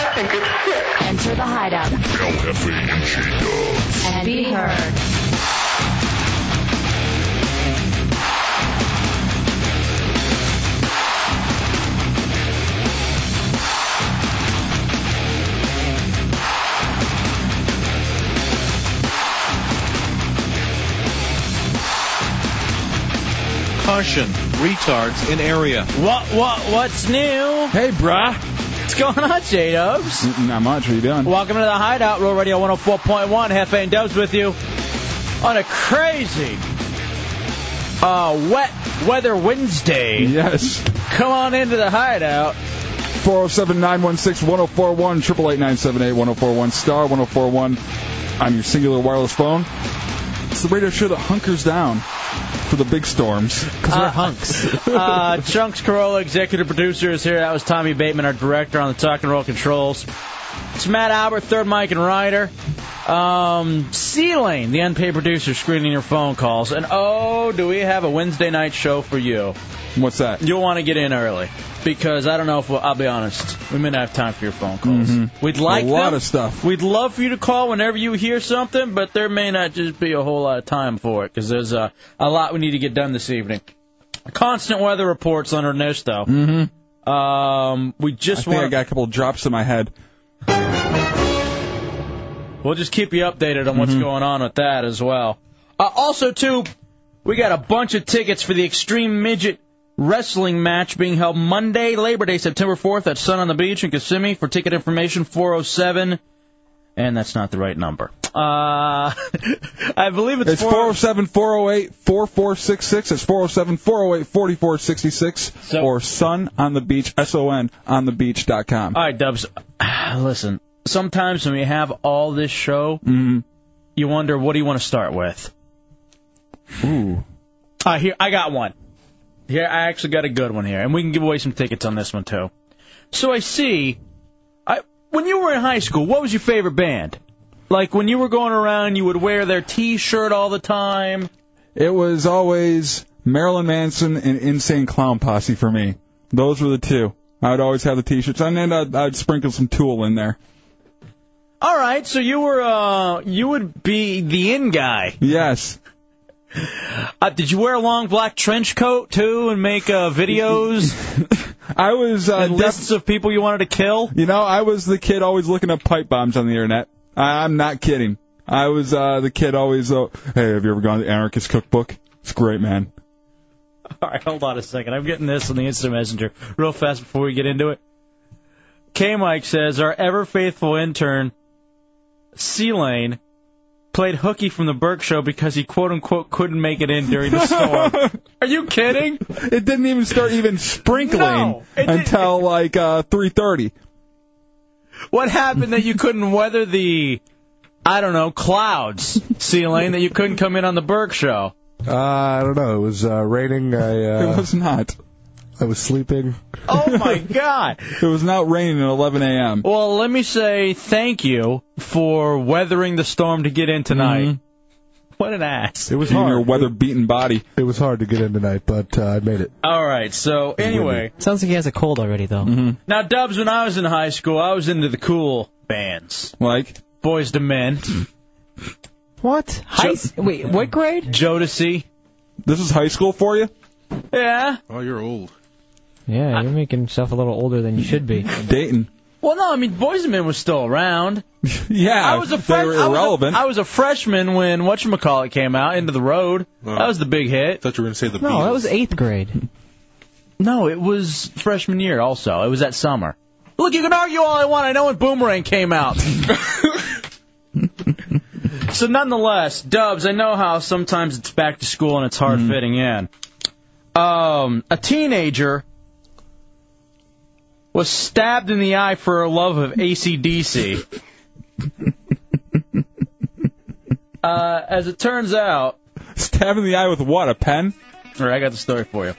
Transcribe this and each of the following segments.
Enter the hideout and be heard. Caution, retards in area. What, what, what's new? Hey, bruh. What's going on, J Dubs? Not much. What are you doing? Welcome to the Hideout, Real Radio 104.1. Hefe and Dubs with you on a crazy, uh, wet weather Wednesday. Yes. Come on into the Hideout. 407 916 1041, 888 1041, star 1041 on your singular wireless phone. It's the radio show that hunkers down for the big storms. Because Uh, uh, Chunks Corolla, executive producer, is here. That was Tommy Bateman, our director on the Talk and Roll Controls. It's Matt Albert, third mic and writer. Um, C Lane, the unpaid producer, screening your phone calls. And oh, do we have a Wednesday night show for you? What's that? You'll want to get in early because I don't know if we'll, I'll be honest. We may not have time for your phone calls. We'd like Mm-hmm. a lot them. of stuff. We'd love for you to call whenever you hear something, but there may not just be a whole lot of time for it because there's a, a lot we need to get done this evening. Constant weather reports on our nest, though. Mm-hmm. Um, we I just think I want got a couple drops in my head. we'll just keep you updated on what's Mm-hmm. going on with that as well. Uh, also, too, we got a bunch of tickets for the Extreme Midget Wrestling match being held Monday, Labor Day, September 4th at Sun on the Beach in Kissimmee. For ticket information, 407. And that's not the right number. Uh, I believe it's, oh It's 407 408 4466. It's 407 408 4466. So- Or sun on the beach, S O N, on the beach dot com. All right, Dubs. Listen, sometimes when we have all this show, you wonder what do you want to start with. Ooh. Uh, here, I got one. Here, I actually got a good one here, and we can give away some tickets on this one too. So I see. I when you were in high school, what was your favorite band? Like when you were going around, you would wear their T-shirt all the time. It was always Marilyn Manson and Insane Clown Posse for me. Those were the two. I would always have the T-shirts, and then I'd, I'd sprinkle some Tool in there. All right, so you were uh you would be the in guy. Yes, Uh, did you wear a long black trench coat too and make uh, videos I was. Uh, and def- lists of people you wanted to kill? you know, I was the kid always looking up pipe bombs on the internet. I, I'm not kidding. I was uh, the kid always. Uh, hey, have you ever gone to the Anarchist Cookbook? It's great, man. All right, hold on a second. I'm getting this on the Instant Messenger real fast before we get into it. K Mike says our ever faithful intern, C Lane, played hooky from the Burke Show because he quote unquote couldn't make it in during the storm. Are you kidding? It didn't even start even sprinkling No, it didn't. until like uh, 3:30. What happened that you couldn't weather the, I don't know, clouds, C Lane, that you couldn't come in on the Burke Show? Uh, I don't know. It was uh, raining. I it uh, was not. I was sleeping. Oh my God! It was not raining at 11 a.m. Well, let me say thank you for weathering the storm to get in tonight. Mm-hmm. What an ass. It was In your hard. weather-beaten body. It was hard to get in tonight, but uh, I made it. All right, so anyway. Sounds like he has a cold already, though. Now, Dubs, when I was in high school, I was into the cool bands. Like Boys to Men, What? High? s- Wait, what grade? Jodeci. this is high school for you. Yeah. Oh, you're old. Yeah, you're making yourself a little older than you should be. Dayton. Well, no, I mean, Boys to Men was still around. Yeah, I was a they fresh, were I was a- irrelevant. I was a freshman when Whatchamacallit came out, Into the Road. That was the big Uh, hit. thought you were going to say the No, Beatles. that was eighth grade. No, it was freshman year also. It was that summer. Look, you can argue all I want. I know when Boomerang came out. so nonetheless, Dubs, I know how sometimes it's back to school and it's hard Mm-hmm. fitting in. Um, a teenager was stabbed in the eye for her love of ACDC. uh, as it turns out. Stabbed in the eye with what? A pen? All right, I got the story for you.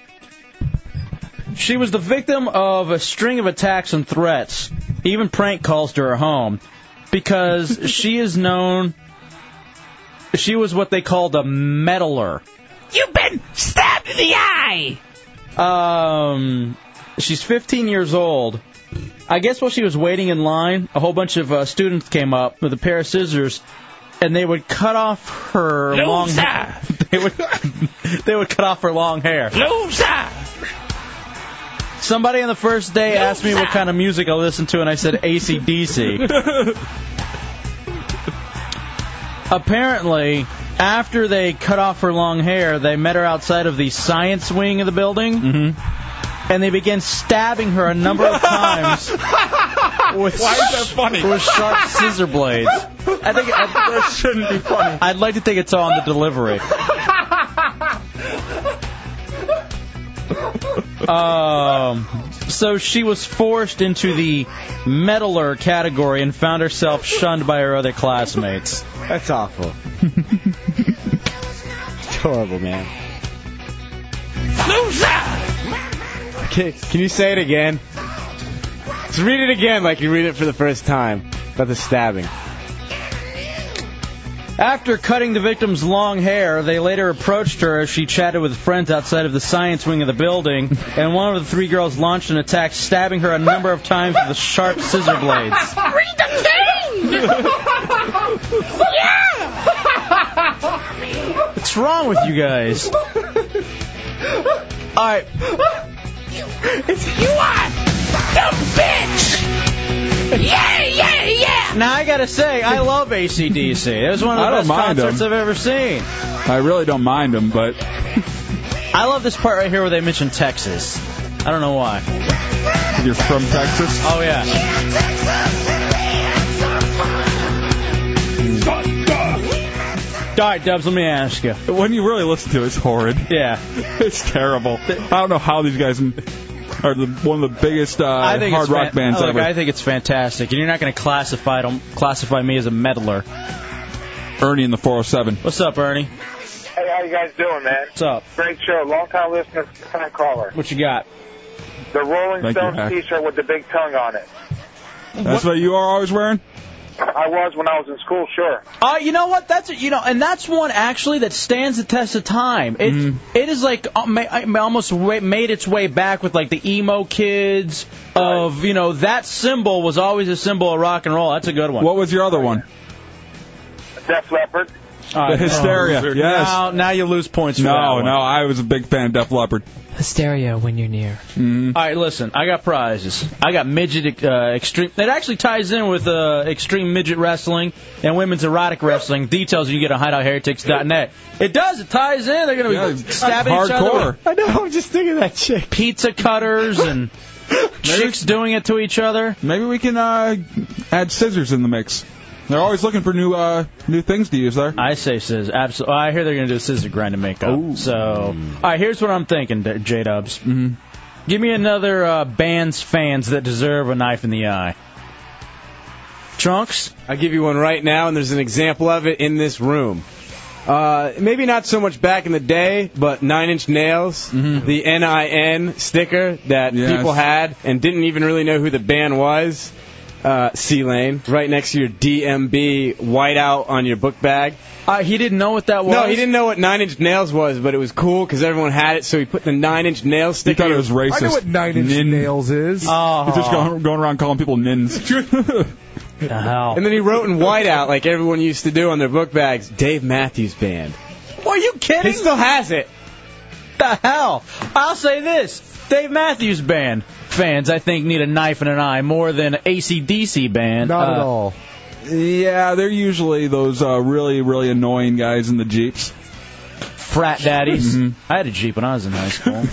She was the victim of a string of attacks and threats, even prank calls to her home, because she is known. She was what they called a meddler. You've been stabbed in the eye. Um, she's 15 years old. I guess while she was waiting in line, a whole bunch of uh, students came up with a pair of scissors, and they would cut off her long. Loser. They would they would cut off her long hair. Loser. Somebody on the first day asked me what kind of music I listened to, and I said ACDC. Apparently, after they cut off her long hair, they met her outside of the science wing of the building, and they began stabbing her a number of times with, Why is that funny? with sharp scissor blades. I think I, that shouldn't be funny. I'd like to think it's on the delivery. Um, so she was forced into the meddler category and found herself shunned by her other classmates. That's awful. It's horrible, man. Can, can you say it again? Just read it again like you read it for the first time about the stabbing. After cutting the victim's long hair, they later approached her as she chatted with friends outside of the science wing of the building, and one of the three girls launched an attack, stabbing her a number of times with the sharp scissor blades. Read the thing. yeah. What's wrong with you guys? All right, It's you are the bitch. Yeah, yeah, yeah. now I gotta say, I love ACDC. It was one of I the don't best mind 'em. concerts I've ever seen. I really don't mind them, but I love this part right here where they mention Texas. I don't know why. you're from Texas. Oh yeah. All right, Dubs. Let me ask you. When you really listen to it, it's horrid. Yeah, It's terrible. I don't know how these guys are the, one of the biggest uh, I think hard it's rock fan- bands look, ever. I think it's fantastic, and you're not going to classify them, classify me as a meddler. Ernie in the 407. What's up, Ernie? Hey, how you guys doing, man? What's up? Great show. Long time listener, first time caller. What you got? The Rolling Thank you, Stones Hack. T-shirt with the big tongue on it. That's what you are always wearing? I was when I was in school, sure. Uh, you know what? That's you know, and that's one actually that stands the test of time. It Mm. it is like uh, ma- I- almost wa- made its way back with like the emo kids of you know that symbol was always a symbol of rock and roll. That's a good one. What was your other one? Def Leppard. All right. The Hysteria, Oh, yes. Now, now you lose points. For that No, one. no, I was a big fan of Def Leppard. Hysteria when you're near. All right, listen. I got prizes. I got midget uh, extreme. That actually ties in with uh, extreme midget wrestling and women's erotic wrestling. Details you can get on hideoutheretics.net. It does. It ties in. They're going to be Yeah, stabbing each other hardcore. with I know, I'm just thinking of that chick. pizza cutters and chicks doing it to each other. Maybe we can uh, add scissors in the mix. They're always looking for new uh, new things to use there. I say scissors. Absolutely. I hear they're going to do scissor grind and makeup. So, all right. Here's what I'm thinking, J Dubs. Mhm. Give me another uh, band's fans that deserve a knife in the eye. Trunks. I'll give you one right now, and there's an example of it in this room. Uh, maybe not so much back in the day, but Nine Inch Nails, Mm-hmm. the NIN sticker that Yes. people had and didn't even really know who the band was. Uh, C Lane, right next to your DMB whiteout on your book bag. Uh, he didn't know what that was. No, he didn't know what Nine Inch Nails was, but it was cool because everyone had it, so he put the Nine Inch Nails He sticker. thought it was racist. I know what nine inch Nin. nails is. Oh, He's just going, going around calling people nins. the hell. and then he wrote in whiteout like everyone used to do on their book bags. Dave Matthews Band. Are you He kidding? still has it. the hell? I'll say this. Dave Matthews Band fans, I think, need a knife and an eye more than ACDC band. Not at Uh, all. yeah, they're usually those uh, really, really annoying guys in the Jeeps. Mm-hmm. Frat daddies. I had a Jeep when I was in high school.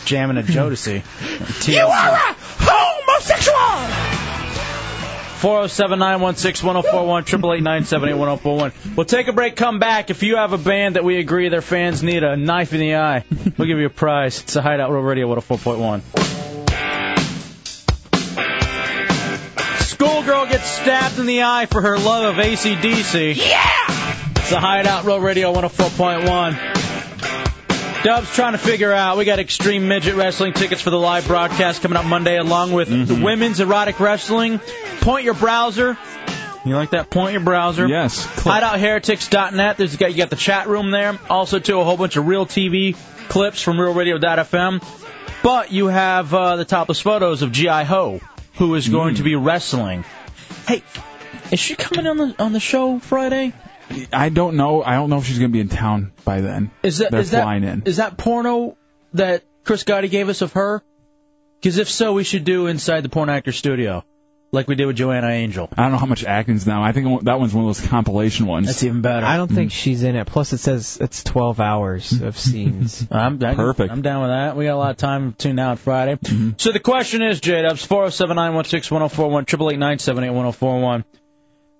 Jamming a Jodeci. You are a homosexual! 407 916 1041, 888 978 1041. We'll take a break, come back. If you have a band that we agree their fans need a knife in the eye, we'll give you a prize. It's a Hideout Road Radio 104.1. stabbed in the eye for her love of ACDC. Yeah! It's the Hideout Row Radio 104.1. Dub's trying to figure out. We got Extreme Midget Wrestling tickets for the live broadcast coming up Monday, along with the women's erotic wrestling. Point your browser. You like that? Point your browser. Yes. Hideoutheretics.net. There's you got you got the chat room there. Also, too, a whole bunch of real TV clips from RealRadio.fm. But you have uh, the topless photos of GI Ho, who is going to be wrestling. Hey, is she coming on the on the show Friday? I don't know. I don't know if she's gonna be in town by then. Is that They're is that- flying in. is that porno that Chris Gotti gave us of her? Because if so, we should do inside the porn actor studio, like we did with Joanna Angel. I don't know how much acting's now. I think that one's one of those compilation ones. Mm. That's even better. I don't think she's in it. Plus, it says it's 12 hours of scenes. I'm I- Perfect. Mm-hmm. I'm down with that. We got a lot of time between now and Friday. So the question is, J Dubs, four zero seven nine one six one zero four one triple eight nine seven eight one zero four one.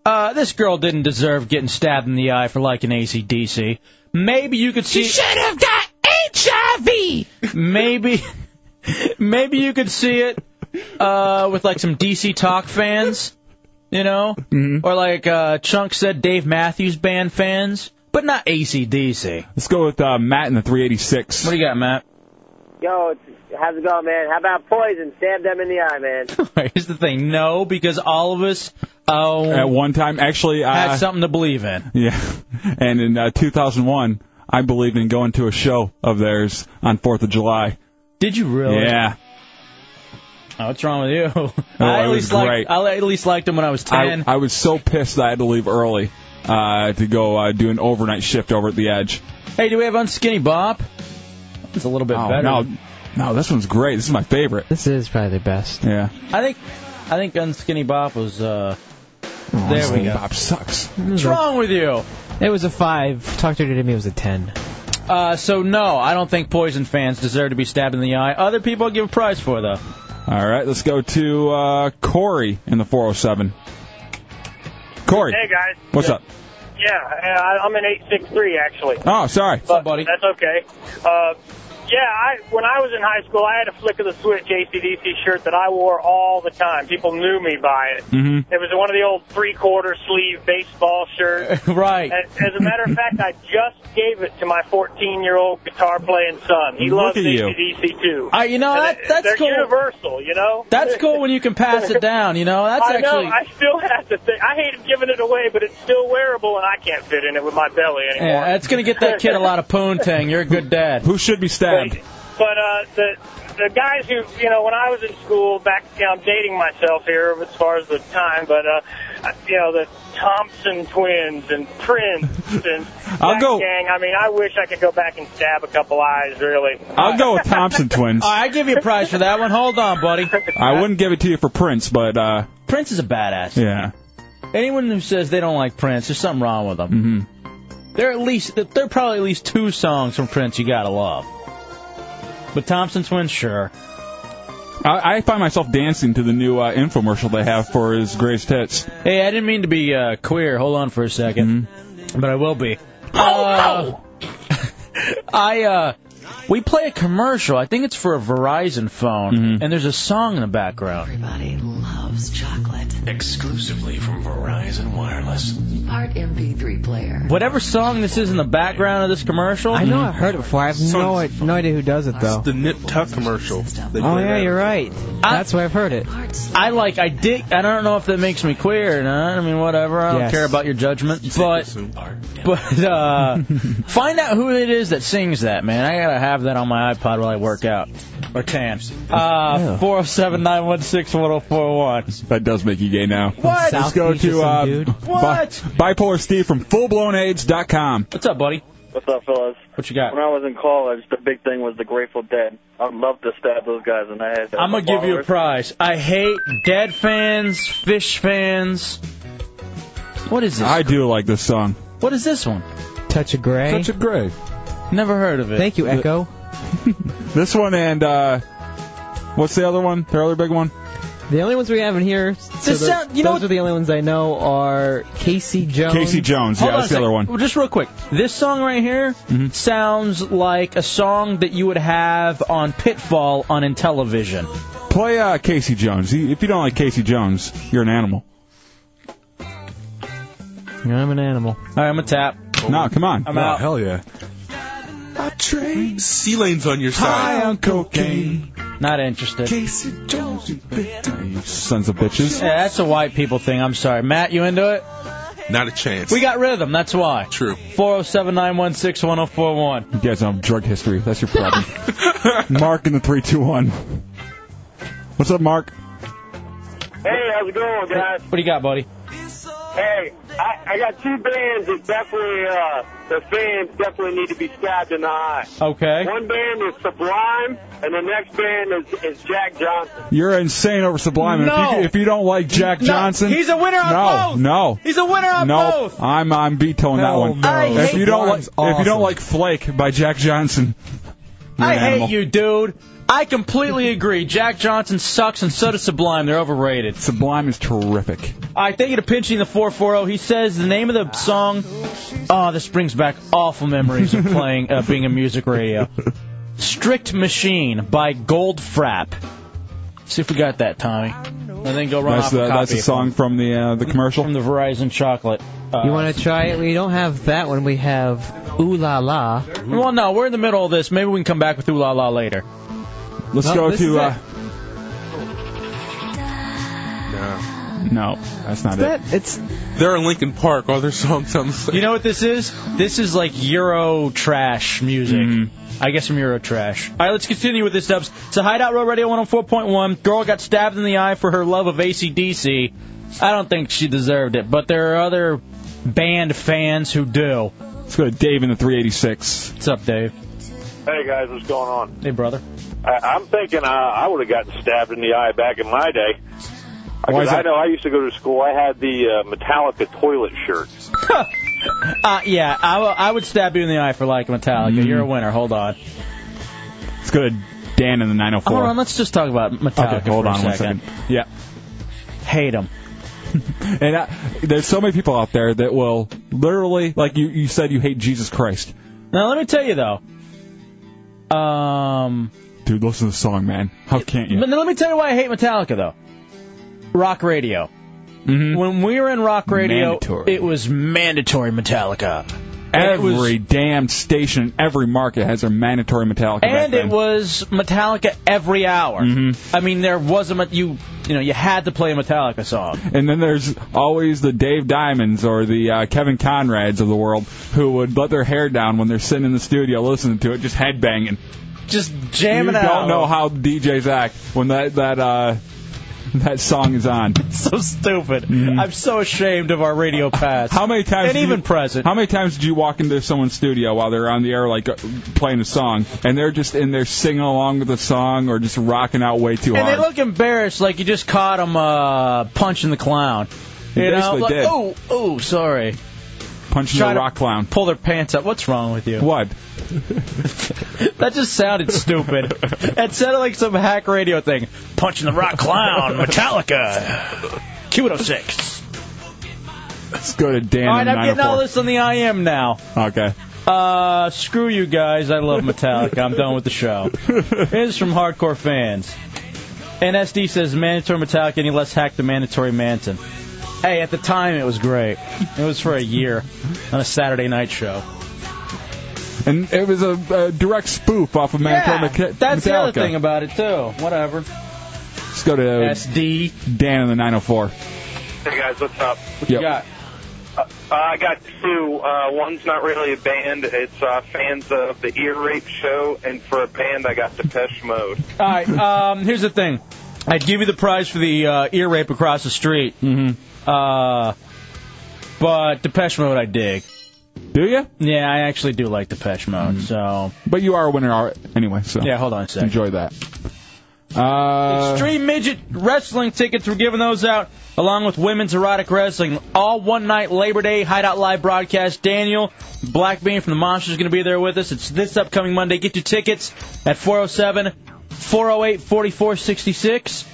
Uh, this girl didn't deserve getting stabbed in the eye for like an ACDC. Maybe you could see. She should have got HIV. Maybe, maybe you could see it uh, with like some DC Talk fans, you know, Mm-hmm. or like uh, Chunk said, Dave Matthews Band fans, but not ACDC. Let's go with uh, Matt in the 386. What do you got, Matt? Yo, it's, how's it going, man? How about poison? Stab them in the eye, man. Here's the thing, no, because all of us um, At one time, actually, uh, I had something to believe in. Yeah, and in uh, 2001, I believed in going to a show of theirs on Fourth of July. Did you really? Yeah. Oh, Oh, what's wrong with you? I it at was least liked great. I at least liked him when I was ten. I, I was so pissed that I had to leave early uh, to go uh, do an overnight shift over at the Edge. hey, do we have Unskinny Bop? It's a little bit Oh, better. no, no, this one's great. This is my favorite. This is probably the best. Yeah. I think I think Unskinny Bop was. Uh, there we Unskinny go. Bop sucks. What's wrong with you? It was a 5. Talk to her to me, it was a 10. Uh, so no, I don't think Poison fans deserve to be stabbed in the eye. Other people I'll give a prize for though. All right, let's go to uh, Corey in the 407. Corey. Hey, guys. What's up? Yeah, uh, I, I'm an eight six three actually. Oh, sorry. But That's okay. Uh, yeah, I when I was in high school, I had a flick of the switch ACDC shirt that I wore all the time. People knew me by it. Mm-hmm. It was one of the old three quarter sleeve baseball shirts. Right. As, as a matter of fact, I just gave it to my 14 year old guitar playing son. He Look loves at you. ACDC too. Uh, you know, And that- they- that's they're cool. universal. You know. That's cool when you can pass it down. You know, Oh, that's I actually. know. I still have to think. I hated giving it away, but it's still wearable, and I can't fit in it with my belly anymore. yeah, that's gonna get that kid a lot of poontang. You're a good dad. Who should be stabbed? But uh, the the guys who you know when I was in school back, you know, I'm dating myself here as far as the time, but uh, you know the Thompson twins and Prince and I'll that go- gang. I mean, I wish I could go back and stab a couple eyes, really. I'll go with Thompson Twins. All right, I give you a prize for that one. Hold on, buddy. I wouldn't give it to you for Prince, but uh, Prince is a badass. yeah. Anyone who says they don't like Prince, there's something wrong with them. Mm-hmm. There are at least there are probably at least two songs from Prince you gotta love. But Thompson Twins, sure. I, I find myself dancing to the new uh, infomercial they have for his greatest hits. Mm-hmm. Hey, I didn't mean to be uh, queer. Hold on for a 2nd but I will be. Uh, I uh, we play a commercial. I think it's for a Verizon phone, and there's a song in the background. Everybody loves chocolate. Exclusively from Verizon Wireless. Part MP3 player. Whatever song this is in the background of this commercial, I know I've heard it before. I have no, i- no idea who does it, though. The Nip Tuck commercial. Oh, yeah, you're right. That's where I've heard it. I like I dig. I don't know if that makes me queer or not. I mean, whatever. I don't Yes. care about your judgment, but but uh, find out who it is that sings that, man. I gotta have that on my iPod while I work out or tan. Uh, four zero seven nine one six one zero four one. That does make you gay now. What? Let's go Southeast is to some uh, dude. bi- What? Bipolar Steve from FullBlownAids.com. What's up, buddy? What's up, fellas? What you got? When I was in college, the big thing was the Grateful Dead. I'd love to stab those guys in the head. I'm gonna give you a prize. I hate dead fans, fish fans. What is this? I do like this song. What is this one? Touch of Grey. Touch of Grey. Never heard of it. Thank you, Echo. This one and uh, what's the other one? The other big one? The only ones we have in here, so This the- sound- you know those are the only ones I know, are Casey Jones. Casey Jones. Hold yeah, on that's a the other second. one. Mm-hmm. Just real quick, this song right here sounds like a song that you would have on Pitfall on Intellivision. Play uh, Casey Jones. He- If you don't like Casey Jones, you're an animal. I'm an animal. All right, I'm a tap. No, come on. I'm out. Hell yeah. I trade sea lanes on your High side. on cocaine. Not interested. Casey Jones, you bitch. You sons of bitches. Yeah, that's a white people thing. I'm sorry. Matt, you into it? Not a chance. We got rid of them. That's why. True. 407 916 1041. You guys on drug history. That's your problem. Mark in the 321. What's up, Mark? Hey, how's it going, guys? What do you got, buddy? Hey, I, I got two bands that definitely, uh, the fans definitely need to be stabbed in the eye. Okay. One band is Sublime, and the next band is, is Jack Johnson. You're insane over Sublime. And If, No. you, if you don't like Jack No, Johnson, he's a winner on no, both. No, He's a winner on no, both. I'm I'm vetoing that Hell one. no. I If hate you don't like, Sublime's if you don't awesome. like Flake by Jack Johnson, you're I an animal. hate you, dude. I completely agree. Jack Johnson sucks, and so does Sublime. They're overrated. Sublime is terrific. I thank you to Pinching the 440. He says the name of the song. Oh, this brings back awful memories of playing, uh, being a music radio. Strict Machine by Goldfrapp. See if we got that, Tommy. And then go run That's off a the, copy. that's the song from the uh, the commercial from the Verizon chocolate. Uh, You want to try it? We don't have that one. We have Ooh La La. Well, no, we're in the middle of this. Maybe we can come back with Ooh La La later. Let's No, go this to. is Uh, No, that's not it. It's they're in Lincoln Park. All their songs on the same. You know what this is? This is like Euro Oh, trash music. I guess some Euro trash. All right, let's continue with this, Dubs. It's a Hideout Road Radio 104.1. Girl got stabbed in the eye for her love of AC/DC. I don't think she deserved it, but there are other band fans who do. Let's go to Dave in the 386. What's up, Dave? Hey guys, what's going on? Hey, brother. I, I'm thinking uh, I would have gotten stabbed in the eye back in my day. Why is Because I that? know I used to go to school. I had the uh, Metallica toilet shirt. Uh, yeah, I will- I would stab you in the eye for liking Metallica. You're a winner. Hold on. Mm-hmm. Let's go to Dan in the 904. Hold on. Let's just talk about Metallica Okay, hold for on a one second. second. Yeah. Hate them. and I, there's so many people out there that will literally, like you, you said, you hate Jesus Christ. Now let me tell you though. Um. Dude, listen to the song, man. How can't you? But then let me tell you why I hate Metallica though. Rock radio. When we were in rock Mm-hmm. radio, Mandatory. it was mandatory Metallica. And it Every was- damn station, every market has their mandatory Metallica. back and it then. Mm-hmm. was Metallica every hour. I mean, there was a Met- you you know you had to play a Metallica song. And then there's always the Dave Diamonds or the uh, Kevin Conrads of the world who would let their hair down when they're sitting in the studio listening to it, just headbanging. Just jamming you out. don't know how DJs act when that that uh, that song is on. Mm-hmm. so stupid. I'm so ashamed of our radio past. How many times? And did even you, present. How many times did you walk into someone's studio while they're on the air, like uh, playing a song, and they're just in there singing along with the song or just rocking out way too And hard? they look embarrassed, like you just caught them uh, punching the clown. They You know, basically like, did. oh, oh, sorry. Punching Try the to rock clown. Pull their pants up. What's wrong with you? What? that just sounded stupid. that sounded like some hack radio thing. Punching the rock clown, Metallica. Q106. Let's go to Dan. all right, in I'm getting all 904. this on the I am now. Okay. Uh, screw you guys. I love Metallica. I'm done with the show. This is from hardcore fans. NSD says mandatory Metallica any less hack the mandatory Manson. Hey, at the time it was great. It was for a year on a Saturday night show. And it was a, a direct spoof off of Manitoba yeah, Mecha- that's the other Metallica. thing about it too. Whatever. Let's go to SD Dan in the 904. Hey guys, what's up? What you Yep. got? Uh, I got two. Uh, one's not really a band. It's uh, fans of the Ear Rape Show, and for a band, I got Depeche Mode. All right. Um, here's the thing. I'd give you the prize for the uh, ear rape across the street. Mm-hmm. Uh, but Depeche Mode, I dig. Do you? Mm-hmm. Yeah, I actually do like Depeche Mode. So But you are a winner al- anyway, so. Yeah, hold on a sec. Enjoy that. Uh, Extreme Midget Wrestling tickets. We're giving those out along with women's erotic wrestling. All one night Labor Day Hideout Live broadcast. Daniel Blackbean from the Monsters is going to be there with us. It's this upcoming Monday. Get your tickets at 407 408 4466.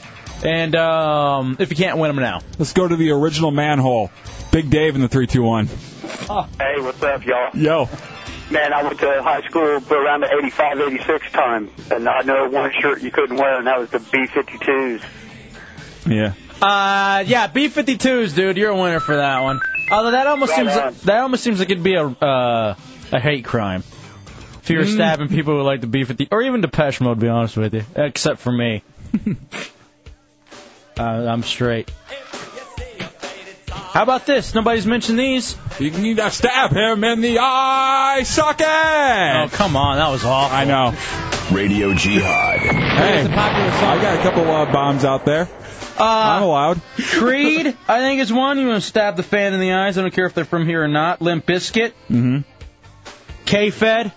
And um, if you can't win them now. Let's go to the original manhole. Big Dave in the 321. Oh. Hey, what's up, y'all? Yo. Man, I went to high school but around the 85, 86 time, and I know one shirt you couldn't wear, and that was the B-52s. Yeah. Uh, yeah, B52s, dude. You're a winner for that one. Although that almost Right seems on. that almost seems like it'd be a uh, a hate crime. If you were Mm. stabbing people who like to beef with the, or even Depeche Mode, to be honest with you, except for me. uh, I'm straight. How about this? Nobody's mentioned these. You need to stab him in the eye, suck it! Oh, come on, that was awful. I know. Radio Jihad. Hey, I got a couple uh, bombs out there. Uh, I'm allowed. Creed, I think is one. You want to stab the fan in the eyes. I don't care if they're from here or not. Limp Biscuit, Mm-hmm. K-Fed.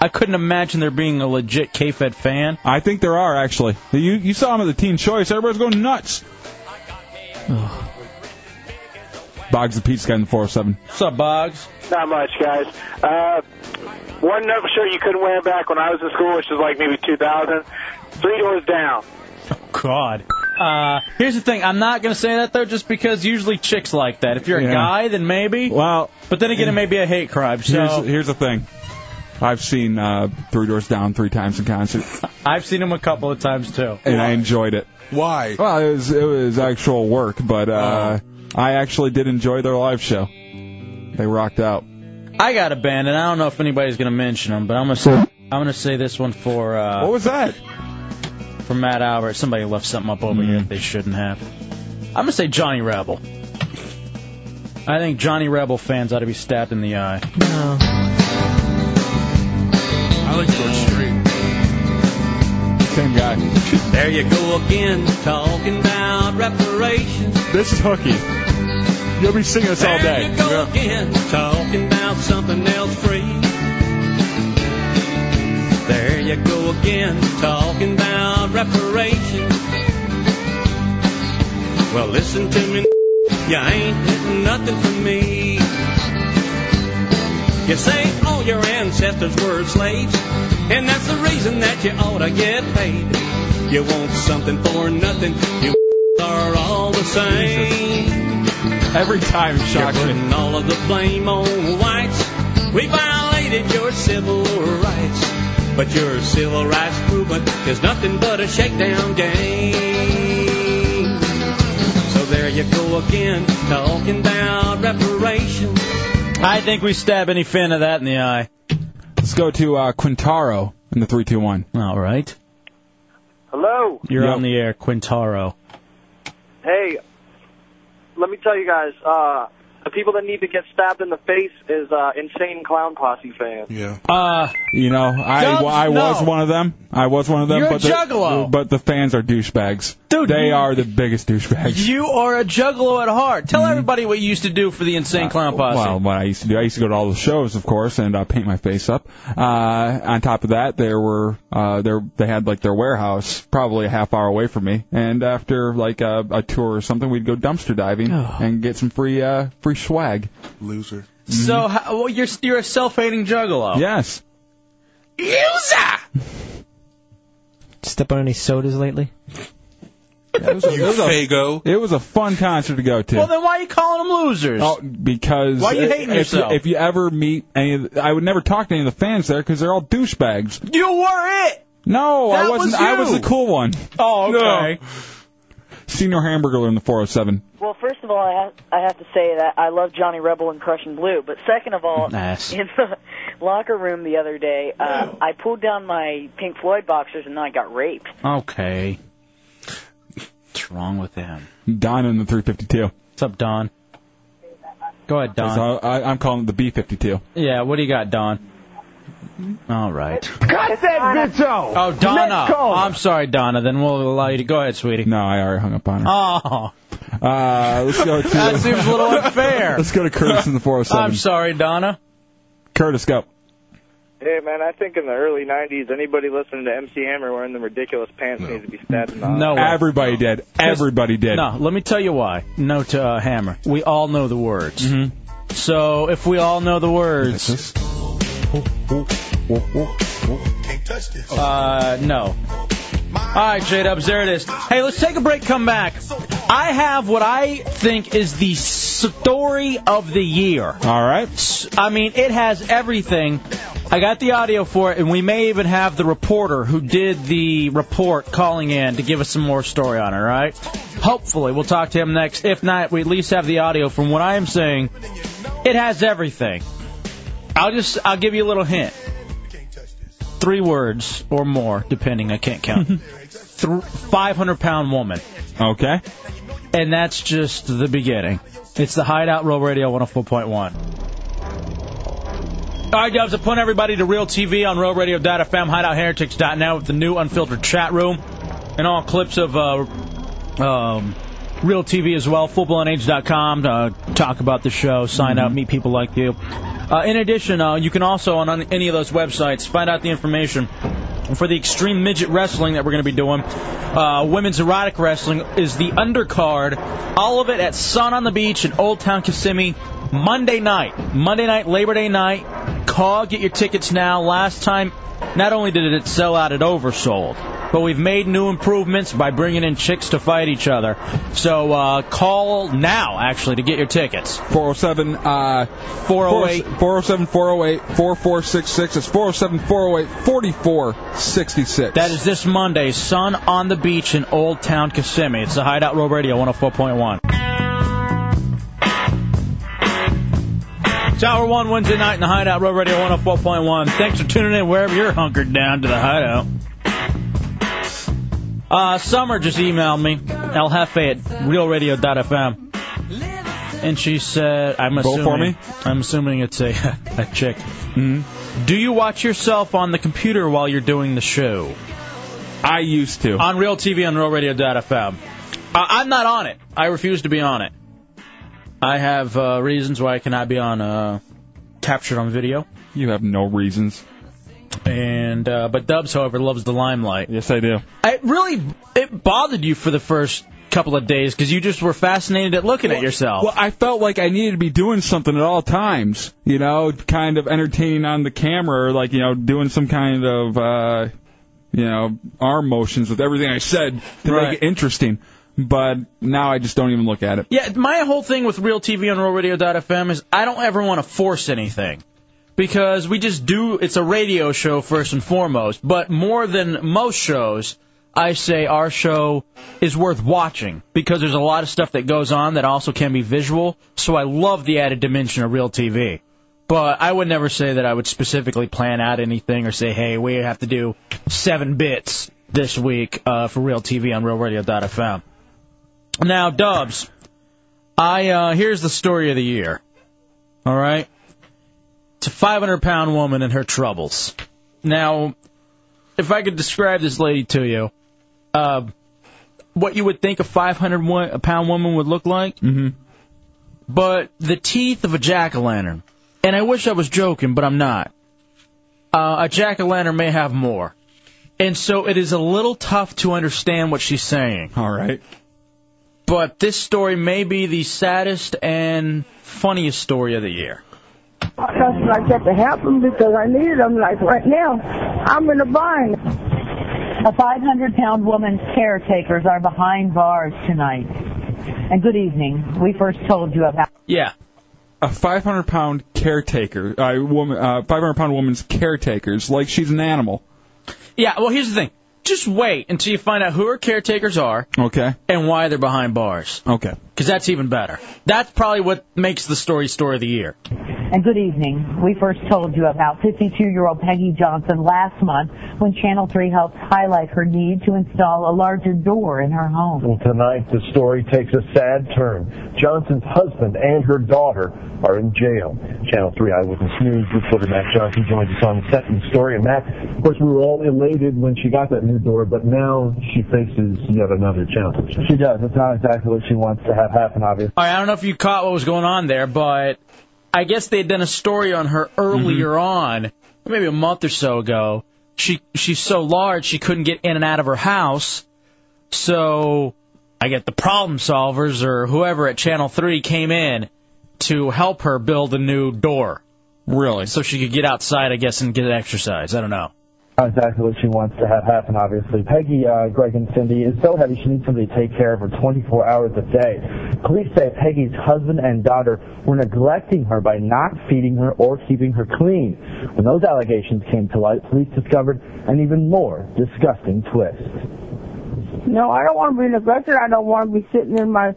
I couldn't imagine there being a legit K-Fed fan. I think there are actually. You you saw him at the Teen Choice. Everybody's going nuts. Boggs the Pete's guy in the 407. What's up, Boggs? Not much, guys. Uh, one no shirt you couldn't wear back when I was in school, which was like maybe 2000. Three doors down. God. Uh, here's the thing. I'm not gonna say that though, just because usually chicks like that. If you're a Yeah. guy, then maybe. Well, but then again, it may be a hate crime. So Here's, here's the thing. I've seen uh, Three Doors Down three times in concert, I've seen him a couple of times too. and I enjoyed it. Why? Well, it was it was actual work, but uh, I actually did enjoy their live show. They rocked out. I got a band, and I don't know if anybody's gonna mention them, but I'm gonna say, I'm gonna say this one for. Uh, what was that? For Matt Albert, somebody left something up over Mm. here that they shouldn't have. I'm gonna say Johnny Rebel. I think Johnny Rebel fans ought to be stabbed in the eye. I like George Strait. Same guy. There you go again, talking about reparations. This is hooky. You'll be singing this all There day. you go again, talking about something else free. There you go again, talking about reparations. Well, listen to me, you ain't getting nothing from me. You say all your ancestors were slaves, and that's the reason that you ought to get paid. You want something for nothing, you are all the same. Every time, You're putting all of the blame on the whites. We violated your civil rights, but your civil rights movement is nothing but a shakedown game. So there you go again, talking about reparations. I think we stab any fan of that in the eye. Let's go to uh, Quintaro in the three two one. All right. Hello. You're on the air, Quintaro. Hey, let me tell you guys. Uh, the people that need to get stabbed in the face is uh, insane clown posse fans. Yeah. Uh, you know, I, Dubs, I was no. one of them. I was one of them. You're a but The, juggalo. but the fans are douchebags. Dude, they you- are the biggest douchebags. You are a juggalo at heart. Tell everybody what you used to do for the Insane Clown Posse. Mm. Uh, Well, what I used to do, I used to go to all the shows, of course, and uh, paint my face up. Uh, on top of that, there were uh, there they had like their warehouse, probably a half hour away from me. And after like a, a tour or something, we'd go dumpster diving Oh. and get some free uh, free swag. Mm-hmm. Loser. mm. so how, well, you're you're a self-hating juggalo. Yes. User. Step on any sodas lately? It was a, it was a- it was a fun concert to go to. Well, then why are you calling them losers? Oh, because Why you hating if, yourself? If you ever meet any, of the, I would never talk to any of the fans there because they're all douchebags. You were it. No, I That wasn't. was I was you. the cool one. Oh, okay. Senior hamburger in the 407. Well, first of all, I have, I have to say that I love Johnny Rebel and Crushing Blue. But second of all, Nice. in the locker room the other day, uh, I pulled down my Pink Floyd boxers and I got raped. Okay. What's wrong with him? Don in the 352. What's up, Don? Go ahead, Don. So I, I'm calling it the B52. Yeah, what do you got, Don? All right. Cut that bitch out! Oh, Donna. I'm sorry, Donna. Then we'll allow you to go ahead, sweetie. No, I already hung up on her. Oh, Uh, let's go to. that seems a little unfair. let's go to Curtis in the 407. I'm sorry, Donna. Curtis, go. Hey man, I think in the early '90s, anybody listening to MC Hammer wearing them ridiculous pants needs to be stabbed in the eye. No, way. Everybody did. Everybody did. No, let me tell you why. No to uh, hammer. We all know the words. So if we all know the words, uh, no. All right, J Dubs, there it is. Hey, let's take a break. Come back. I have what I think is the story of the year. All right. I mean, it has everything I got the audio for it, and we may even have the reporter who did the report calling in to give us some more story on it, all right? Hopefully, we'll talk to him next. If not, we at least have the audio from what I am saying. It has everything. I'll just I'll give you a little hint. Three words or more, depending. I can't count. Five hundred pound woman. Okay. And that's just the beginning. It's the Hideout Roll Radio 104.1. All right, Dubs, I'm putting everybody to Real TV on RealRadio.fm, HideoutHeretics.net with the new unfiltered chat room and all clips of uh, um, Real TV as well, FootballAndAge.com. Uh, talk about the show, sign up, meet people like you. Uh, in addition, uh, you can also on on any of those websites find out the information for the Extreme Midget Wrestling that we're going to be doing. Uh, women's Erotic Wrestling is the undercard. All of it at Sun on the Beach in Old Town Kissimmee Monday night. Monday night, Labor Day night. Call, get your tickets now. Last time, not only did it sell out, it oversold. But we've made new improvements by bringing in chicks to fight each other. So uh, call now, actually, to get your tickets. 407 uh, 408. 407 408 4466. It's 407 408 4466. That is this Monday, Sun on the Beach in Old Town Kissimmee. It's the Hideout Road Radio 104.1. It's hour one Wednesday night in the Hideout Road Radio 104.1. Thanks for tuning in wherever you're hunkered down to the Hideout. Uh, Summer just emailed me, El Jefe at realradio.fm. And she said, I'm Roll assuming, for me? I'm assuming it's a, a chick. Mm-hmm. Do you watch yourself on the computer while you're doing the show? I used to. On Real TV on RealRadio.fm. I, I'm not on it. I refuse to be on it. I have uh, reasons why I cannot be on uh, captured on video. You have no reasons. And uh, but Dubs, however, loves the limelight. Yes, I do. It really it bothered you for the first couple of days because you just were fascinated at looking at yourself. Well, I felt like I needed to be doing something at all times, you know, kind of entertaining on the camera, or like, you know, doing some kind of, uh, you know, arm motions with everything I said to Right. make it interesting. But now I just don't even look at it. Yeah, my whole thing with Real TV on RealRadio.fm is I don't ever want to force anything because we just do. It's a radio show first and foremost, but more than most shows, I say our show is worth watching because there's a lot of stuff that goes on that also can be visual. So I love the added dimension of Real TV. But I would never say that I would specifically plan out anything or say, hey, we have to do seven bits this week uh, for Real TV on RealRadio.fm. Now, Dubs, I uh, here's the story of the year. All right, it's a 500 pound woman and her troubles. Now, if I could describe this lady to you, uh, what you would think a 500 wo- a pound woman would look like, mm-hmm. but the teeth of a jack o' lantern. And I wish I was joking, but I'm not. Uh, a jack o' lantern may have more. And so it is a little tough to understand what she's saying. All right. But this story may be the saddest and funniest story of the year. Because I got to help them because I need them. Like right now, I'm in a bind. A 500 pound woman's caretakers are behind bars tonight. And good evening. We first told you about. Yeah. A 500 pound caretaker, uh, woman, uh, 500 pound woman's caretakers, like she's an animal. Yeah, well, here's the thing. Just wait until you find out who her caretakers are Okay. and why they're behind bars. Okay. Because that's even better. That's probably what makes the story story of the year. And good evening. We first told you about 52 year old Peggy Johnson last month when Channel 3 helped highlight her need to install a larger door in her home. And tonight, the story takes a sad turn. Johnson's husband and her daughter are in jail. Channel 3 Eyewitness News reporter Matt Johnson joins us on set in the story. And Matt, of course, we were all elated when she got that new door, but now she faces yet another challenge. She does. It's not exactly what she wants to have happen, obviously. All right, I don't know if you caught what was going on there, but I guess they had done a story on her earlier Mm-hmm. on, maybe a month or so ago. She she's so large she couldn't get in and out of her house, so I get the problem solvers or whoever at Channel Three came in to help her build a new door. Really? So she could get outside, I guess, and get exercise. I don't know. Not exactly what she wants to have happen, obviously. Peggy, uh, Greg, and Cindy is so heavy she needs somebody to take care of her 24 hours a day. Police say Peggy's husband and daughter were neglecting her by not feeding her or keeping her clean. When those allegations came to light, police discovered an even more disgusting twist. No, I don't want to be neglected. I don't want to be sitting in my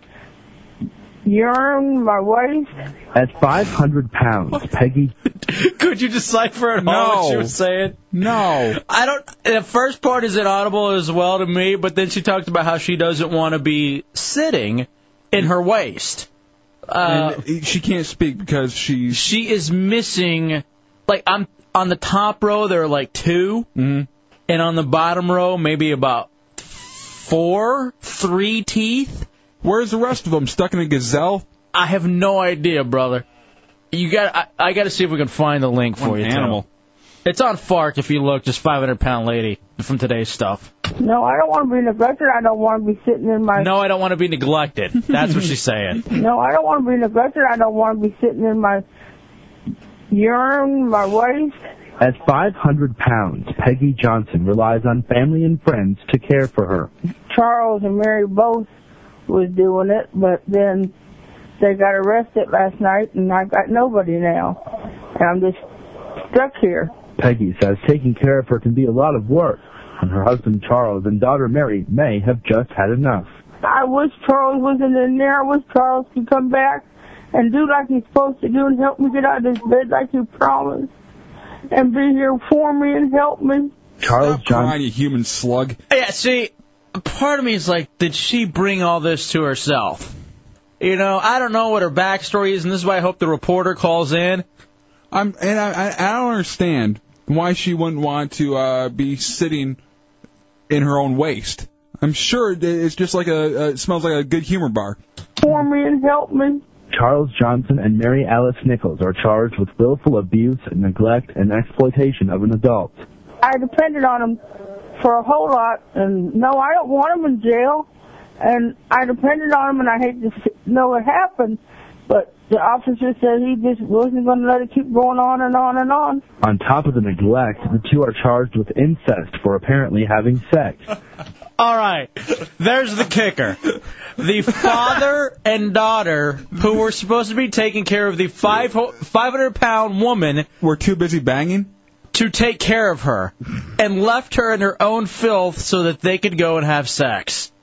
urine, my waste. At 500 pounds, Peggy Could you decipher at all what she was saying? No. I don't. The first part is inaudible as well to me, but then she talked about how she doesn't want to be sitting in her waist. Uh, and she can't speak because she's she is missing. Like I'm on the top row, there are like 2 Mm-hmm. and on the bottom row, maybe about four, three teeth. Where's the rest of them? Stuck in a gazelle? I have no idea, brother. You got. I, I got to see if we can find the link for What you. an Tim. animal. It's on Fark if you look. Just 500 pound lady from today's stuff. No, I don't want to be neglected. I don't want to be sitting in my. No, I don't want to be neglected. That's what she's saying. No, I don't want to be neglected. I don't want to be sitting in my urine, my waste. At 500 pounds, Peggy Johnson relies on family and friends to care for her. Charles and Mary both was doing it, but then they got arrested last night, and I've got nobody now, and I'm just stuck here. Peggy says taking care of her can be a lot of work, and her husband Charles and daughter Mary may have just had enough. I wish Charles wasn't in there. I wish Charles could come back and do like he's supposed to do and help me get out of this bed like he promised, and be here for me and help me. Charles Crying, you human slug. Yeah, see, part of me is like, did she bring all this to herself? You know, I don't know what her backstory is, and this is why I hope the reporter calls in. I'm and I I, I don't understand why she wouldn't want to uh, be sitting in her own waist. I'm sure it- it's just like a uh, it smells like a good humor bar. For me and help me. Charles Johnson and Mary Alice Nichols are charged with willful abuse, neglect, and exploitation of an adult. I depended on him for a whole lot, and no, I don't want him in jail. And I depended on him, and I hate to s- know it happened, but the officer said he just wasn't going to let it keep going on and on and on. On top of the neglect, the two are charged with incest for apparently having sex. All right, there's the kicker. The father and daughter, who were supposed to be taking care of the five 500 pound woman, were too busy banging to take care of her and left her in her own filth so that they could go and have sex.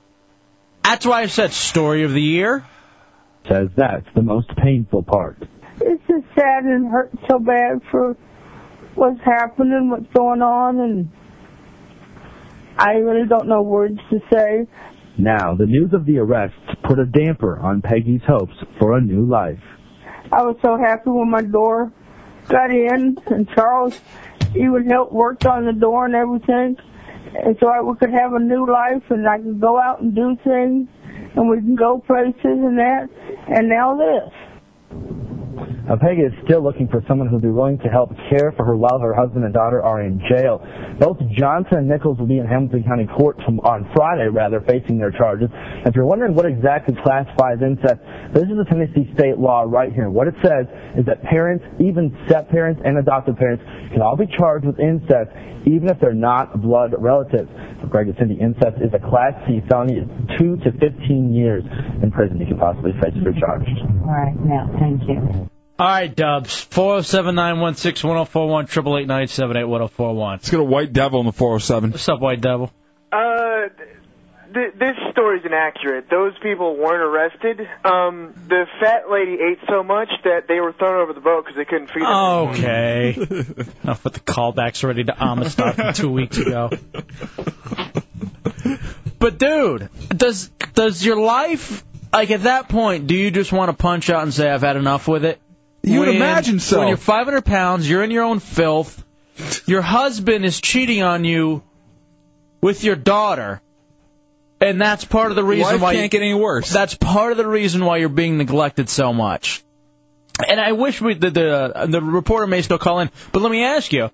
That's why I said story of the year. Says that's the most painful part. It's just sad and hurt so bad for what's happening, what's going on, and I really don't know words to say. Now, the news of the arrests put a damper on Peggy's hopes for a new life. I was so happy when my door got in, and Charles, he would help work on the door and everything, and so I we could have a new life, and I could go out and do things, and we can go places and that, and now this. Now, Peggy is still looking for someone who'll be willing to help care for her while her husband and daughter are in jail. Both Johnson and Nichols will be in Hamilton County Court tom- on Friday, rather, facing their charges. If you're wondering what exactly classifies incest, this is the Tennessee state law right here. What it says is that parents, even step parents and adoptive parents, can all be charged with incest even if they're not blood relatives. For Greg and Cindy, incest is a Class C felony. It's 2 to 15 years in prison you can possibly face for charged. All right, now, thank you. All right, Dubs. Four zero seven nine one six one zero four one triple eight nine seven eight one zero four one. Let's get a white devil in the 407. What's up, white devil? Uh, th- this story's inaccurate. Those people weren't arrested. Um, the fat lady ate so much that they were thrown over the boat because they couldn't Uh, feed her. Okay. I'll put the callbacks ready to Amistad from two weeks ago. But dude, does does your life like at that point? Do you just want to punch out and say I've had enough with it? You would When- imagine so. When you're 500 pounds, you're in your own filth. Your husband is cheating on you with your daughter, and that's part of the reason Life why can't get any worse. That's part of the reason why you're being neglected so much. And I wish we the the, the reporter may still call in, but let me ask you.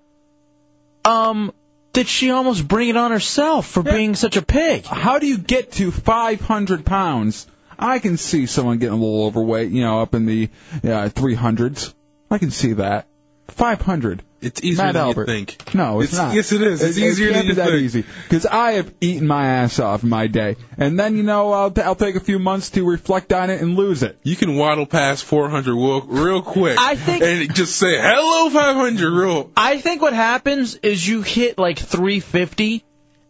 Um, did she almost bring it on herself for being such a pig? How do you get to 500 pounds? I can see someone getting a little overweight, you know, up in the uh, 300s. I can see that. Five hundred. It's easier Matt than you Albert. think. No, it's, It's- not. yes, it is. It's It- easier it than can't you be that think. easy. Because I have eaten my ass off in my day, and then you know I'll t- I'll take a few months to reflect on it and lose it. You can waddle past 400 real, real quick. I think- And just say, hello, 500 real. I think what happens is you hit like 350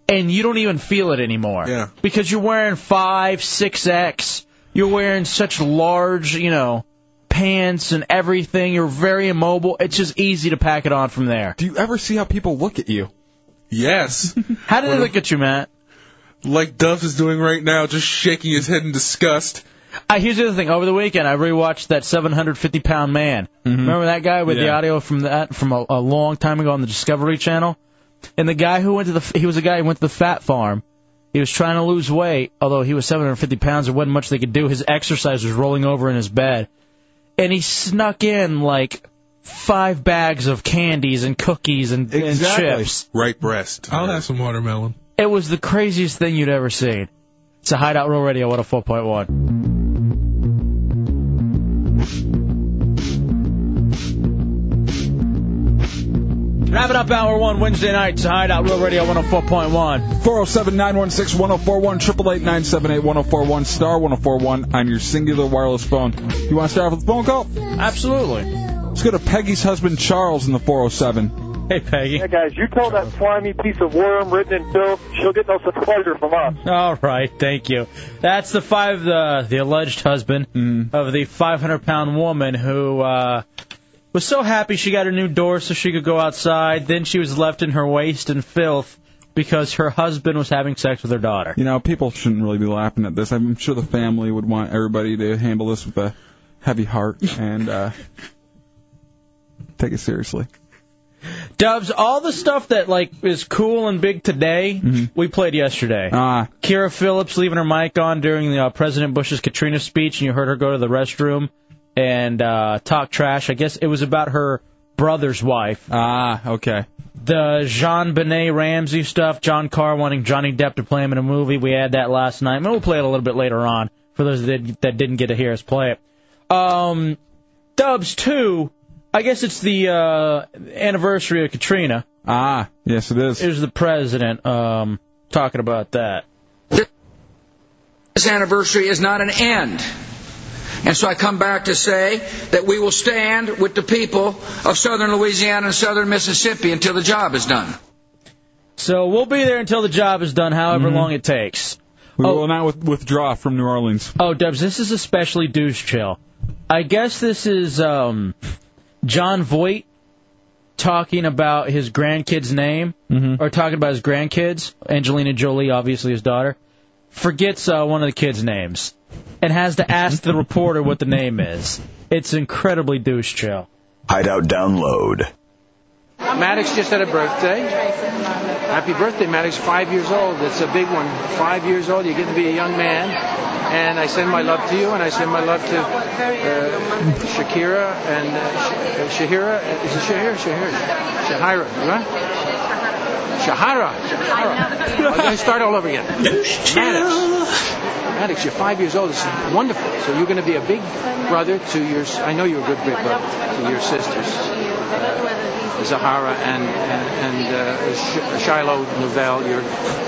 and you don't even feel it anymore. Yeah. Because you're wearing 5, 6X. You're wearing such large, you know, pants and everything. You're very immobile. It's just easy to pack it on from there. Do you ever see how people look at you? Yes. How did they look at you, Matt? Like Duff is doing right now, just shaking his head in disgust. Uh, here's the other thing. Over the weekend, I rewatched that 750 pound man. Mm-hmm. Remember that guy with the Yeah. audio from that from a, a long time ago on the Discovery Channel? And the guy who went to the he was a guy who went to the fat farm. He was trying to lose weight, although he was 750 pounds. There wasn't much they could do. His exercise was rolling over in his bed, and he snuck in like five bags of candies and cookies and, and chips. Right breast. I'll have some watermelon. It was the craziest thing you'd ever seen. It's a Hideout Roll Radio 104.1. Wrap it up, hour one, Wednesday night. It's a Hideout Roll Radio 104.1. 407 916 1041, 888 978 1041, star 1041 on your singular wireless phone. You want to start off with a phone call? Absolutely. Let's go to Peggy's husband, Charles, in the 407. Hey, Peggy. Yeah, guys, you tell that slimy piece of worm written in filth, she'll get no such pleasure from us. All right, thank you. That's the five, the the alleged husband of the 500 pound woman who uh, was so happy she got a new door so she could go outside. Then she was left in her waste and filth because her husband was having sex with her daughter. You know, people shouldn't really be laughing at this. I'm sure the family would want everybody to handle this with a heavy heart and uh, take it seriously. Dubs, all the stuff that like is cool and big today, we played yesterday. Mm-hmm. Ah. Kira Phillips leaving her mic on during the, uh, President Bush's Katrina speech, and you heard her go to the restroom and uh, talk trash. I guess it was about her brother's wife. Ah, okay. The Jean Benet Ramsey stuff, John Carr wanting Johnny Depp to play him in a movie. We had that last night. and We'll play it a little bit later on for those that, that didn't get to hear us play it. Um, Dubs two, I guess it's the uh, anniversary of Katrina. Ah, yes, it is. Here's the president um, talking about that. This anniversary is not an end. And so I come back to say that we will stand with the people of southern Louisiana and southern Mississippi until the job is done. So we'll be there until the job is done, however long it takes. Mm-hmm. We will not with- withdraw from New Orleans. Oh, Dubs, this is especially douche chill. I guess this is um, John Voight talking about his grandkid's name, Mm-hmm. or talking about his grandkids. Angelina Jolie, obviously his daughter, forgets uh, one of the kids' names and has to ask the reporter what the name is. It's incredibly douche chill. Hideout download. Maddox just had a birthday. Happy birthday, Maddox. Five years old. It's a big one. Five years old. You're getting to be a young man. And I send my love to you, and I send my love to uh, Shakira and uh, Sh- uh, Shahira. Is it Shahira? Shahira. Shahira. Right? Shahara. Shahara. I'm going to start all over again. Maddox. Maddox, you're five years old. It's wonderful. So you're going to be a big brother to your. I know you're a good big brother to your sisters. Zahara and and, and uh, Sh- Shiloh Novell, your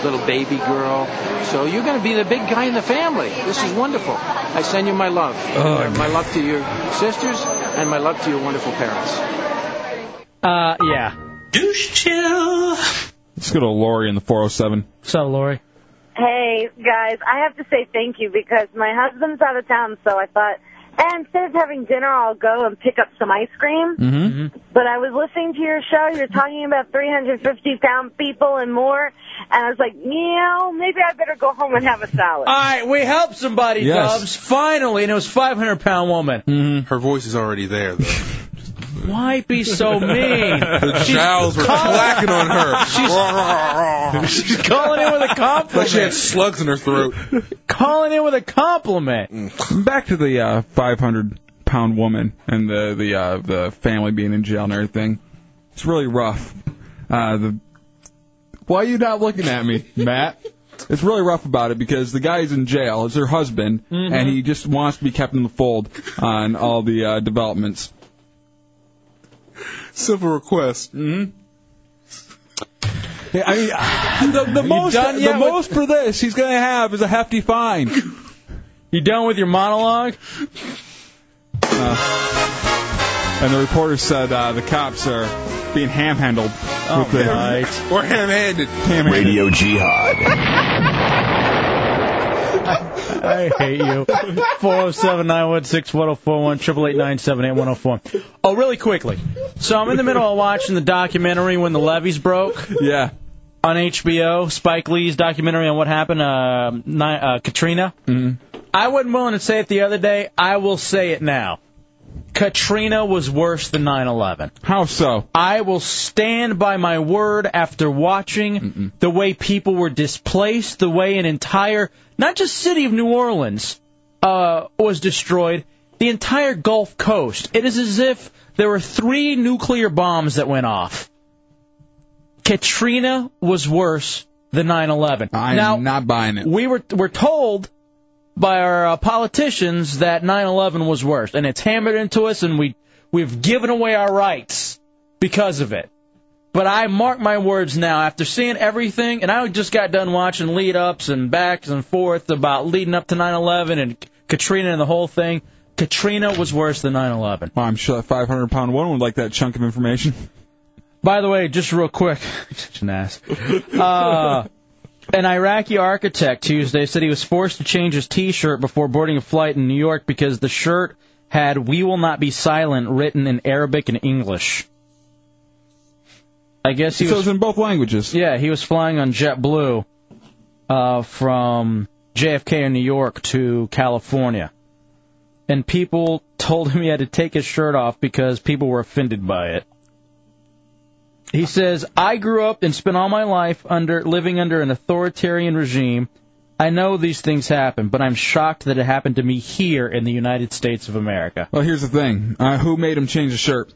little baby girl. So you're going to be the big guy in the family. This is wonderful. I send you my love. Oh, my love to your sisters and my love to your wonderful parents. Uh, yeah. Douche chill. Let's go to Lori in the 407. So, Lori. Hey guys, I have to say thank you because my husband's out of town, so I thought, eh, instead of having dinner, I'll go and pick up some ice cream. Mm-hmm. But I was listening to your show. You're talking about 350 pound people and more, and I was like, you know, maybe I better go home and have a salad. All right, we helped somebody, Yes. Dubs. Finally, and it was 500 pound woman. Her voice is already there, though. Why be so mean? The She's jowls were calling- clacking on her. She's, she's calling in with a compliment. Like she had slugs in her throat. calling in with a compliment. Back to the uh, 500 pound woman and the the uh, the family being in jail and everything. It's really rough. Uh, the why are you not looking at me, Matt? It's really rough about it because the guy's in jail. It's her husband, Mhm. Mm-hmm. and he just wants to be kept in the fold on all the uh, developments. Simple request. Mm-hmm. Yeah, I mean, the, the most, done the yet with- most for this he's gonna have is a hefty fine. You done with your monologue? Uh, and the reporter said uh, the cops are being ham-handled. Oh, with the, right. Or ham-handed. Ham-handed. Radio Jihad. Mm-hmm. I hate you. 407 916 1041, 888 Oh, really quickly. So I'm in the middle of watching the documentary When the Levees Broke. Yeah. On HBO, Spike Lee's documentary on what happened uh, ni- uh, Katrina. Mhm. I wasn't willing to say it the other day. I will say it now. Katrina was worse than 9 11. How so? I will stand by my word after watching the way people were displaced, the way an entire, not just city of New Orleans, uh, was destroyed, the entire Gulf Coast. It is as if there were three nuclear bombs that went off. Katrina was worse than 9/11. I'm now, not buying it. we were we're told by our uh, politicians that 9/11 was worse, and it's hammered into us, and we we've given away our rights because of it. But I mark my words now after seeing everything, and I just got done watching lead ups and backs and forth about leading up to 9/11 and Katrina and the whole thing. Katrina was worse than 9/11. Well, I'm sure that 500 pound one would like that chunk of information. By the way, just real quick, such an ass. Uh, an Iraqi architect Tuesday said he was forced to change his T-shirt before boarding a flight in New York because the shirt had "We will not be silent" written in Arabic and English. I guess he so was it's in both languages. yeah, he was flying on JetBlue uh, from JFK in New York to California. And people told him he had to take his shirt off because people were offended by it. He says, "I grew up and spent all my life under living under an authoritarian regime. I know these things happen, but I'm shocked that it happened to me here in the United States of America." Well, here's the thing. Uh, who made him change his shirt?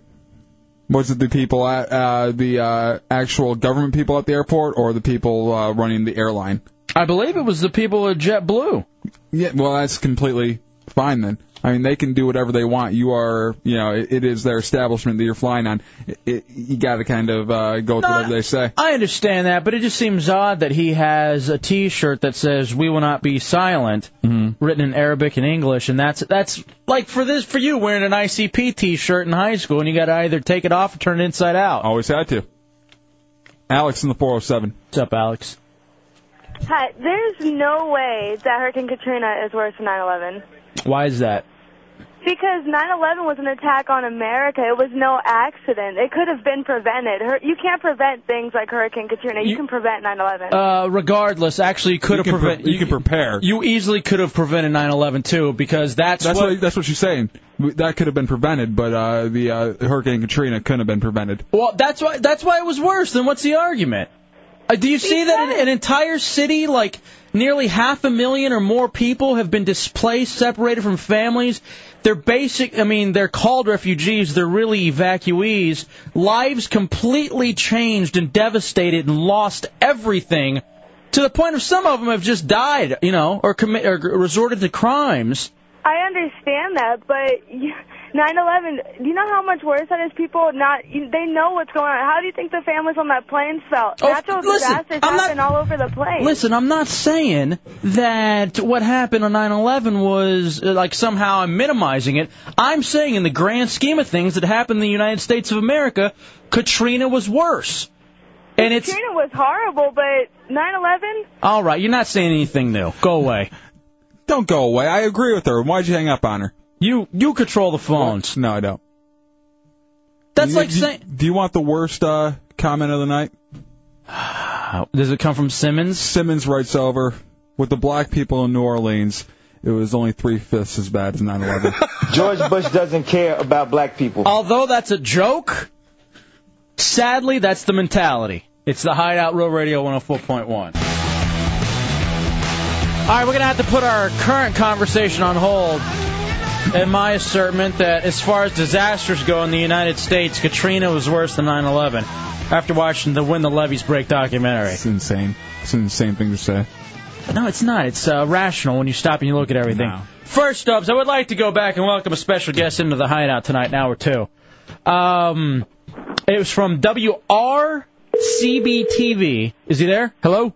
Was it the people, at, uh, the uh, actual government people at the airport, or the people uh, running the airline? I believe it was the people at JetBlue. Yeah, well, that's completely fine then. I mean, they can do whatever they want. You are, you know, it, it is their establishment that you're flying on. It, it, you got to kind of uh, go with whatever they say. I understand that, but it just seems odd that he has a T-shirt that says "We will not be silent," Mm-hmm. written in Arabic and English, and that's that's like for this for you wearing an ICP T-shirt in high school, and you got to either take it off or turn it inside out. Always had to. Alex in the 407. What's up, Alex? Hi, there's no way that Hurricane Katrina is worse than 9/11 Why is that? because 9/11 was an attack on America. It was no accident. It could have been prevented. Hur- You can't prevent things like Hurricane Katrina. You, can prevent 9/11. Uh, regardless, actually, you could You have can prevented. pre- you can prepare. You easily could have prevented 9/11 too, because that's, That's what what, that's what she's saying. That could have been prevented, but uh, the uh, Hurricane Katrina couldn't have been prevented. Well, that's why that's why it was worse. Then what's the argument? Uh, do you see that an, an entire city, like nearly half a million or more people, have been displaced, separated from families? They're basic. I mean, they're called refugees. They're really evacuees. Lives completely changed and devastated, and lost everything to the point of some of them have just died, you know, or commit or resorted to crimes. I understand that, but you- 9/11. Do you know how much worse that is? People not you- they know what's going on. How do you think the families on that plane felt? Oh, Natural listen, disasters I'm not- happen all over the place. Listen, I'm not saying that what happened on 9/11 was uh, like somehow I'm minimizing it. I'm saying in the grand scheme of things that happened in the United States of America, Katrina was worse. And it's Katrina was horrible, but 9/11. all right. You're not saying anything new. Go away. Don't go away. I agree with her. Why'd you hang up on her? You you control the phones. No, I don't. That's You- like you- saying. Do you want the worst uh, comment of the night? Does it come from Simmons? Simmons writes over with the black people in New Orleans. It was only three fifths as bad as 9/11. George Bush doesn't care about black people. Although that's a joke, sadly that's the mentality. It's the Hideout Real Radio 104.1. All right, we're going to have to put our current conversation on hold. And my assertment that as far as disasters go in the United States, Katrina was worse than 9 11 after watching the When the Levees Break documentary. It's insane. It's an insane thing to say. No, it's not. It's uh, rational when you stop and you look at everything. First, Stubbs, I would like to go back and welcome a special guest into the hideout tonight, an hour two. Um, It was from WRCB-TV. Is he there? Hello?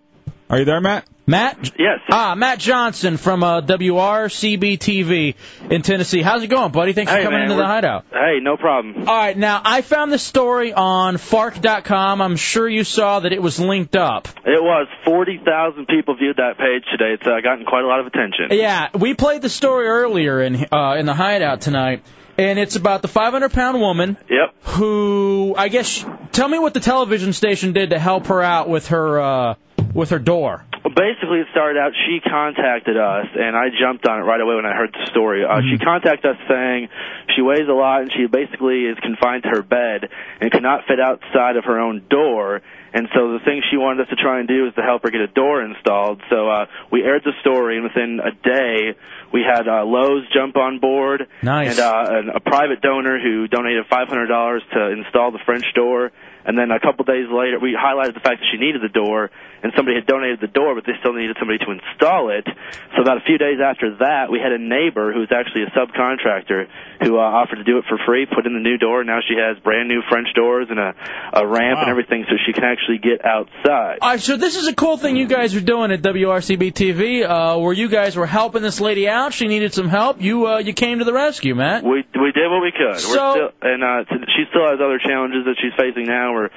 Are you there, Matt? Matt? Yes. Ah, Matt Johnson from uh, WRCB-TV in Tennessee. How's it going, buddy? Thanks for Hey, coming man, into the we're- hideout. Hey, no problem. All right, now I found the story on Fark.com. I'm sure you saw that it was linked up. It was 40,000 people viewed that page today. It's uh, gotten quite a lot of attention. Yeah, we played the story earlier in uh, in the hideout tonight, and it's about the 500 pound woman. Yep. Who I guess tell me what the television station did to help her out with her uh, with her door. Well, basically, it started out she contacted us, and I jumped on it right away when I heard the story. Uh, She contacted us saying she weighs a lot and she basically is confined to her bed and cannot fit outside of her own door. And so the thing she wanted us to try and do is to help her get a door installed. So uh, we aired the story, and within a day, we had uh, Lowe's jump on board, Nice. and, uh, and a private donor who donated $500 to install the French door. And then a couple days later, we highlighted the fact that she needed the door, and somebody had donated the door, but they still needed somebody to install it. So about a few days after that, we had a neighbor who was actually a subcontractor who uh, offered to do it for free, put in the new door. Now she has brand new French doors and a, a ramp and everything, so she can actually get outside. All right, so this is a cool thing you guys are doing at WRCB TV, uh, where you guys were helping this lady out. She needed some help. You uh, you came to the rescue, Matt. We we did what we could. So- We're still, and uh, t- she still has other challenges that she's facing now. We're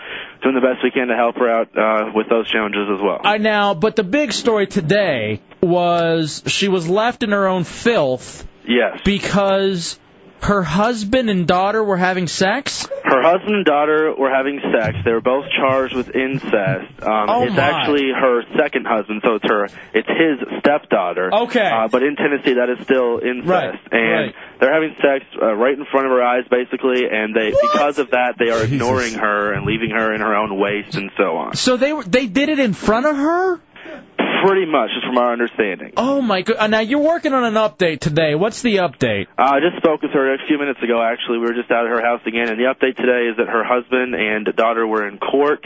doing the best we can to help her out uh, with those challenges as well. I now, but the big story today was she was left in her own filth. Yes. Because her husband and daughter were having sex. Her husband and daughter were having sex. They were both charged with incest. Um, Oh, it's my. actually her second husband, so it's her, it's his stepdaughter. Okay. Uh, but in Tennessee, that is still incest, Right, and right. they're having sex uh, right in front of her eyes, basically. And they, because of that, they are ignoring her and leaving her in her own waste and so on. So they were they did it in front of her. Pretty much, is from our understanding. Oh my god! Uh, Now you're working on an update today. What's the update? Uh, I just spoke with her a few minutes ago, actually. We were just out at her house again, and the update today is that her husband and daughter were in court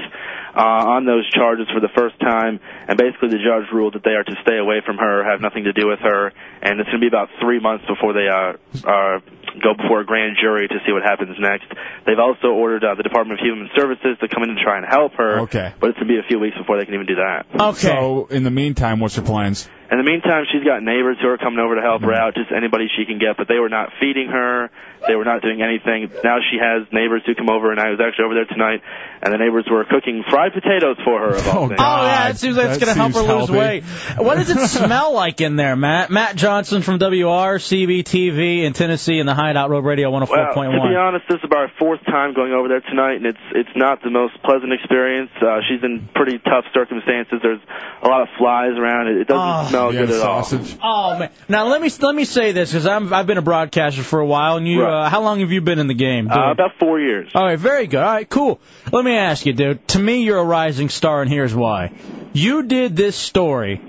uh, on those charges for the first time, and basically the judge ruled that they are to stay away from her, have nothing to do with her, and it's going to be about three months before they uh, uh, go before a grand jury to see what happens next. They've also ordered uh, the Department of Human Services to come in and try and help her, Okay. but it's going to be a few weeks before they can even do that. Okay. So in the meantime, what's your plans? In the meantime, she's got neighbors who are coming over to help her out, just anybody she can get, but they were not feeding her. They were not doing anything. Now she has neighbors who come over, and I was actually over there tonight, and the neighbors were cooking fried potatoes for her. Of all things. Oh yeah, it seems like it's That gonna help her seems lose healthy. weight. What does it smell like in there, Matt? Matt Johnson from WRCB TV in Tennessee in the Hideout Road Radio Well, to be 104.1. honest, this is about our fourth time going over there tonight, and it's it's not the most pleasant experience. Uh, she's in pretty tough circumstances. There's a lot of flies around. It, it doesn't Ah. smell Yeah, good at all. Oh man! Now let me let me say this because I'm I've been a broadcaster for a while, and you uh, how long have you been in the game? dude? Uh, about four years. All right, very good. All right, cool. Let me ask you, dude. To me, you're a rising star, and here's why. You did this story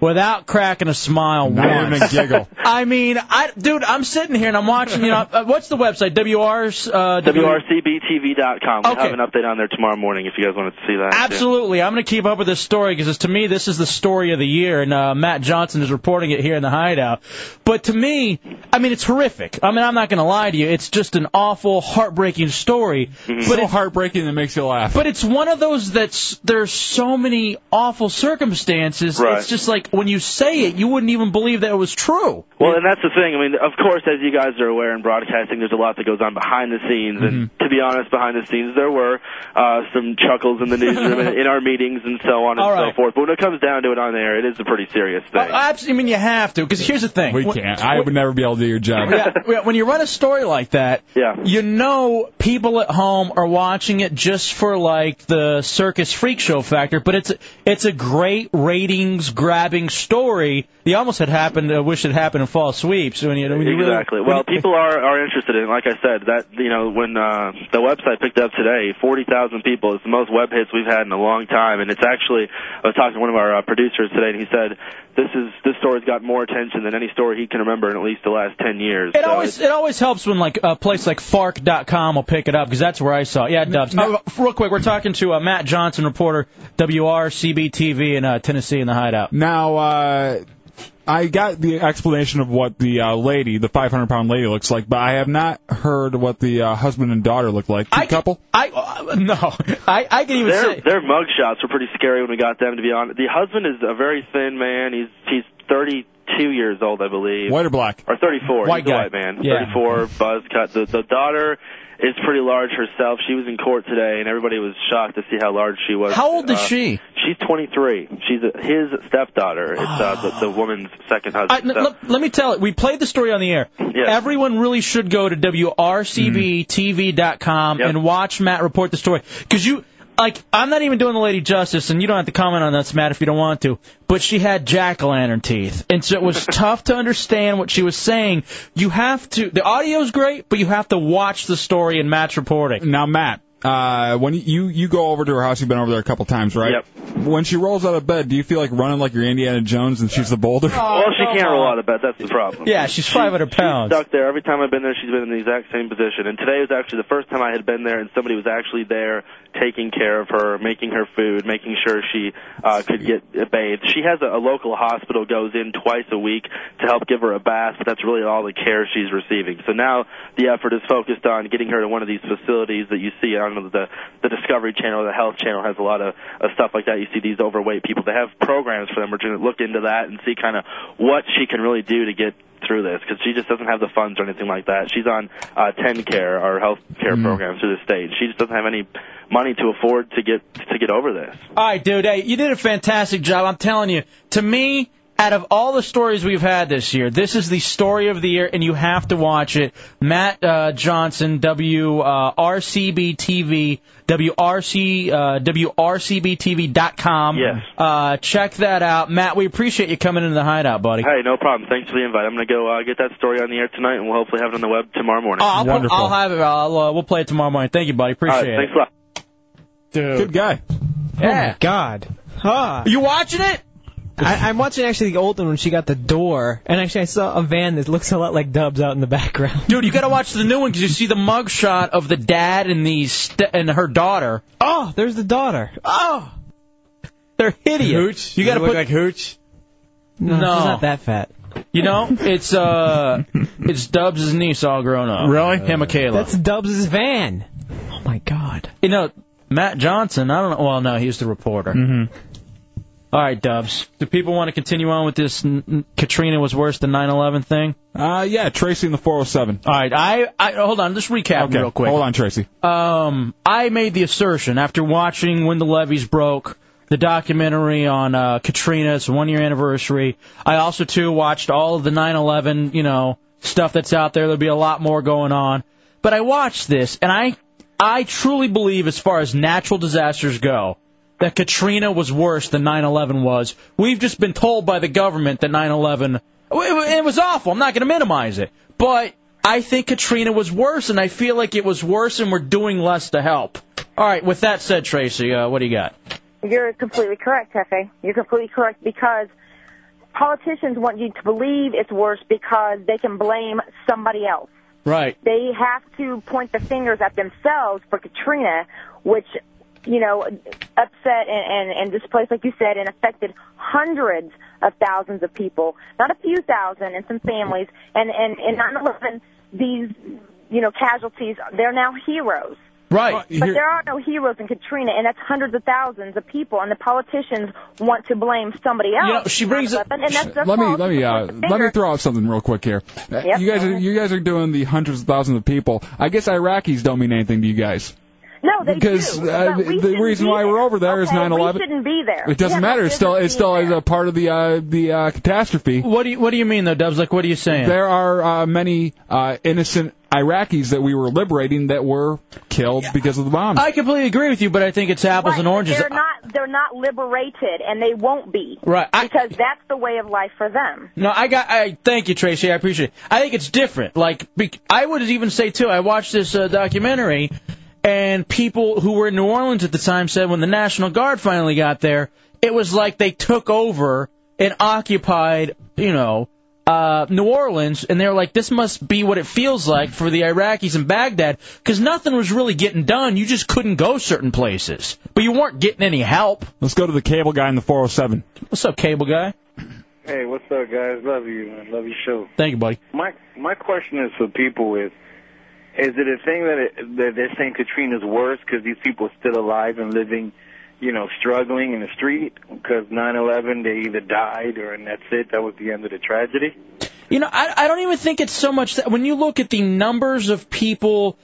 without cracking a smile Not once. even a giggle. I mean, I, dude, I'm sitting here and I'm watching. You know, uh, what's the website? WR's. Uh, WRCBTV.com. We'll Okay. have an update on there tomorrow morning if you guys wanted to see that. too. Absolutely, I'm going to keep up with this story because to me this is the story of the year, and uh, Matt Johnson is reporting it here in the hideout. But to me, I mean, it's horrific. I mean, I'm not going to lie to you; it's just an awful, heartbreaking story. But Mm-hmm. so it- heartbreaking that makes you laugh. But it's one of those that's there's so many awful circumstances. Right. It's just like when you say it, you wouldn't even believe that it was true. Well, and that's the thing. I mean, of course, as you guys are aware in broadcasting, there's a lot that goes on behind the scenes. And Mm-hmm. to be honest, behind the scenes, there were uh, some chuckles in the newsroom and in our meetings and so on and All Uh, so forth. But when it comes down to it on air, it is a pretty serious thing. I, I mean, you have to because here's the thing. We When- can't. I would never be able to do your job. yeah, yeah, when you run a story like that, you know people at home are watching it just for like the circus freak show factor, but it's a, it's a great ratings grabbing story. You almost had happened. I wish it happened in fall sweeps when you, when you really- Exactly. Well, people are are interested in. it. Like I said, that you know, when uh, the website picked up today, forty thousand people is the most web hits we've had in a long time, and it's actually. I was talking to one of our uh, producers today, and he said this is this story's got more attention than any story he can remember in at least the last ten years. It So always it always helps when like a place like Fark.com will pick it up because that's where I saw it. Yeah, Dubs. Oh, real quick, we're talking to uh, Matt Johnson, reporter, WRCB TV in uh, Tennessee in the Hideout. Now, uh, I got the explanation of what the uh, lady, the 500 pound lady, looks like, but I have not heard what the uh, husband and daughter look like. Cute couple? I uh, no, I I can even their, say their mug shots were pretty scary when we got them. To be honest, the husband is a very thin man. He's he's 32 years old, I believe, White or black? or 34. White he's a guy. white man, Yeah. 34, buzz cut. The the daughter is pretty large herself. She was in court today, and everybody was shocked to see how large she was. How old is Uh, she? She's 23. She's uh his stepdaughter. It's uh, the, the woman's second Ah. I, husband. n- so- let, let me tell it. We played the story on the air. Everyone really should go to WRCBTV.com and watch Matt report the story. Because you, like, I'm not even doing the lady justice, and you don't have to comment on this, Matt, if you don't want to. But she had jack o' lantern teeth. And so it was tough to understand what she was saying. You have to, the audio's great, but you have to watch the story and Matt's reporting. Now, Matt. Uh, when you you go over to her house, you've been over there a couple times, right? Yep. When she rolls out of bed, do you feel like running like you're Indiana Jones and she's the boulder? well, she can't roll out of bed. That's the problem. Yeah, she's 500 pounds. She's stuck there. Every time I've been there, she's been in the exact same position. And today was actually the first time I had been there, and somebody was actually there taking care of her, making her food, making sure she uh, could get bathed. She has a, a local hospital goes in twice a week to help give her a bath, but that's really all the care she's receiving. So now the effort is focused on getting her to one of these facilities that you see on the the Discovery Channel, the Health Channel has a lot of uh, stuff like that. You see these overweight people. They have programs for them. We're going to look into that and see kind of what she can really do to get through this because she just doesn't have the funds or anything like that. She's on uh, 10 care, our health care Mm-hmm. program through the state. She just doesn't have any money to afford to get to get over this. All right, dude. Hey, you did a fantastic job. I'm telling you. To me, out of all the stories we've had this year, this is the story of the year, and you have to watch it. Matt uh, Johnson, W uh, RCB TV, WRC uh, WRCBTV.com. Yes. Uh, check that out, Matt. We appreciate you coming into the hideout, buddy. Hey, no problem. Thanks for the invite. I'm going to go uh, get that story on the air tonight, and we'll hopefully have it on the web tomorrow morning. Oh, I'll, I'll have it. I'll, uh, we'll play it tomorrow morning. Thank you, buddy. Appreciate All right, thanks it. a lot. Good Dude. guy. Yeah. Oh my God. Huh. You watching it? I, I'm watching actually the old one when she got the door, and actually I saw a van that looks a lot like Dubs out in the background. Dude, you got to watch the new one because you see the mugshot of the dad and the st- and her daughter. Oh, there's the daughter. Oh, they're hideous. Hooch? You Does got to it look put like Hooch. No, she's not that fat. You know, it's uh, it's Dubs' niece all grown up. Uh, Really? Him, Michaela. That's Dubs' van. Oh my God. you know, Matt Johnson. I don't know. Well, no, he's the reporter. Mm-hmm. All right, Dubs. Do people want to continue on with this? N- n- Katrina was worse than 9/11 thing. Uh, yeah, tracing the 407. All right, I, Uh, I hold on. Just recap Okay, real quick. hold on, Tracy. um, I made the assertion after watching When the Levees Broke, the documentary on uh, Katrina. It's one year anniversary. I also too watched all of the 9/11, you know, stuff that's out there. There'll be a lot more going on, but I watched this and I, I truly believe, as far as natural disasters go. That Katrina was worse than 9/11 was. We've just been told by the government that 9/11 it it was awful. I'm not going to minimize it, but I think Katrina was worse, and I feel like it was worse, and we're doing less to help. All right. With that said, Tracy, uh, what do you got? You're completely correct, Hefe. You're completely correct because politicians want you to believe it's worse because they can blame somebody else. Right. They have to point the fingers at themselves for Katrina, which, you know, upset and, and, and displaced, like you said, and affected hundreds of thousands of people, not a few thousand and some families. And, and, and 9-11, these, you know, casualties, they're now heroes. Right. But there are no heroes in Katrina, and that's hundreds of thousands of people, and the politicians want to blame somebody else. You know, she brings up. And that's their let me fault. let me uh, let me throw out something real quick here. Uh, Yep, you guys go are, ahead. you guys are doing the hundreds of thousands of people. I guess Iraqis don't mean anything to you guys. No, they because do. uh, but we the- the shouldn't reason be why there. we're over there okay, is 9/11. We shouldn't be there. It doesn't Yeah, matter. we It's still shouldn't it's still is a part of the uh, the uh, catastrophe. What do you What do you mean though, Dubs? Like, what are you saying? There are uh, many uh, innocent Iraqis that we were liberating that were killed because of the bomb. I completely agree with you, but I think it's apples and be- oranges. They're not. They're not liberated, and they won't be. Right. I- Because that's the way of life for them. No, I got. I thank you, Tracy. I appreciate it. I think it's different. Like be, I would even say too. I watched this uh, documentary, and people who were in New Orleans at the time said when the National Guard finally got there, it was like they took over and occupied, you know, uh, New Orleans, and they're like, this must be what it feels like for the Iraqis in Baghdad, because nothing was really getting done. You just couldn't go certain places, but you weren't getting any help. oh Let's go to the cable guy in the 407. What's up, cable guy? Hey, what's up, guys? Love you, man. Love your show. Thank you, buddy. My my question is for people is, is it a thing that, it, that they're saying Katrina's worse because these people are still alive and living, you know, struggling in the street? Because 9/11, they either died or and that's it. That was the end of the tragedy. You know, I, I don't even think it's so much that when you look at the numbers of people,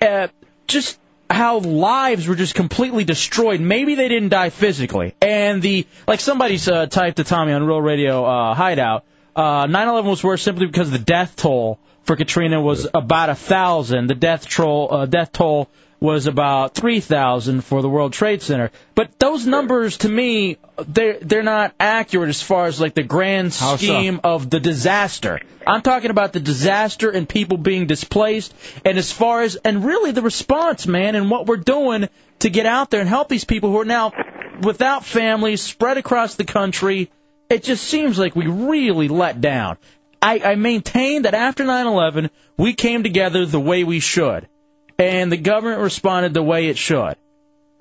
uh, just how lives were just completely destroyed. Maybe they didn't die physically, and the like somebody's uh, typed to Tommy on Real Radio uh, Hideout. Uh, 9/11 was worse simply because the death toll for Katrina was about a thousand. The death toll uh, death toll was about three thousand for the World Trade Center. But those numbers, to me, they're they're not accurate as far as like the grand How so? scheme of the disaster. I'm talking about the disaster and people being displaced, and as far as and really the response, man, and what we're doing to get out there and help these people who are now without families, spread across the country. It just seems like we really let down. I, I maintain that after 9/11, we came together the way we should, and the government responded the way it should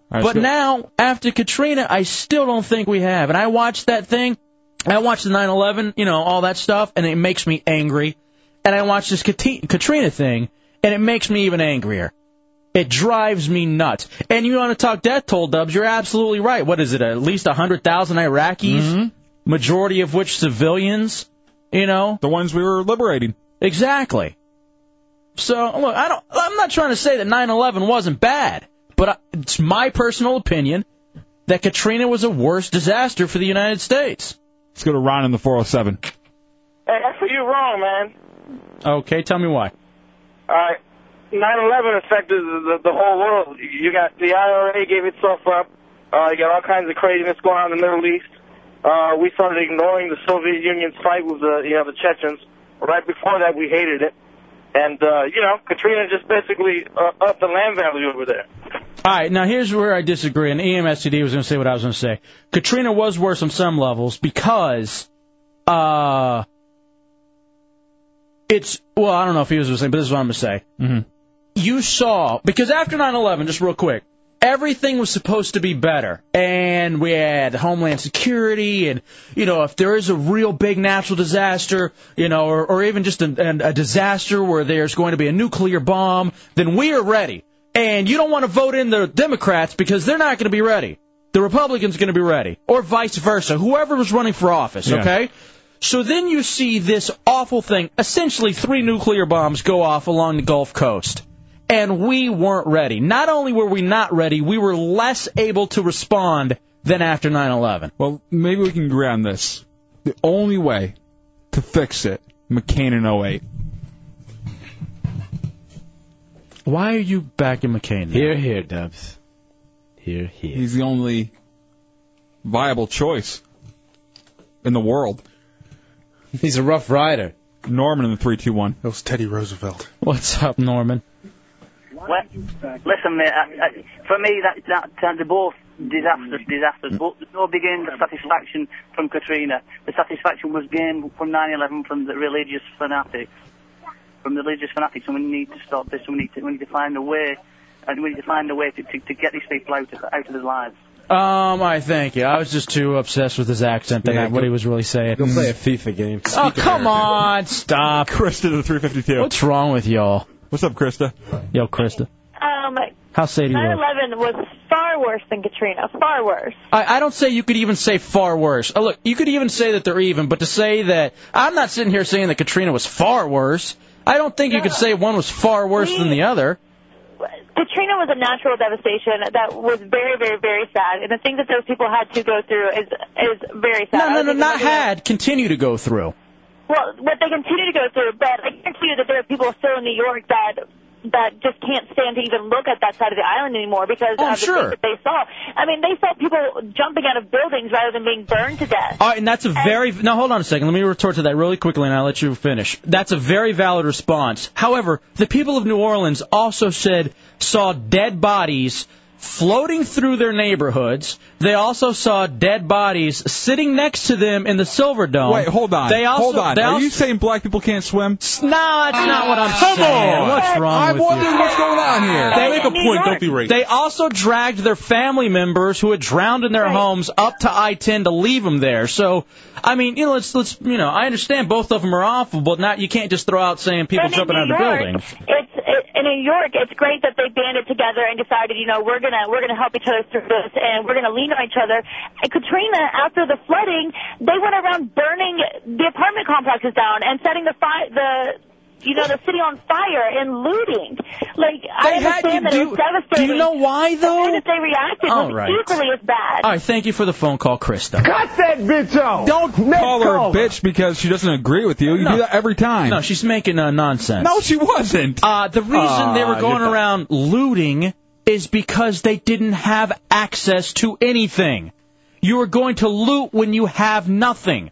but now, after Katrina, I still don't think we have. And I watched that thing. I watched the 9/11, you know, all that stuff, and it makes me angry. And I watched this Kati- Katrina thing, and it makes me even angrier. It drives me nuts. And you want to talk death toll, Dubs? You're absolutely right. What is it? At least 100,000 Iraqis, majority of which civilians. You know, Mm-hmm. the ones we were liberating. Exactly. So look, I don't. I'm not trying to say that 9/11 wasn't bad, but I, it's my personal opinion that Katrina was a worse disaster for the United States. Let's go to Ron in the 407. Hey, that's where you're wrong, man. Okay, tell me why. All right. 9/11 affected the, the whole world. You got the IRA gave itself up. Uh, you got all kinds of craziness going on in the Middle East. Uh, we started ignoring the Soviet Union's fight with the you know the Chechens. Right before that, we hated it, and uh, you know Katrina just basically uh, upped the land value over there. All right, now here's where I disagree, and E EMSTD was going to say what I was going to say. Katrina was worse on some levels because, uh, it's well, I don't know if he was going to say, but this is what I'm going to say. You saw because after 9/11, just real quick, everything was supposed to be better, and we had Homeland Security, and you know, if there is a real big natural disaster, you know, or, or even just an, an, a disaster where there's going to be a nuclear bomb, then we are ready and you don't want to vote in the Democrats because they're not going to be ready. The Republicans going to be ready, or vice versa. Whoever was running for office, Yeah. okay? So then you see this awful thing. Essentially, three nuclear bombs go off along the Gulf Coast, and we weren't ready. Not only were we not ready, we were less able to respond than after 9/11. Well, maybe we can agree on this. The only way to fix it, McCain in 08. Why are you backing McCain? Here, here, Dubs. Here, here. He's the only viable choice in the world. He's a rough rider. Norman in the 321. That was Teddy Roosevelt. What's up, Norman? Well, listen, mate. I, I, for me, that, that uh, they're both disasters, disasters. But there's no big end of satisfaction from Katrina. The satisfaction was gained from 9/11 from the religious fanatics, from the religious fanatics, and we need to stop this. We need to, we need to find a way, and we need to find a way to, to, to get these people out of out of their lives. Um, I thank you. I was just too obsessed with his accent that Yeah, I- what go- he was really saying. Go play a FIFA game. Oh, come on, stop. Krista to the 352. What's wrong with y'all? What's up, Krista? Yo, Krista. Um, How Sadie Rose? 9/11 was far worse than Katrina. Far worse. I, I don't say you could even say far worse. Uh, look, you could even say that they're even, but to say that I'm not sitting here saying that Katrina was far worse. I don't think you could say one was far worse than the other. Katrina was a natural devastation that was very, very, very sad, and the thing that those people had to go through is is very sad. No, no, no, not had. had. Continue to go through. Well, what they continue to go through, but I guarantee you that there are people still in New York that that just can't stand to even look at that side of the island anymore because Oh, I'm of the sure. things that they saw. I mean, they saw people jumping out of buildings rather than being burned to death. All right, and that's a very now hold on a second. Let me retort to that really quickly, and I'll let you finish. That's a very valid response. However, the people of New Orleans also said saw dead bodies floating through their neighborhoods. They also saw dead bodies sitting next to them in the Silver Dome. Wait, hold on. They also, hold on. They Are also, you saying black people can't swim? No, that's not what I'm Come saying. on. What's wrong I'm with you? wondering what's going on here. Make a point. Don't be racist. They also dragged their family members who had drowned in their homes up to I-10 to leave them there. So, I mean, you know, let's let's you know, I understand both of them are awful, but not you can't just throw out saying people And in jumping out of New the York, building. It's it, in New York. It's great that they banded together and decided, you know, we're gonna we're gonna help each other through this, and we're gonna lean on each other. And Katrina, after the flooding, they went around burning the apartment complexes down and setting the fire the. You know the city on fire and looting. Like I They had understand to that it do- was do devastating. you know why though? The way that they reacted All was right. equally as bad. All right, thank you for the phone call, Krista. Cut that bitch off. Don't call her a bitch because she doesn't agree with you. You do that every time. No, she's making uh, nonsense. No, she wasn't. Uh, the reason they were Ah, going you're- around looting is because they didn't have access to anything. You are going to loot when you have nothing.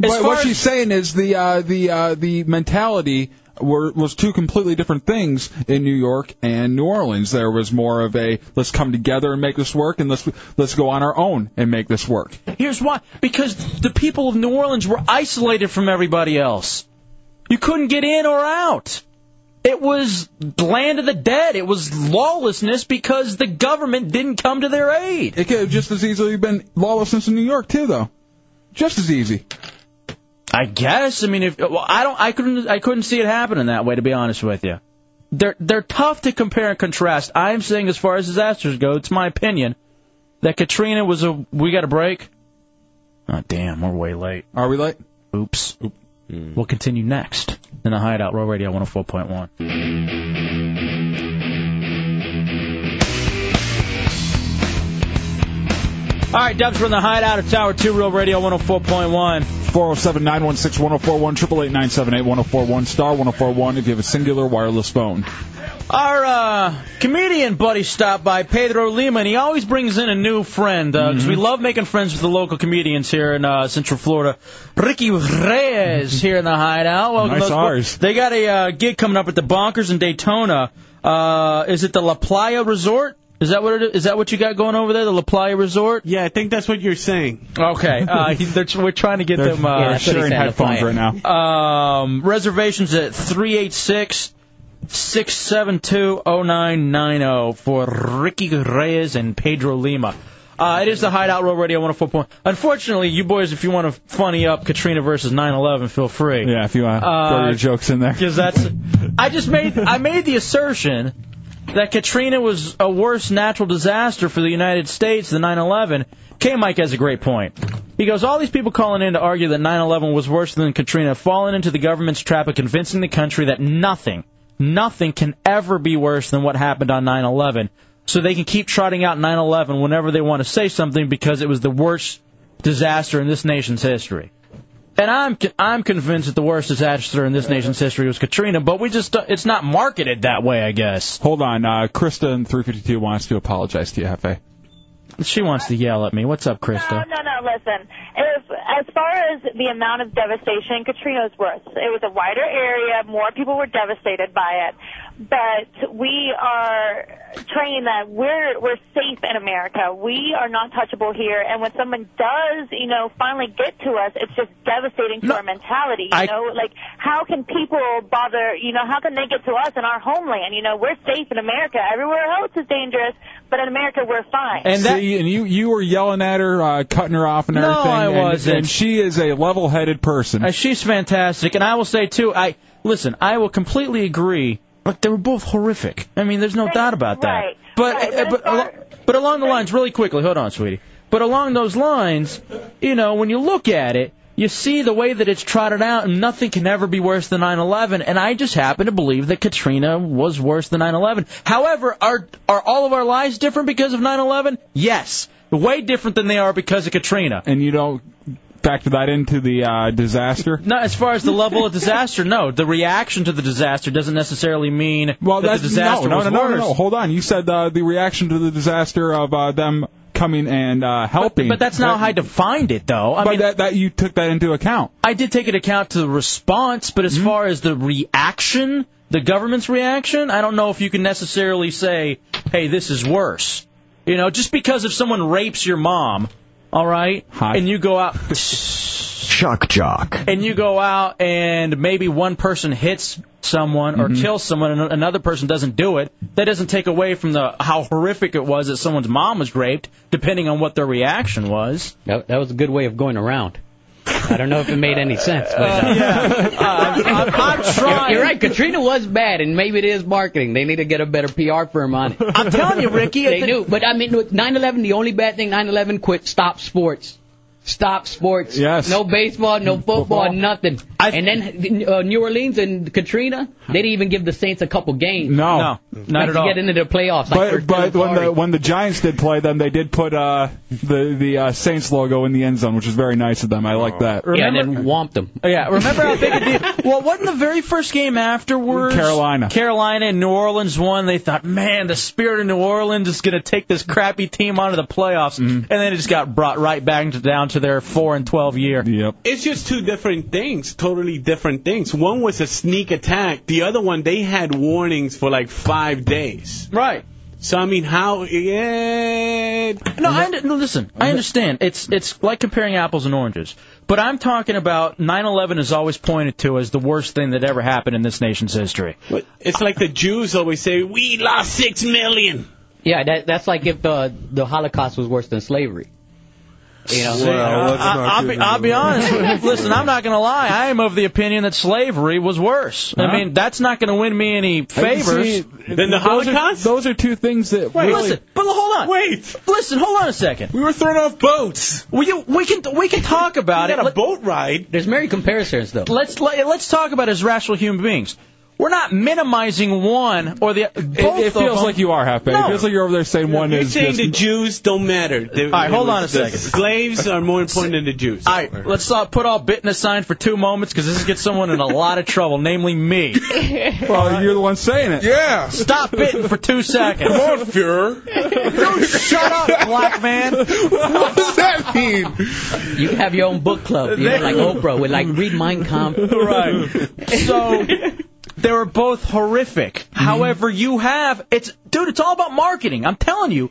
As But far what as- she's saying is the uh, the uh, the mentality were was two completely different things in New York and New Orleans. There was more of a let's come together and make this work, and let's let's go on our own and make this work. Here's why. Because the people of New Orleans were isolated from everybody else. You couldn't get in or out. It was land of the dead. It was lawlessness because the government didn't come to their aid. It could have just as easily been lawlessness in New York too, though. Just as easy. I guess. I mean, if well, I don't, I couldn't, I couldn't see it happening that way. To be honest with you, they're they're tough to compare and contrast. I'm saying, as far as disasters go, it's my opinion that Katrina was a. We got a break. Oh damn, we're way late. Are we late? Oops. We'll continue next in the Hideout Roll Radio 104.1. All right, Dubs, we're in the Hideout of Tower Two Real Radio 104.1. 407 916 1041 888 1041 star 1041 if you have a singular wireless phone. Our uh, comedian buddy stopped by, Pedro Lima, and he always brings in a new friend because we love making friends with the local comedians here in uh, Central Florida. Ricky Reyes here in the hideout. Welcome Nice those- R's. They got a uh, gig coming up at the Bonkers in Daytona. Uh, is it the La Playa Resort? Is that what it is? Is that what you got going over there, the La Playa Resort? Yeah, I think that's what you're saying. Okay, uh, he- they're, we're trying to get They're- them. Uh, they're sharing headphones right now. Um, reservations at 386 672 0990 for Ricky Reyes and Pedro Lima. Uh, it is the Hideout Road Radio 104. Point. Unfortunately, you boys, if you want to funny up Katrina versus 9/11, feel free. Yeah, if you want to Uh, throw your jokes in there. Because that's, I just made, I made the assertion that Katrina was a worse natural disaster for the United States than 9/11. K. Mike has a great point. He goes, all these people calling in to argue that 9/11 was worse than Katrina have fallen into the government's trap of convincing the country that nothing, nothing can ever be worse than what happened on 9/11. So they can keep trotting out 9/11 whenever they want to say something because it was the worst disaster in this nation's history. And I'm I'm convinced that the worst disaster in this nation's history was Katrina, but we just it's not marketed that way, I guess. Hold on, uh, Krista in 352 wants to apologize to you, Hefe. She wants to yell at me. What's up, Krista? No, no, listen. If, as far as the amount of devastation, Katrina's worse. It was a wider area. More people were devastated by it. But we are trained that we're we're safe in America. We are not touchable here. And when someone does, you know, finally get to us, it's just devastating to our mentality. You I- know, like how can people bother? You know, how can they get to us in our homeland? You know, we're safe in America. Everywhere else is dangerous, but in America we're fine. See, and you you were yelling at her, uh, cutting her off, and No, everything. I and- wasn't. And she is a level-headed person. Uh, she's fantastic, and I will say too. I listen. I will completely agree. Look, they were both horrific. I mean, there's no doubt about that. Right, But right, uh, but, alo- but along the lines, really quickly, hold on, sweetie. But along those lines, you know, when you look at it, you see the way that it's trotted out, and nothing can ever be worse than 9/11. And I just happen to believe that Katrina was worse than 9/11. However, are are all of our lives different because of 9/11? Yes, way different than they are because of Katrina. And you don't factor that into the uh, disaster. No, as far as the level of disaster, no. The reaction to the disaster doesn't necessarily mean Well, that Oh, that's the disaster no, no, was no, no, no, worse. no. Hold on. You said uh, the reaction to the disaster of uh, them coming and uh, helping. But that's not how I defined it, though. I but mean, that, that you took that into account. Mm-hmm. I did take into account to the response, but as far as the reaction, the government's reaction, I don't know if you can necessarily say, "Hey, this is worse." You know, just because if someone rapes your mom, all right, and you go out Shock jock. and you go out and maybe one person hits someone Mm-hmm. or kills someone and another person doesn't do it, that doesn't take away from the how horrific it was that someone's mom was raped, depending on what their reaction was. That, that was a good way of going around. I don't know if it made any sense. But, uh, I'm, trying. You're, right. Katrina was bad, and maybe it is marketing. They need to get a better PR firm on it. I'm telling you, Ricky, they it's a- do. But I mean, with 9/11, the only bad thing 9/11 quit stop sports. Stop sports. Yes. Mm, No baseball, no football, Football. nothing. and then uh, New Orleans and Katrina, they didn't even give the Saints a couple games. No. No, not Like at to all. Get into the playoffs. like they're But but still when sorry. the when the Giants did play them, they did put uh, the the uh, Saints logo in the end zone, which is very nice of them. I Oh. like that. yeah, and then womped them. Yeah, remember how big a deal? Well, wasn't the very first game afterwards? Carolina. Carolina and New Orleans won. They thought, man, the spirit of New Orleans is going to take this crappy team onto the playoffs, Mm-hmm. and then it just got brought right back to, down to their four and twelve year. Yep. It's just two different things, totally different things. One was a sneak attack. The other one, they had warnings for like five days. Right. So I mean, how? Yeah. No, I under- no, listen. I understand. It's it's like comparing apples and oranges. But I'm talking about 9/11 is always pointed to as the worst thing that ever happened in this nation's history. It's like the Jews always say, "We lost six million. Yeah, that, that's like if the the Holocaust was worse than slavery. You know, I, will be, I'll be honest. with you. Listen, I'm not going to lie. I am of the opinion that slavery was worse. I Huh? mean, that's not going to win me any favors. those are, those are two things that Wait, really- listen, but hold on. Wait, listen, hold on a second. We were thrown off boats. We you, we can we can talk about it. a boat ride. There's merry comparisons though. Let's let, let's talk about it as rational human beings. We're not minimizing one or the both. It, it of feels them. like you are happy. No. It feels like you're over there saying one You're is saying just the Jews don't matter. They- All right, hold on a the second. Slaves are more important than the Jews. All right, let's uh, put all bitten aside for two moments because this gets someone in a lot of trouble, namely me. Well, you're the one saying it. Yeah. Stop bitten for two seconds. Come on, Fuhrer. You shut up, black man. What does that mean? You can have your own book club, you know, like Oprah with like read Mein Kampf. Right. So they were both horrific. However, you have it's dude, it's all about marketing. I'm telling you.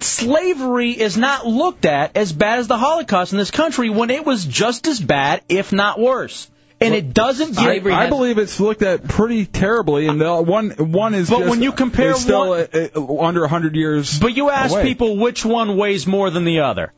Slavery is not looked at as bad as the Holocaust in this country when it was just as bad, if not worse. And it doesn't I, get I believe it's looked at pretty terribly, and the one one is. But just- when you compare it's still one- uh, uh, under hundred years. But you ask away. people which one weighs more than the other.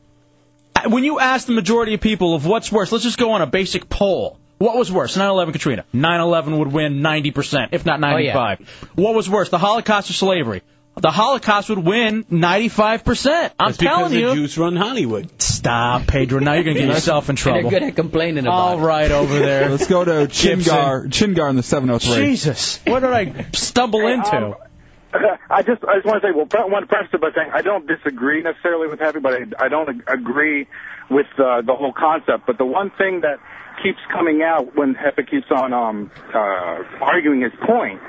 Uh, When you ask the majority of people of what's worse, let's just go on a basic poll. What was worse, 9/11 Katrina? 9/11 would win 90%, if not 95. What was worse, the Holocaust or slavery? The Holocaust would win 95%. I'm That's because telling the you. Jews run Hollywood. Stop, Pedro. Now you're going to get yourself in trouble. They're good at complaining about All it. right, over there. Let's go to Gibson. Chingar. Chingar in the seven oh three. Jesus, what did I stumble into? I just I just want to say well pre- want to preface it by saying I don't disagree necessarily with Happy, but I, I don't ag- agree with uh, the whole concept. But the one thing that keeps coming out when Happy keeps on um, uh, arguing his point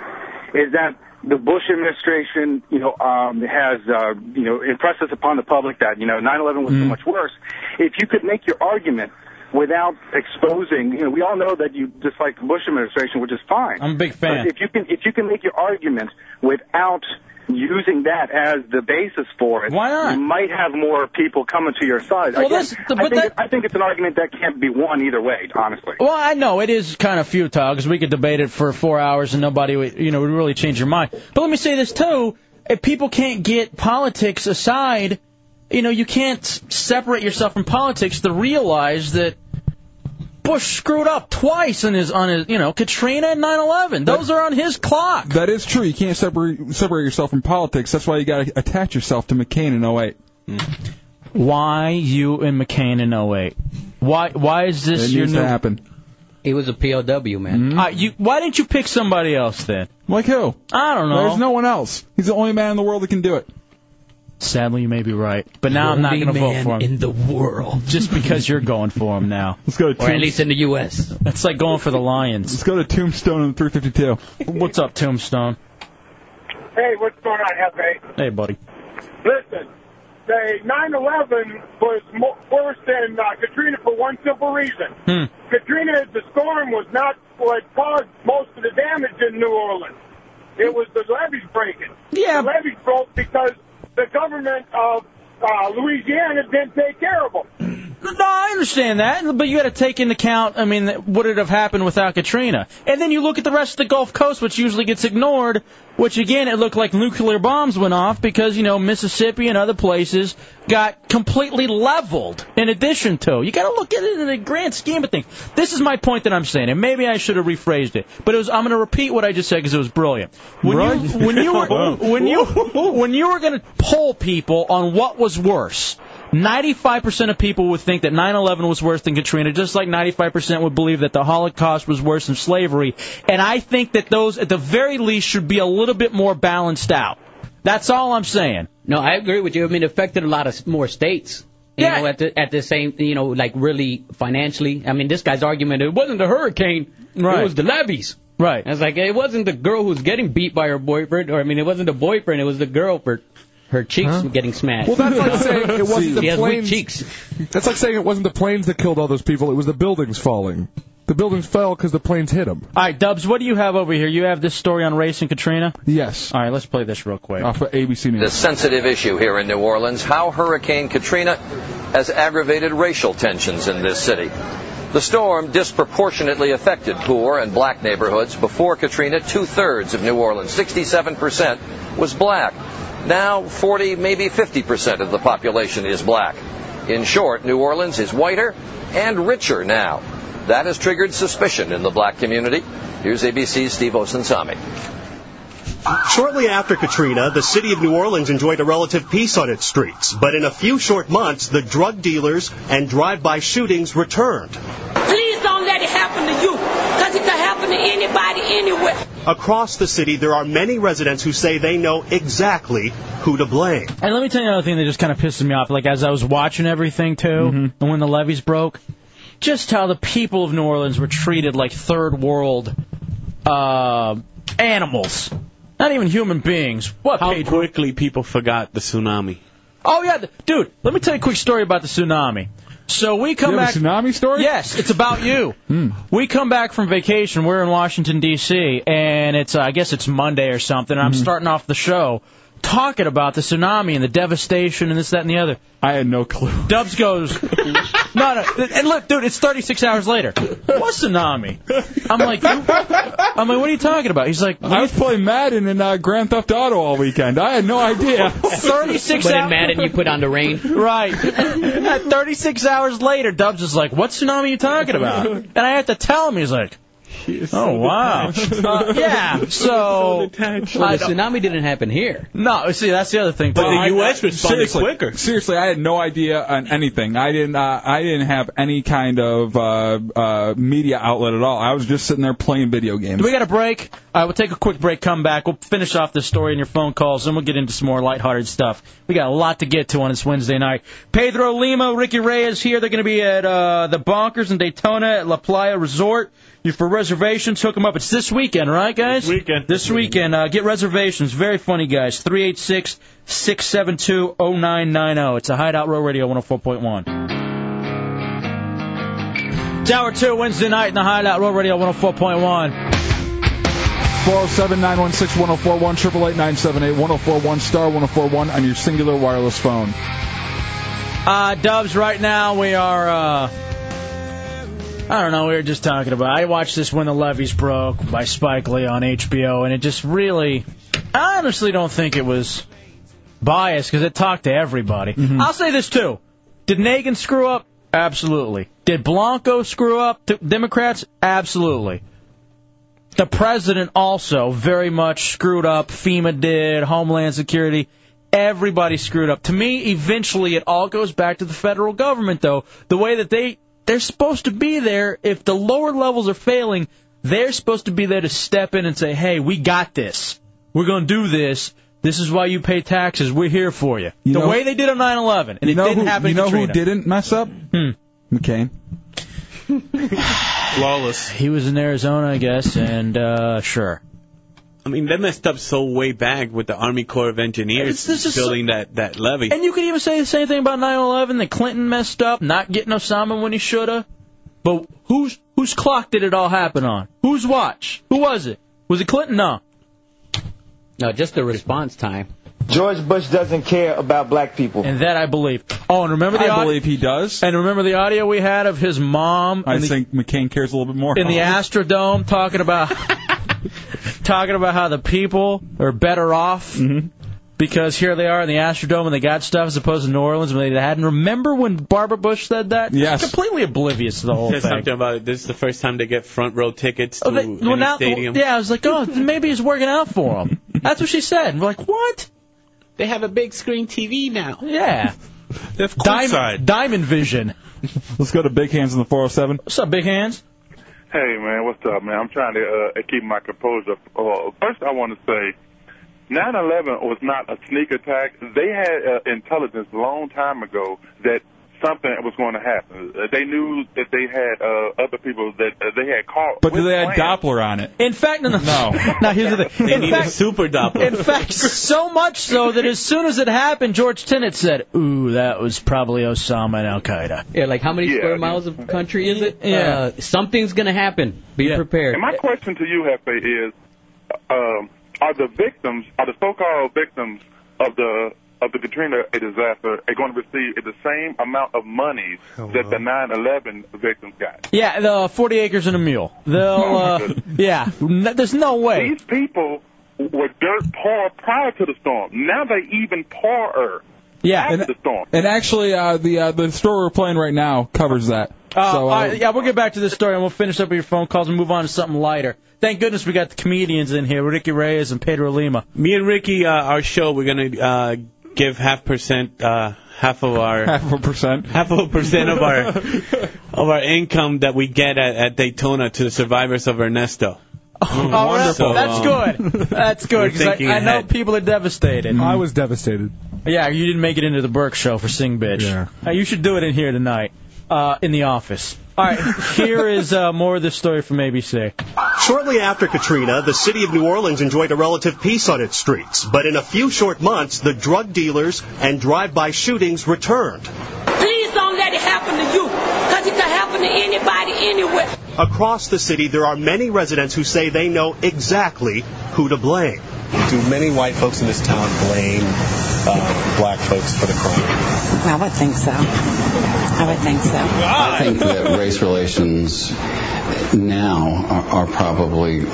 is that the Bush administration, you know, um, has uh, you know impressed us upon the public that you know 9/11 Mm. was so much worse. If you could make your argument without exposing, you know, we all know that you dislike the Bush administration, which is fine. I'm a big fan. But if you can, if you can make your argument without using that as the basis for it, Why not? you might have more people coming to your side. Well, Again, that's- but I, think, that- I think it's an argument that can't be won either way, honestly. Well, I know it is kind of futile because we could debate it for four hours and nobody, would, you know, would really change your mind. But let me say this too: if people can't get politics aside, you know, you can't s- separate yourself from politics to realize that Bush screwed up twice in his on his, you know, Katrina and 9/11. Those are on his clock. That is true. You can't separate separate yourself from politics. That's why you got to attach yourself to McCain in 08. Why you and McCain in 08? Why why is this It your needs new? to happen. He was a POW man. Mm-hmm. Uh, you, why didn't you pick somebody else then? Like who? I don't know. There's no one else. He's the only man in the world that can do it. Sadly, you may be right, but now I'm not Only going to vote man for him in the world. Just because you're going for him now. Let's go. To Or at least in the U.S. It's like going for the Lions. Let's go to Tombstone in 352. What's up, Tombstone? Hey, what's going on, Hefe? Hey, buddy. Listen, the 9/11 was mo- worse than uh, Katrina for one simple reason. Hmm. Katrina, the storm was not what caused most of the damage in New Orleans. It was the levees breaking. Yeah. The levees broke because the government of uh, Louisiana didn't take care of them. No, I understand that, but you got to take into account. I mean, would it have happened without Katrina? And then you look at the rest of the Gulf Coast, which usually gets ignored. Which again, it looked like nuclear bombs went off because you know Mississippi and other places got completely leveled. In addition to, you got to look at it in the grand scheme of things. This is my point that I'm saying, and maybe I should have rephrased it, but it was. I'm going to repeat what I just said because it was brilliant. When you when you were when you when you were going to poll people on what was worse. 95% of people would think that 9/11 was worse than Katrina, just like 95% would believe that the Holocaust was worse than slavery. And I think that those, at the very least, should be a little bit more balanced out. That's all I'm saying. No, I agree with you. I mean, it affected a lot of s- more states. You know, at the, at the same, you know, like really financially. I mean, this guy's argument, it wasn't the hurricane. Right. It was the levees. Right. I was like, it wasn't the girl who's getting beat by her boyfriend, or I mean, it wasn't the boyfriend, it was the girl for her cheeks getting smashed. Well, that's like saying it wasn't the She has weak planes. cheeks. That's like saying it wasn't the planes that killed all those people. It was the buildings falling. The buildings fell because the planes hit them. All right, Dubs, what do you have over here? You have this story on race and Katrina? Yes. All right, let's play this real quick. Off of ABC This sensitive issue here in New Orleans, how Hurricane Katrina has aggravated racial tensions in this city. The storm disproportionately affected poor and black neighborhoods. Before Katrina, two thirds of New Orleans, 67%, was black. Now, 40, maybe 50% of the population is black. In short, New Orleans is whiter and richer now. That has triggered suspicion in the black community. Here's ABC's Steve Osensami. Shortly after Katrina, the city of New Orleans enjoyed a relative peace on its streets. But in a few short months, the drug dealers and drive-by shootings returned. Please don't let it happen to you, because it could happen to anybody anywhere. Across the city, there are many residents who say they know exactly who to blame. And let me tell you another thing that just kind of pisses me off. Like as I was watching everything too, and when the levees broke, just how the people of New Orleans were treated like third world uh, animals, not even human beings. What? How quickly people forgot the tsunami. Oh yeah, th- dude. Let me tell you a quick story about the tsunami. So we come You back. have a tsunami story? Yes, it's about you. We come back from vacation. We're in Washington D.C. and it's uh, I guess it's Monday or something. And I'm starting off the show talking about the tsunami and the devastation and this, that, and the other. I had no clue. Dubs goes, no, no. th- And look, dude, it's 36 hours later. What tsunami? I'm like, you, I'm like, what are you talking about? He's like, I was playing Madden and uh, Grand Theft Auto all weekend. I had no idea. 36 hours. Right. At 36 hours later, Dubs is like, what tsunami are you talking about? And I have to tell him, he's like, oh, wow. Uh, yeah, so. Well, I the don't- tsunami didn't happen here. No, see, that's the other thing. But the U.S. responded seriously, quicker. Seriously, I had no idea on anything. I didn't. Uh, I didn't have any kind of uh, uh, media outlet at all. I was just sitting there playing video games. Do we got a break? All right, we'll take a quick break, come back. We'll finish off this story and your phone calls, and we'll get into some more lighthearted stuff. We got a lot to get to on this Wednesday night. Pedro Lima, Ricky Reyes here. They're going to be at uh, the Bonkers in Daytona at La Playa Resort. You for reservations, hook 'em up. It's this weekend, right, guys? This weekend. This weekend. Uh, get reservations. Very funny, guys. 386 672 0990. oh. It's a Hideout Row Radio 104.1. It's hour two, Wednesday night in the Hideout, Road Radio 104.1. 407 916 1041, 888 978 1041, star 1041 on your singular wireless phone. Uh, Dubs, right now we are, uh, I don't know, we were just talking about, I watched this When the Levees Broke by Spike Lee on HBO, and it just really, I honestly don't think it was biased because it talked to everybody. I'll say this too. Did Nagin screw up? Absolutely. Did Blanco screw up? Th- Democrats? Absolutely. The president also very much screwed up. FEMA did, Homeland Security. Everybody screwed up. To me, eventually it all goes back to the federal government, though. The way that they, they're supposed to be there, if the lower levels are failing, they're supposed to be there to step in and say, hey, we got this. We're going to do this. This is why you pay taxes. We're here for you. the know- way they did on 9 11, and you it know didn't who, happen You to know Katrina. who didn't mess up? Hmm. McCain. Lawless. He was in Arizona, I guess, and uh, sure. I mean, they messed up so way back with the Army Corps of Engineers This is so- building that, that levee. And you could even say the same thing about 9/11 that Clinton messed up, not getting Osama when he shoulda. But whose whose clock did it all happen on? Whose watch? Who was it? Was it Clinton? No. No, just the response time. George Bush doesn't care about black people. And that I believe. Oh, and remember the I audio. he does. And remember the audio we had of his mom. I in the, think McCain cares a little bit more. Oh. in the Astrodome talking about talking about how the people are better off because here they are in the Astrodome and they got stuff as opposed to New Orleans when they hadn't. Remember when Barbara Bush said that? Yes. Completely oblivious to the whole Says thing. something about it. This is the first time they get front row tickets to Oh, they- any well, now- stadium. yeah, I was like, oh, maybe it's working out for him. That's what she said. And we're like, what? They have a big screen TV now. Yeah. That's Diamond, Diamond Vision. Let's go to Big Hands in the 407. What's up, Big Hands? Hey man, what's up, man? I'm trying to uh, keep my composure. Uh, first, I want to say, 9/11 was not a sneak attack. They had uh, intelligence a long time ago that something was going to happen. Uh, They knew that they had uh, other people that uh, they had caught. But do they had Doppler on it? In fact, no. No. now here's the thing. They in need fact, a super Doppler. in fact, so much so that as soon as it happened, George Tenet said, "Ooh, that was probably Osama and Al Qaeda." Yeah, like how many square miles of country is it? Yeah. Uh, something's gonna happen. Be prepared. And my question to you, Hefe, is: um, Are the victims, are the so-called victims of the of the Katrina disaster, are going to receive the same amount of money that the 9/11 victims got? Yeah, the 40 acres and a mule. They'll, uh, yeah, n- there's no way. These people were dirt poor prior to the storm. Now they even poorer. Yeah, after the storm. And actually, uh, the uh, the story we're playing right now covers that. Uh, so, all uh, right, yeah, we'll get back to this story and we'll finish up with your phone calls and move on to something lighter. Thank goodness we got the comedians in here, Ricky Reyes and Pedro Lima. Me and Ricky, uh, our show, we're gonna uh, give half percent, uh, half of our half a percent, half of a percent of our of our income that we get at, at Daytona to the survivors of Ernesto. Mm-hmm. um, Oh, That's, that's good. That's we're good because thinking I, I know ahead. people are devastated. I was devastated. Yeah, you didn't make it into the Burke show for Sing Bitch. Uh, you should do it in here tonight, uh, in the office. All right, here is uh, more of this story from ABC. Shortly after Katrina, the city of New Orleans enjoyed a relative peace on its streets, but in a few short months, the drug dealers and drive-by shootings returned. Please don't let it happen to you, because it could happen to anybody anywhere. Across the city, there are many residents who say they know exactly who to blame. Do many white folks in this town blame uh, black folks for the crime? I would think so. I would think so. I think that race relations now are, are probably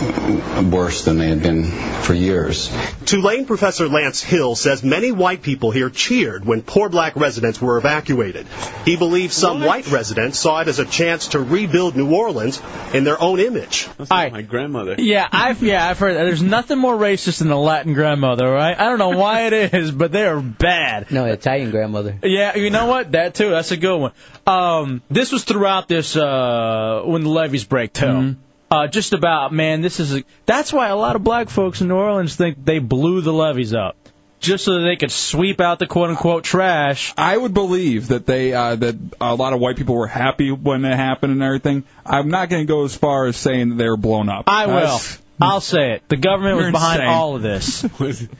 worse than they had been for years. Tulane professor Lance Hill says many white people here cheered when poor black residents were evacuated. He believes some white residents saw it as a chance to rebuild New Orleans in their own image. My grandmother. Yeah, I've yeah I've heard that. There's nothing more racist than a Latin grandmother, right? I don't know why it is, but they are bad. No, Italian grandmother. Yeah, you know what? That too. That's a good one. Um, this was throughout this uh, when the levees break too. Uh, just about man, this is a, that's why a lot of black folks in New Orleans think they blew the levees up just so that they could sweep out the quote unquote trash. I would believe that they uh, that a lot of white people were happy when it happened and everything. I'm not going to go as far as saying that they were blown up. I will. That's- I'll say it. The government was You're behind insane. all of this.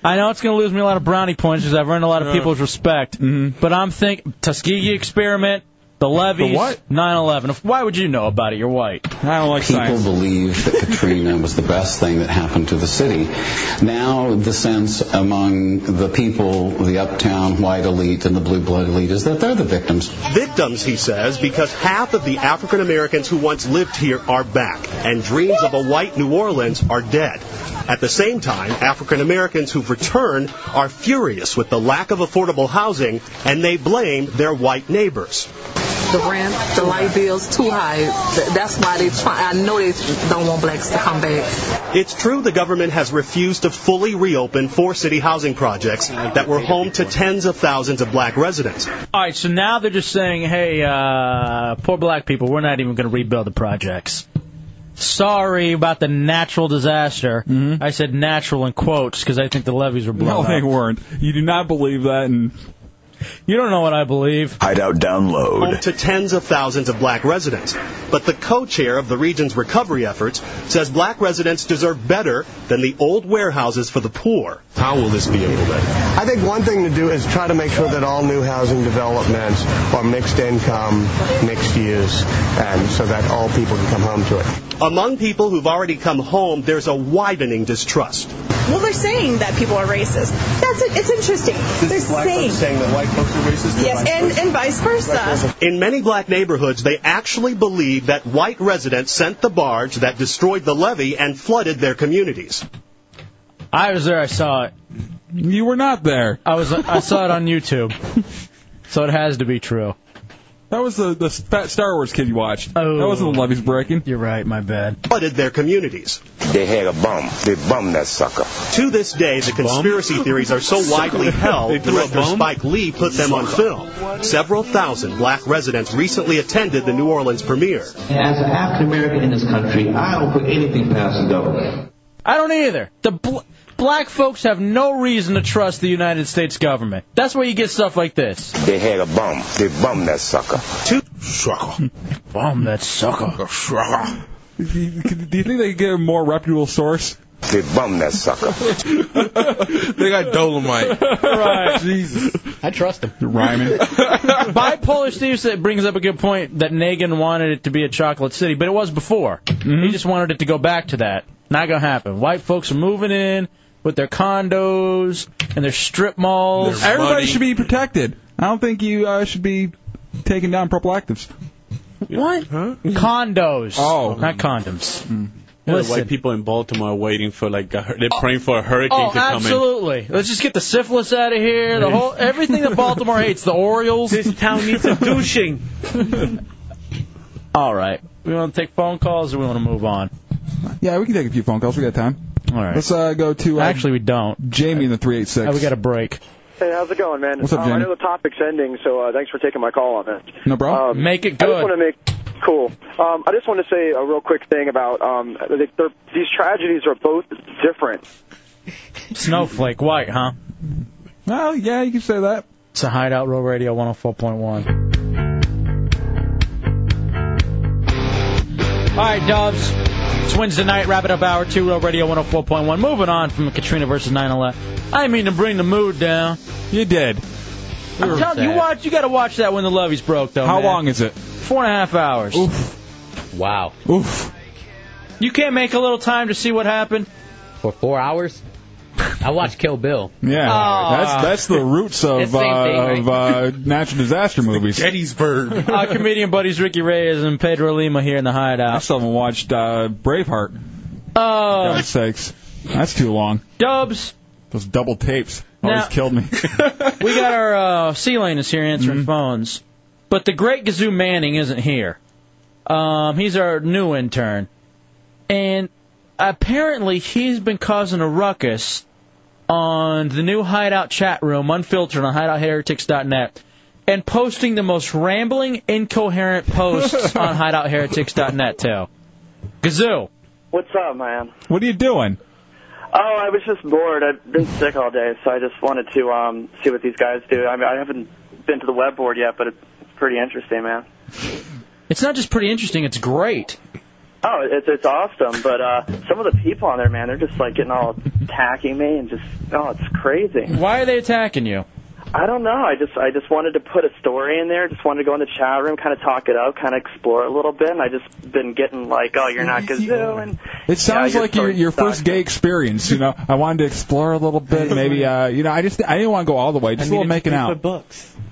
I know it's going to lose me a lot of brownie points because I've earned a lot of people's respect. Mm-hmm. But I'm think Tuskegee experiment, the levees, The what? 9/11. Why would you know about it? You're white. I don't like People believe that Katrina was the best thing that happened to the city. Now the sense among the people, the uptown white elite and the blue blood elite, is that they're the victims. Victims, he says, because half of the African Americans who once lived here are back, and dreams of a white New Orleans are dead. At the same time, African Americans who've returned are furious with the lack of affordable housing, and they blame their white neighbors. Eh, The rent, the light bill's too high. Th- That's why they try. I know they don't want blacks to come back. It's true the government has refused to fully reopen four city housing projects that were home to tens of thousands of black residents. All right, so now they're just saying, hey, uh, poor black people, we're not even going to rebuild the projects. Sorry about the natural disaster. I said natural in quotes because I think the levees were blown Mm-hmm. No, up. they weren't. You do not believe that, and you don't know what I believe. Hideout download. Home to tens of thousands of black residents. But the co chair of the region's recovery efforts says black residents deserve better than the old warehouses for the poor. How will this be implemented? I think one thing to do is try to make sure that all new housing developments are mixed income, mixed use, and so that all people can come home to it. among people who've already come home, there's a widening distrust. Well, they're saying that people are racist. That's it. It's interesting. they're saying. that white folks are racist. Yes, and, and vice versa. In many black neighborhoods, they actually believe that white residents sent the barge that destroyed the levee and flooded their communities. I was there. I saw it. You were not there. I was. I saw it on YouTube. So it has to be true. That was the the fat Star Wars kid you watched. Oh. That wasn't the levees breaking. You're right. My bad. Flooded their communities. They had a bomb. They bombed that sucker. To this day, the conspiracy theories are so widely held, director Spike Lee put them on film. Several thousand black residents recently attended the New Orleans premiere. As an African American in this country, I don't put anything past the government. I don't either. The bl- black folks have no reason to trust the United States government. That's where you get stuff like this. They had a bomb. They bombed that sucker. Two sucker. Bomb that sucker. Sucker. Do you do you think they could get a more reputable source? They bombed that sucker. They got dolomite. Right. Jesus. I trust them. Rhyming. Bipolar Steve said, brings up a good point that Nagin wanted it to be a chocolate city, but it was before. Mm-hmm. He just wanted it to go back to that. Not gonna happen. White folks are moving in with their condos and their strip malls. Everybody should be protected. I don't think you uh, should be taking down proplectives. What? Condos. Oh. Not condoms. Yeah, the Listen. white people in Baltimore are waiting for like a, hur- they're praying for a hurricane Oh, to come absolutely. Let's just get the syphilis out of here. The whole everything that Baltimore hates, the Orioles. This town needs a douching. All right. We want to take phone calls or we want to move on? Yeah, we can take a few phone calls. We got time. All right. Let's uh, go to. Uh, Actually, we don't. Jamie in the three eight Oh, six. we got a break. Hey, how's it going, man? What's up, Uh, I Jamie? know the topic's ending, so uh, thanks for taking my call on it. No problem. Um, Make it I just good. want to make cool. Um, I just want to say a real quick thing about um, they, they're- these tragedies are both different. Snowflake White, huh? Well, yeah, you can say that. It's a Hideout Row Radio 104.1. All right, Dubs. It's Wednesday night, wrap it up hour two, Row Radio 104.1. Moving on from Katrina versus 9/11. I mean to bring the mood down. You did. I'm telling you, you watch. You got to watch that when the levees broke, Oh, though. How man. long is it? Four and a half hours. Wow. Oof. You can't make a little time to see what happened. For four hours? I watched Kill Bill. Yeah, Oh. that's that's the roots It's of the same thing, uh, right? of uh, natural disaster movies. Gettysburg. Our comedian buddies Ricky Reyes and Pedro Lima here in the I Hideout. still haven't watched uh, Braveheart. For Oh, God's sakes, that's too long. Dubs. Those double tapes always Now- killed me. we got our uh, C lane is here answering phones, but the great Gazoo Manning isn't here. Um, he's our new intern, and apparently he's been causing a ruckus on the new Hideout chat room, unfiltered on hideoutheretics.net, and posting the most rambling, incoherent posts on hideoutheretics.net too. Gazoo, What's up, man? what are you doing? Oh, I was just bored. I've been sick all day, so I just wanted to um, see what these guys do. I mean, I haven't been to the web board yet, but it's pretty interesting, man. it's not just pretty interesting; it's great. Oh, it's it's awesome, but uh, some of the people on there, man, they're just like getting all attacking me and just oh, it's crazy. Why are they attacking you? I don't know. I just I just wanted to put a story in there. Just wanted to go in the chat room, kind of talk it up, kind of explore it a little bit. And I just been getting like, oh, you're not Kazoo, and It sounds your like your story your first sucks. gay experience. You know, I wanted to explore a little bit. Maybe uh, you know, I just I didn't want to go all the way. Just a little making out. books.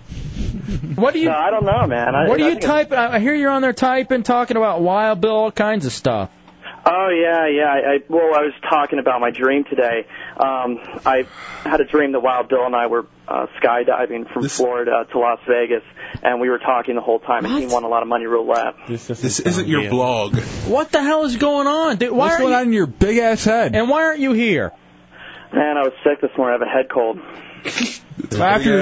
What do you? no, I don't know, man. I, What are I you think it's- typing? I I hear you're on there typing, talking about Wild Bill, all kinds of stuff. Oh yeah, yeah. I, I well, I was talking about my dream today. Um, I had a dream that Wild Bill and I were uh, skydiving from Florida to Las Vegas, and we were talking the whole time. And he won a lot of money roulette. This, This isn't your blog. What the hell is going on? Dude, why What's are going you, on in your big ass head? And why aren't you here? Man, I was sick this morning. I have a head cold. after your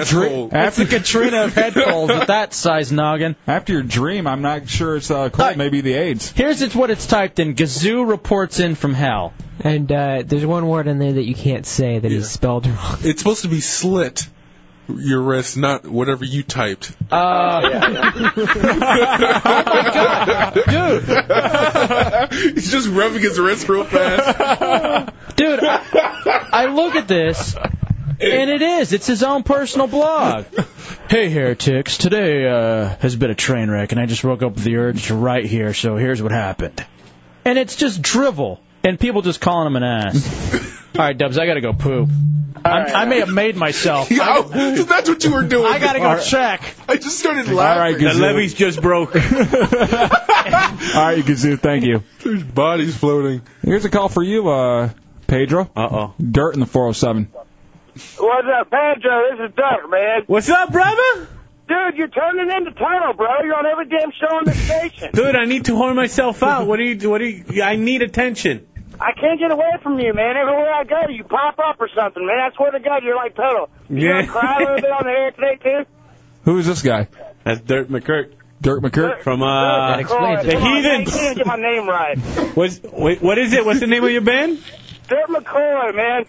dream, Asshole. after Katrina of head colds with that size noggin. after your dream, I'm not sure it's uh, cold. Maybe the AIDS. Here's it's what it's typed in. Gazoo reports in from hell. And uh, there's one word in there that you can't say that is spelled wrong. It's supposed to be slit your wrist, not whatever you typed. Oh, Uh, Oh, He's just rubbing his wrist real fast. dude, I, I look at this, and it is. It's his own personal blog. Hey, heretics. Today uh, has been a train wreck, and I just woke up with the urge to write here, so here's what happened. and it's just drivel, and people just calling him an ass. All right, Dubs, I gotta go poop. I'm, I may have made myself. that's what you were doing. I gotta go check. I just started All laughing. right, The levees just broke. All right, Gazoo, thank you. There's bodies floating. Here's a call for you, uh, Pedro. Uh oh. Dirt in the 407. What's up, Pedro? This is Dirt, man. What's up, brother? Dude, you're turning into Turtle, bro. You're on every damn show on the station. Dude, I need to whore myself out. What do you? What do you? I need attention. I can't get away from you, man. Everywhere I go, you pop up or something, man. I swear to God, you're like Turtle. You Yeah. wanna cry a little bit on the air today, too? Who is this guy? That's Dirt McKirk. Dirt McKirk from uh Christ, the come on, man. You Heathens. can't get my name right. What's, wait, what is it? What's the name of your band? Dirt McCoy, man.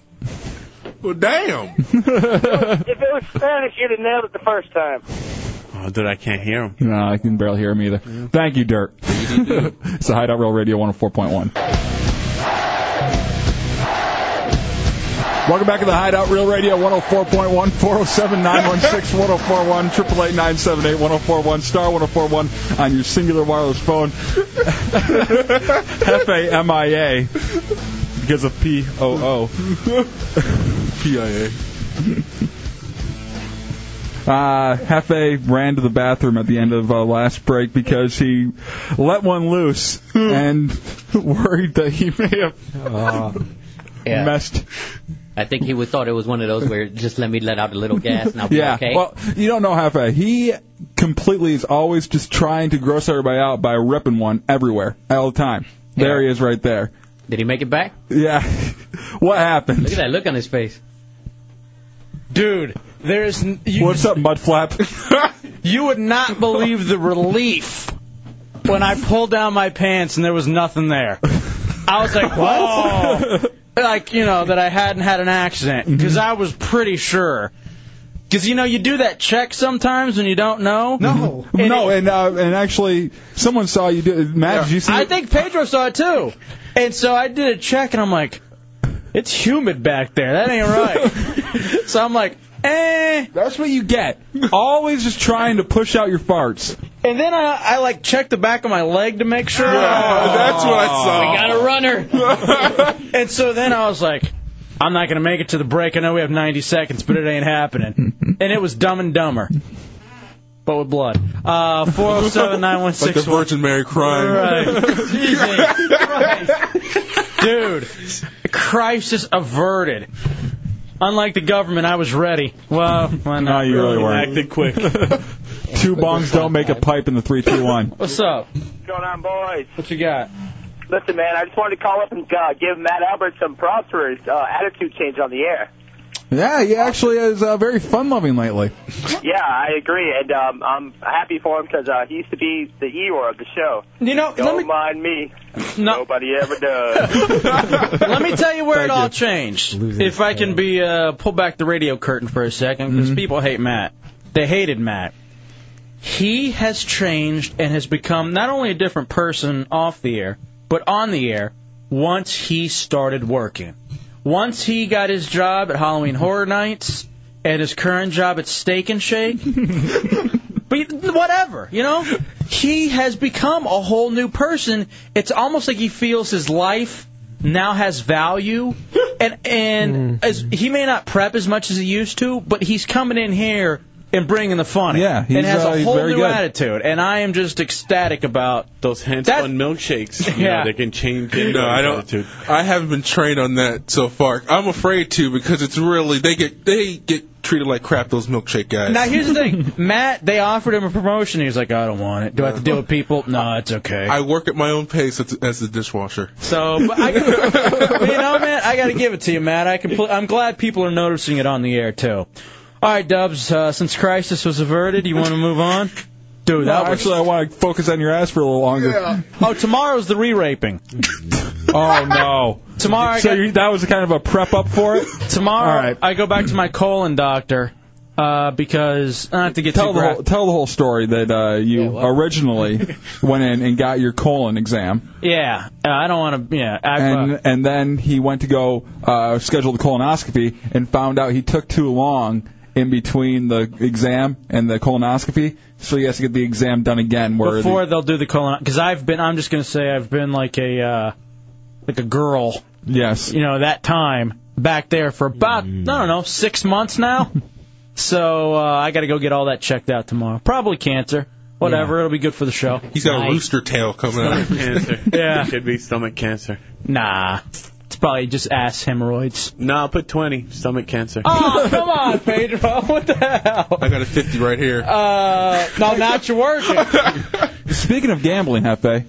Well, damn. If it was Spanish, you'd have nailed it the first time. Oh, dude, I can't hear him. No, I can barely hear him either. Thank you, Dirt. it's a Hideout Real Radio 104.1. Welcome back to the Hideout Real Radio 104.1, 407 916 1041, 888 978 1041, star 1041 on your singular wireless phone. F A M I A because of P O O. P I A. Uh, Hefe ran to the bathroom at the end of uh, last break because he let one loose Hmm. and worried that he may have Uh, Yeah. messed. I think he would thought it was one of those where just let me let out a little gas and I'll be Yeah. okay. Well, you don't know Hefe. He completely is always just trying to gross everybody out by ripping one everywhere all the time. There he is, right there. Did he make it back? Yeah. what happened? Look at that look on his face. Dude, there's n- you, What's up, Mudflap? you would not believe the relief when I pulled down my pants and there was nothing there. I was like, whoa. like, you know, that I hadn't had an accident Mm-hmm. because I was pretty sure. Because, you know, you do that check sometimes when you don't know. No. no, and uh, and actually, someone saw you do. Matt, did you see? I think Pedro saw it too. And so I did a check and I'm like, it's humid back there. That ain't right. so I'm like, eh. That's what you get. Always just trying to push out your farts. And then I, I like checked the back of my leg to make sure. that's what I saw. We got a runner. And so then I was like, I'm not going to make it to the break. I know we have 90 seconds, but it ain't happening. and it was dumb and dumber. But with blood. Uh, 407 Like the Virgin Mary crying. Dude, crisis averted. Unlike the government, I was ready. Well, why not? No, you really weren't. Acted quick. Two bongs don't make a pipe in the three, two, one. What's up? What's going on, boys? What you got? Listen, man, I just wanted to call up and uh, give Matt Albert some props for his uh, attitude change on the air. Yeah, he actually is uh, very fun-loving lately. Yeah, I agree, and um, I'm happy for him because uh, he used to be the Eeyore of the show. You know, let Don't me, mind me. no, Nobody ever does. let me tell you where it Thank all you. changed. if I can be uh, pull back the radio curtain for a second, Mm-hmm. because people hate Matt. They hated Matt. He has changed and has become not only a different person off the air, but on the air once he started working. Once he got his job at Halloween Horror Nights and his current job at Steak and Shake. But whatever, you know, he has become a whole new person. It's almost like he feels his life now has value, and and Mm-hmm. as he may not prep as much as he used to, but he's coming in here and bringing the fun. Yeah, he's, and has uh, a he's whole very new good. attitude, and I am just ecstatic about. Those hands That- on milkshakes. You Yeah. know, they can change anybody's No, I don't. attitude. I haven't been trained on that so far. I'm afraid to because it's really they get they get treated like crap. Those milkshake guys. Now here's the thing, Matt. They offered him a promotion. He's like, I don't want it. Do I have to deal with people? No, it's okay. I work at my own pace as, as the dishwasher. So, but I, but you know, man, I got to give it to you, Matt. I compl- I'm glad people are noticing it on the air too. All right, Dubs. Uh, since crisis was averted, you want to move on, dude? That was. actually, I want to focus on your ass for a little longer. Oh, tomorrow's the re-raping. Oh no! Tomorrow, I so got, you, that was kind of a prep up for it. tomorrow, all right. I go back to my colon doctor uh, because I don't have to get Tell too the gra- whole tell the whole story that uh, you Yeah, what? originally went in and got your colon exam, Yeah, uh, I don't want to. Yeah, I, and uh, and then he went to go uh, schedule the colonoscopy and found out he took too long in between the exam and the colonoscopy, so he has to get the exam done again. Where the- before they'll do the colon. Because I've been, I'm just gonna say I've been like a uh, like a girl. Yes. You know that time back there for about Mm. I don't know six months now. so uh, I got to go get all that checked out tomorrow. Probably cancer. Whatever, it'll be good for the show. He's got a rooster tail coming out. cancer. Yeah. It should be stomach cancer. Nah. It's probably just ass hemorrhoids. No, I'll put 20. Stomach cancer. Oh, come on, Pedro. What the hell? I got a 50 right here. Uh, no, not your working. Speaking of gambling, Hefe.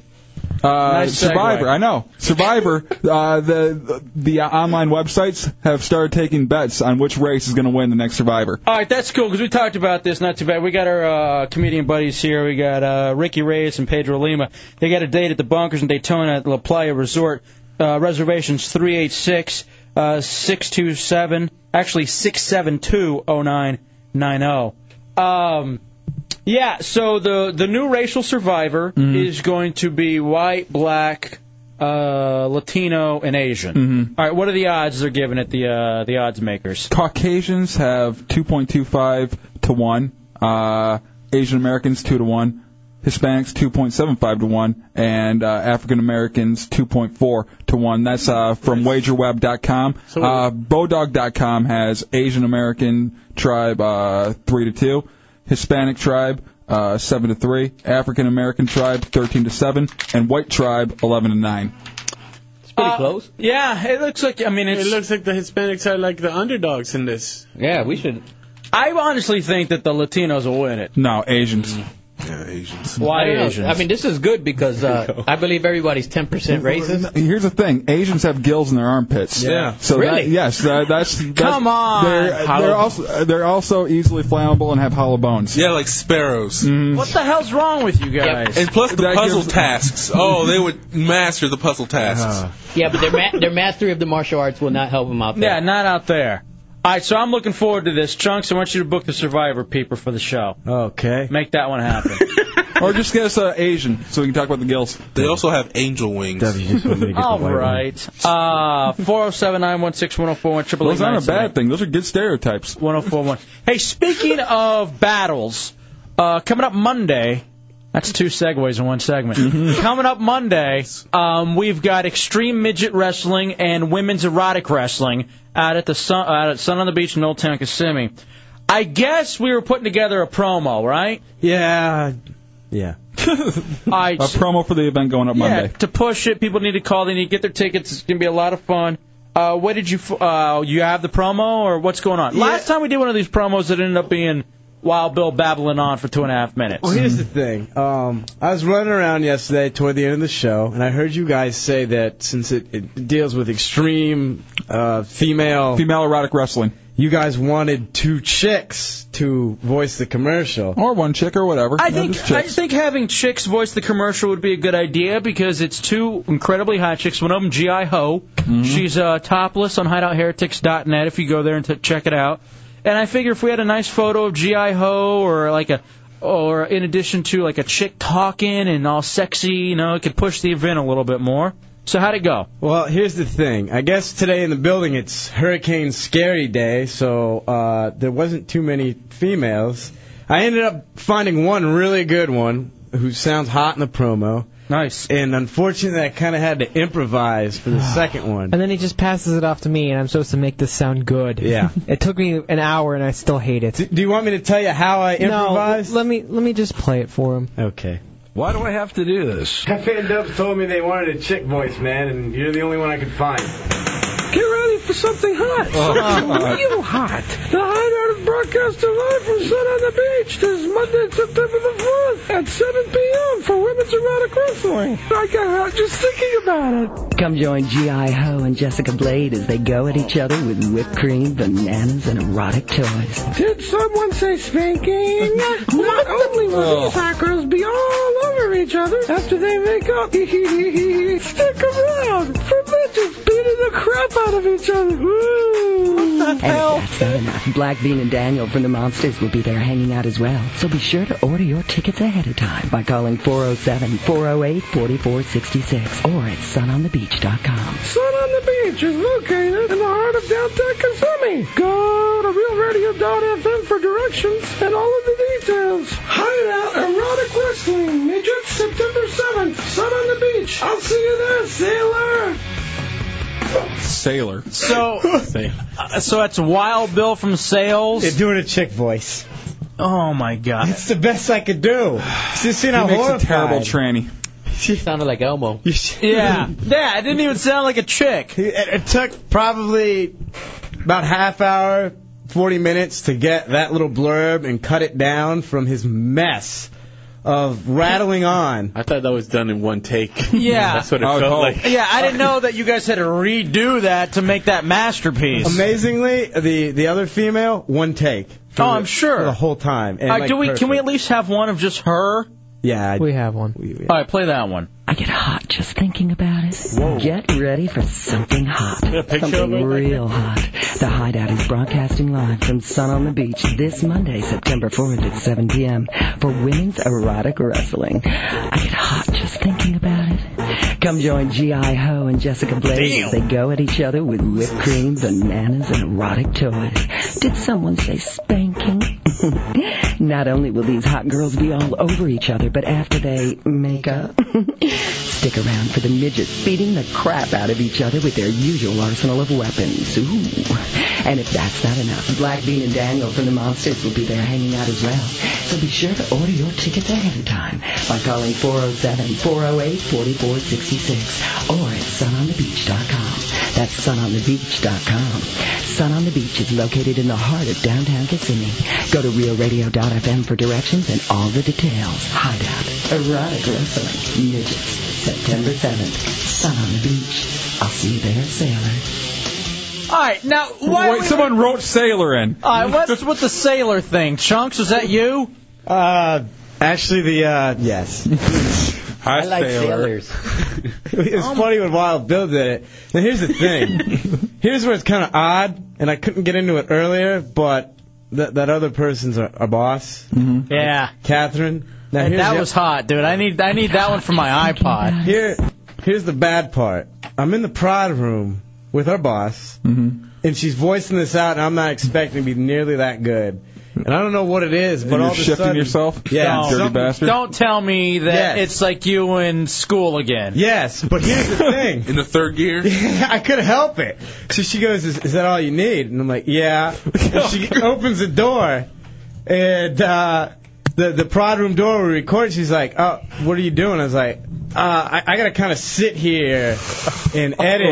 Uh, Nice segue. Survivor, I know. Survivor, uh, the the uh, online websites have started taking bets on which race is going to win the next Survivor. All right, that's cool because we talked about this. Not too bad. We got our uh, comedian buddies here. We got uh, Ricky Reyes and Pedro Lima. They got a date at the Bunkers in Daytona at La Playa Resort. Uh, reservations 386 uh, 627, actually 672 0990. oh. Um, yeah, so the, the new racial survivor Mm-hmm. is going to be white, black, uh, Latino, and Asian. Mm-hmm. All right, what are the odds they're giving it, the, uh, the odds makers? Caucasians have 2.25 to 1, uh, Asian Americans 2 to 1, Hispanics 2.75 to 1, and uh, African Americans 2.4 to 1. That's uh, from wagerweb.com. Uh, Bodog.com has Asian American tribe uh, 3 to 2, Hispanic tribe uh, 7 to 3, African American tribe 13 to 7, and white tribe 11 to 9. It's pretty close. Yeah, it looks like. I mean, Uh, it looks like the Hispanics are like the underdogs in this. Yeah, we should. I honestly think that the Latinos will win it. No, Asians. Mm-hmm. Yeah, Asians. I Why don't know. Asians? I mean, this is good because uh, I believe everybody's 10% racist. Here's the thing: Asians have gills in their armpits. Yeah. So Really? that, yes, that, that's, that's Come on. They're, Hollow- they're also they're also easily flammable and have hollow bones. Yeah, like sparrows. What the hell's wrong with you guys? And plus the That puzzle gives- tasks. Oh, they would master the puzzle tasks. Yeah, but their, ma- their mastery of the martial arts will not help them out there. Yeah, not out there. All right, so I'm looking forward to this. Chunks, I want you to book the Survivor peeper for the show. Okay. Make that one happen. or just get us uh, Asian so we can talk about the gills. They also have angel wings. All right. Uh, 407-916-1041, triple Those aren't a bad thing. Those are good stereotypes. 1041. Hey, speaking of battles, uh, coming up Monday, that's two segues in one segment. Mm-hmm. Coming up Monday, um, we've got Extreme Midget Wrestling and Women's Erotic Wrestling out at the sun, out at Sun on the Beach in Old Town Kissimmee. I guess we were putting together a promo, right? Yeah. Yeah. I, A promo for the event going up yeah, Monday. to push it, people need to call. They need to get their tickets. It's gonna be a lot of fun. Uh, what did you? f- Uh, you have the promo or what's going on? Last time we did one of these promos, it ended up being Wild Bill babbling on for two and a half minutes. Well, here's the thing. Um, I was running around yesterday toward the end of the show, and I heard you guys say that since it, it deals with extreme uh, female female erotic wrestling, you guys wanted two chicks to voice the commercial, or one chick, or whatever. I think I think having chicks voice the commercial would be a good idea because it's two incredibly hot chicks. One of them, GI Ho, she's uh, topless on hideoutheretics.net. If you go there and t- check it out, and I figure if we had a nice photo of GI Ho or like a or in addition to like a chick talking and all sexy, you know, it could push the event a little bit more. So how'd it go? Well, here's the thing. I guess today in the building it's Hurricane Scary Day, so uh, there wasn't too many females. I ended up finding one really good one who sounds hot in the promo. Nice. And unfortunately, I kind of had to improvise for the second one. And then he just passes it off to me, and I'm supposed to make this sound good. Yeah. it took me an hour, and I still hate it. Do you want me to tell you how I improvised? No, let me let me just play it for him. Okay. Why do I have to do this? Cafe and Dubs told me they wanted a chick voice, man, and you're the only one I could find. Get ready for something hot. Oh. Something real hot. The Hideout is broadcast live from Sun on the Beach this Monday, September the 4th at 7 p.m. for Women's Erotic Wrestling. I got hot just thinking about it. Come join G.I. Ho and Jessica Blade as they go at each other with whipped cream, bananas, and erotic toys. Did someone say spanking? Not only Oh. will these hot girls be all over each other after they make up, stick around for bitches beating the crap out of each other. Woo! What And if that's not enough, Black Bean and Daniel from the Monsters will be there hanging out as well. So be sure to order your tickets ahead of time by calling 407-408-4466 or at sunonthebeach.com. Sun on the Beach is located in the heart of downtown Kissimmee. Go to real BlogTalkRadio.fm for directions and all of the details. Hideout Erotic Wrestling, Midget, September 7th, Sun on the Beach. I'll see you there, sailor. Sailor. So, uh, so that's Wild Bill from Sales. They're doing a chick voice. Oh my God! That's the best I could do. Just seeing how horrified. tranny. She sounded like Elmo. Yeah, yeah. It didn't even sound like a chick. It, it took probably about half hour, 40 minutes to get that little blurb and cut it down from his mess of rattling on. Oh, I thought that was done in one take. Yeah. That's what it felt like. Yeah, I didn't know that you guys had to redo that to make that masterpiece. Amazingly, the the other female one take. Oh, I'm sure. for the whole time. And, All right, like, uh, do we? Can we perfect. at least have one of just her? Yeah, We have one. All right, play that one. I get hot just thinking about it. Get ready for something hot. picture of Something it? real hot. The Hideout is broadcasting live from Sun on the Beach this Monday, September 4th at 7 p.m. for women's erotic wrestling. I get hot just thinking about it. Come join G.I. Ho and Jessica Blaze as they go at each other with whipped cream, bananas, and erotic toys. Did someone say spanking? Not only will these hot girls be all over each other, but after they make up, stick around for the midgets beating the crap out of each other with their usual arsenal of weapons. Ooh. And if that's not enough, Black Bean and Daniel from the Monsters will be there hanging out as well. So be sure to order your tickets ahead of time by calling 407-408-4466 or at sunonthebeach.com. That's sunonthebeach.com. Sun on the Beach is located in the heart of downtown Kissimmee. Go to realradio.fm for directions and all the details. Hideout, erotic wrestling, midgets, September 7th, Sun on the Beach. I'll see you there, sailor. All right, now why? Wait, we- someone wrote sailor in. All right, what's with the sailor thing? Chunks, was that you? Uh, actually, the uh, yes. I, like sailors. it was funny when Wild Bill did it. Now here's the thing. here's where it's kind of odd, and I couldn't get into it earlier, but that that other person's our, our boss, Mm-hmm. Yeah, Catherine. Now And here's that the- was hot, dude. I need I need that one for my iPod. Here, here's the bad part. I'm in the prod room with our boss, and she's voicing this out, and I'm not expecting to be nearly that good. And I don't know what it is, but you're all of a shifting sudden, yourself? Yeah, You dirty something- bastard. Don't tell me that Yes. it's like you in school again. Yes, but here's the thing. In the third gear? I couldn't help it. So she goes, is, is that all you need? And I'm like, yeah. And she Oh, opens the door, and uh, the the prod room door we record. She's like, oh, what are you doing? I was like, uh, I, I gotta kind of sit here and Oh. edit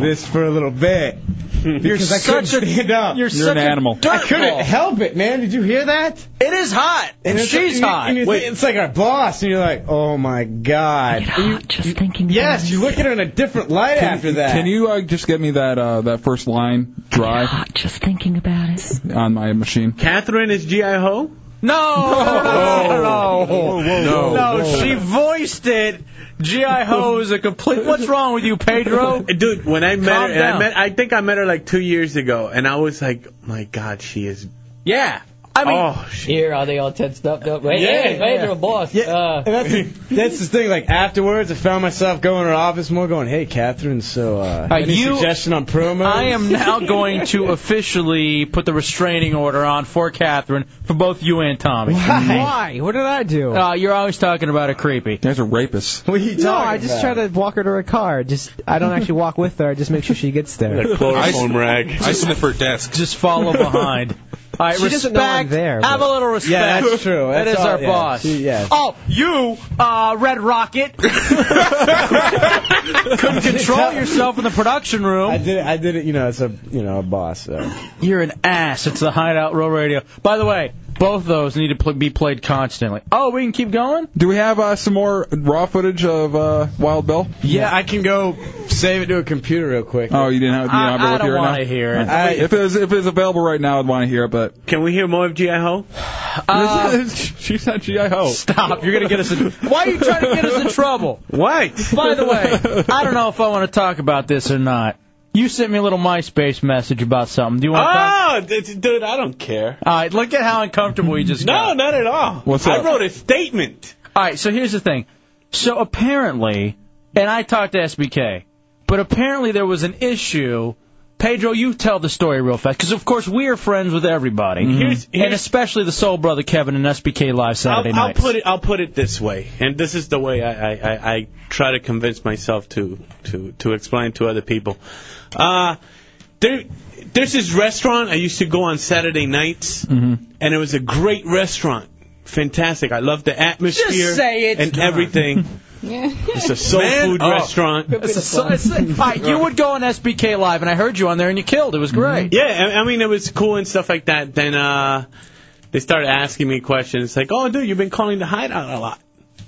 this for a little bit. because I couldn't such a- stand up. you're You're an such a animal. I couldn't dirtball. help it, man. Did you hear that? It is hot. And it's- she's and you- hot. and you Wait. think it's like our boss, and you're like, oh my god. And you- Just thinking about yes, you look at her in a different light after that. Can you uh, just get me that uh, that first line dry it. Just thinking about it. on my machine? Catherine is G.I. Ho? No, no, no, no, no, no. No. No, she voiced it. G.I. Ho is a complete. What's wrong with you, Pedro? Dude, when I met Calm her, and I, down. met, I think I met her like two years ago, and I was like, my God, she is. Yeah. I mean, oh, she, Here are they all tensed up? Up. Hey, Yeah, hey, Pedro, yeah. boss. Yeah, Uh, And that's the, that's the thing. Like afterwards, I found myself going to her office more, going, "Hey, Catherine, so uh, Are any you- suggestion on promos?" I am now going to uh, officially put the restraining order on for Catherine for both you and Tommy. Why? What did I do? Uh, you're always talking about a creepy. There's a rapist. What Oh, are you no, talking I just try about? to walk her to her car. Just I don't actually walk with her. I just make sure she gets there. the chloroform rag. I sniff her desk. Just follow behind. All right, She respect. doesn't know I'm there, but- Have a little respect. Yeah, that's true. That That's is all- our yeah, boss. she- yeah. Oh, you, uh, Red Rocket, couldn't control yourself in the production I room. did it. I did it. You know, it's a you know a boss. So. You're an ass. It's the Hideout Row Radio. By the way, both those need to pl- be played constantly. Oh, we can keep going. Do we have uh, some more raw footage of uh, Wild Bill? Yeah, I can go save it to a computer real quick. Oh, you didn't have, you I- don't have it I with don't you right wanna now? hear it. I- if, it was, if it was available right now, I'd want to hear it, but. Uh, Can we hear more of G.I. Ho? she said G.I. Ho. Stop. You're gonna get us in. Why are you trying to get us in trouble? What? By the way, I don't know if I want to talk about this or not. You sent me a little MySpace message about something. Do you want to Ah! talk? Oh, d- d- dude, I don't care. All right, look at how uncomfortable you just No, got. not at all. What's I up? wrote a statement. Uh, All right, so here's the thing. So apparently, and I talked to SBK, but apparently there was an issue Pedro, you tell the story real fast, because of course we are friends with everybody, Mm-hmm. Here's- and here's- especially the soul brother Kevin and SBK Live Saturday I'll, I'll night. put it. I'll put it this way, and this is the way I, I, I, I try to convince myself to to to explain to other people. Uh there, there's this restaurant I used to go on Saturday nights, and it was a great restaurant, fantastic. I loved the atmosphere say it. and Come on. everything. oh. It's a soul Man food up. restaurant. It's a soul- it's a- I- you would go on SBK Live, and I heard you on there, and you killed. It was great. Mm-hmm. Yeah, I, I mean it was cool and stuff like that. Then uh, they started asking me questions like, "Oh, dude, you've been calling the hideout a lot." I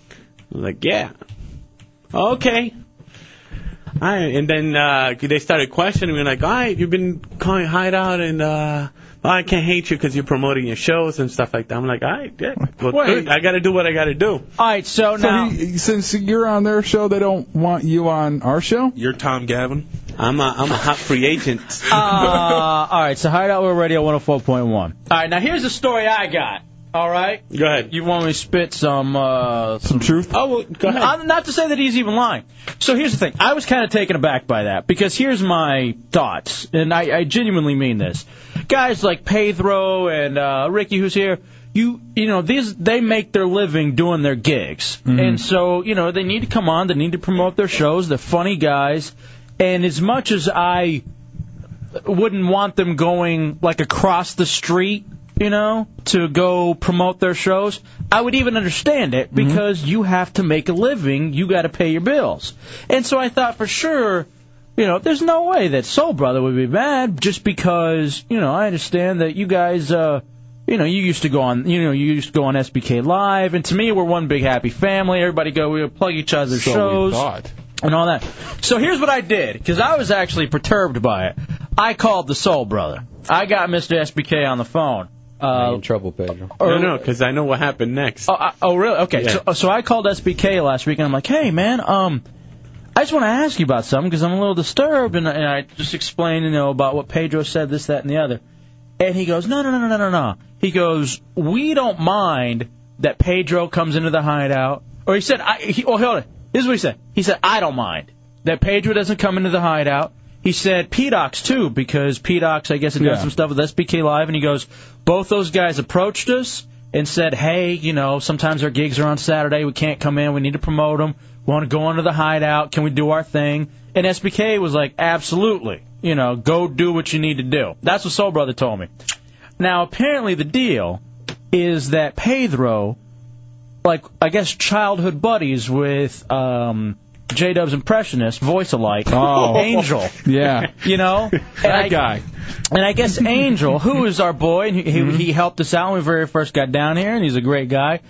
was like, "Yeah, okay." I, and then uh, they started questioning me like, "All right, you've been calling hideout, and uh, I can't hate you because you're promoting your shows and stuff like that." I'm like, "All right, yeah, well, Wait. good. I got to do what I got to do." All right, so, now since you're on their show, they don't want you on our show. You're Tom Gavin. I'm a I'm a hot free agent. Uh, all right, so Hideout World Radio 104.1. All right, now here's a story I got. All right. Go ahead. You want me to spit some uh, some, truth? Oh, well, go ahead. I'm- not to say that he's even lying. So here's the thing. I was kind of taken aback by that because here's my thoughts, and I, I genuinely mean this. Guys like Pedro and uh, Ricky, who's here, you you know these they make their living doing their gigs, and so you know they need to come on, they need to promote their shows. They're funny guys, and as much as I wouldn't want them going like across the street, you know, to go promote their shows. I would even understand it Mm-hmm. because you have to make a living, you got to pay your bills. And so I thought for sure, you know, there's no way that Soul Brother would be mad just because, you know, I understand that you guys uh you know, you used to go on, you know, you used to go on SBK Live, and to me, we're one big happy family. Everybody go, we would plug each other's So we shows thought. and all that. So here's what I did, because I was actually perturbed by it. I called the Soul Brother. I got Mr. SBK on the phone. Uh, in trouble, Pedro. No, no, because I know what happened next. Oh, I, oh really? Okay. So, so I called SBK last week, and I'm like, hey, man, um, I just want to ask you about something because I'm a little disturbed, and, I- and I just explained, you know, about what Pedro said, this, that, and the other. And he goes, no, no, no, no, no, no, no. He goes, we don't mind that Pedro comes into the hideout. Or he said, I, he, oh, hold on. This is what he said. He said, I don't mind that Pedro doesn't come into the hideout. He said PDocs too, because PDocs, I guess, had done Yeah. some stuff with SBK Live, and he goes, both those guys approached us and said, hey, you know, sometimes our gigs are on Saturday, we can't come in, we need to promote them, we want to go into the hideout, can we do our thing? And SBK was like, absolutely, you know, go do what you need to do. That's what Soul Brother told me. Now, apparently, the deal is that Pedro, like, I guess childhood buddies with um, J Dub's impressionist, voice alike, Oh. Angel. Yeah. You know? And That I- guy. Mm-hmm. And I guess Angel, who is our boy, and he, he- he helped us out when we very first got down here, and he's a great guy.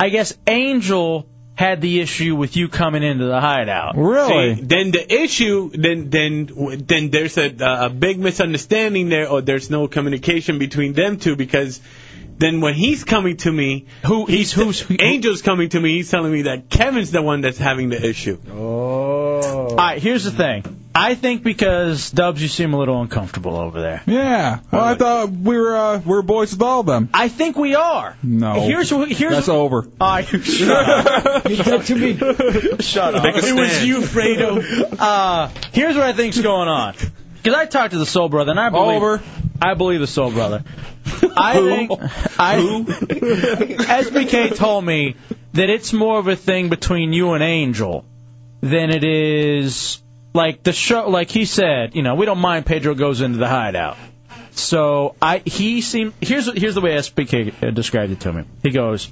I guess Angel had the issue with you coming into the hideout. See, then the issue, then then then there's a a big misunderstanding there, or there's no communication between them two because. Then when he's coming to me, who he's who's Angel's coming to me. He's telling me that Kevin's the one that's having the issue. Oh. All right, here's the thing. I think because Dubs, you seem a little uncomfortable over there. Yeah. Well, I thought we were uh, we were boys with all of them. I think we are. No. Here's who- here's that's who- over. I Shut up. Take a It was stand. you, Fredo. Uh, here's what I think's going on. Because I talked to the Soul Brother, and I believe Over. I believe the Soul Brother. I think I SBK told me that it's more of a thing between you and Angel than it is like the show. Like he said, you know, we don't mind Pedro goes into the hideout. So I he seemed here's here's the way SBK uh, described it to me. He goes,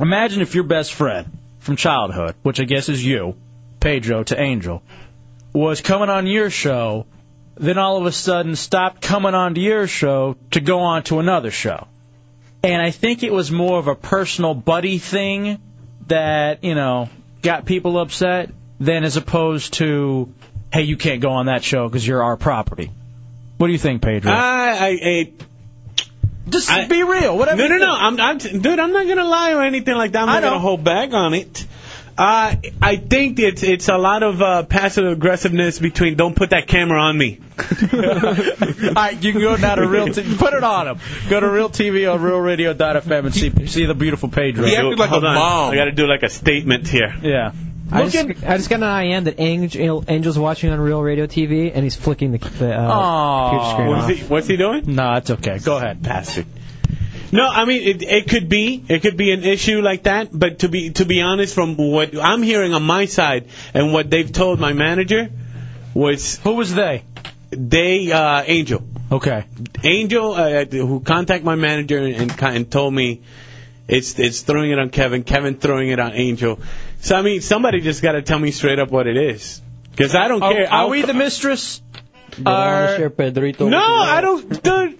imagine if your best friend from childhood, which I guess is you, Pedro to Angel, was coming on your show, then all of a sudden stopped coming on to your show to go on to another show. And I think it was more of a personal buddy thing that, you know, got people upset than as opposed to, hey, you can't go on that show because you're our property. What do you think, Pedro? I, I, I just be real. Whatever. No, you no, no. think. I'm, I'm, dude, I'm not gonna lie or anything like that. I'm I not know. gonna hold back on it. Uh, I think it's it's a lot of uh, passive aggressiveness between don't put that camera on me. All right, you can go now to real. T- put it on him. Go to real TV on realradio.fm and see see the beautiful Pedro. Hold on. I gotta do like a statement here. Yeah. I just, I just got an IM that Angel, Angel's watching on Real Radio TV, and he's flicking the, the uh, computer screen what's off. he, what's he doing? No, it's okay. Go ahead, bastard. No, I mean it, it could be it could be an issue like that, but to be to be honest, from what I'm hearing on my side and what they've told my manager was who was they? They uh, Angel. Okay. Angel, uh, who contacted my manager and and told me it's it's throwing it on Kevin, Kevin throwing it on Angel. So I mean, somebody just got to tell me straight up what it is, because I don't Are- care. Are I'll- we the mistress? wanna share Pedrito no, I don't. dude.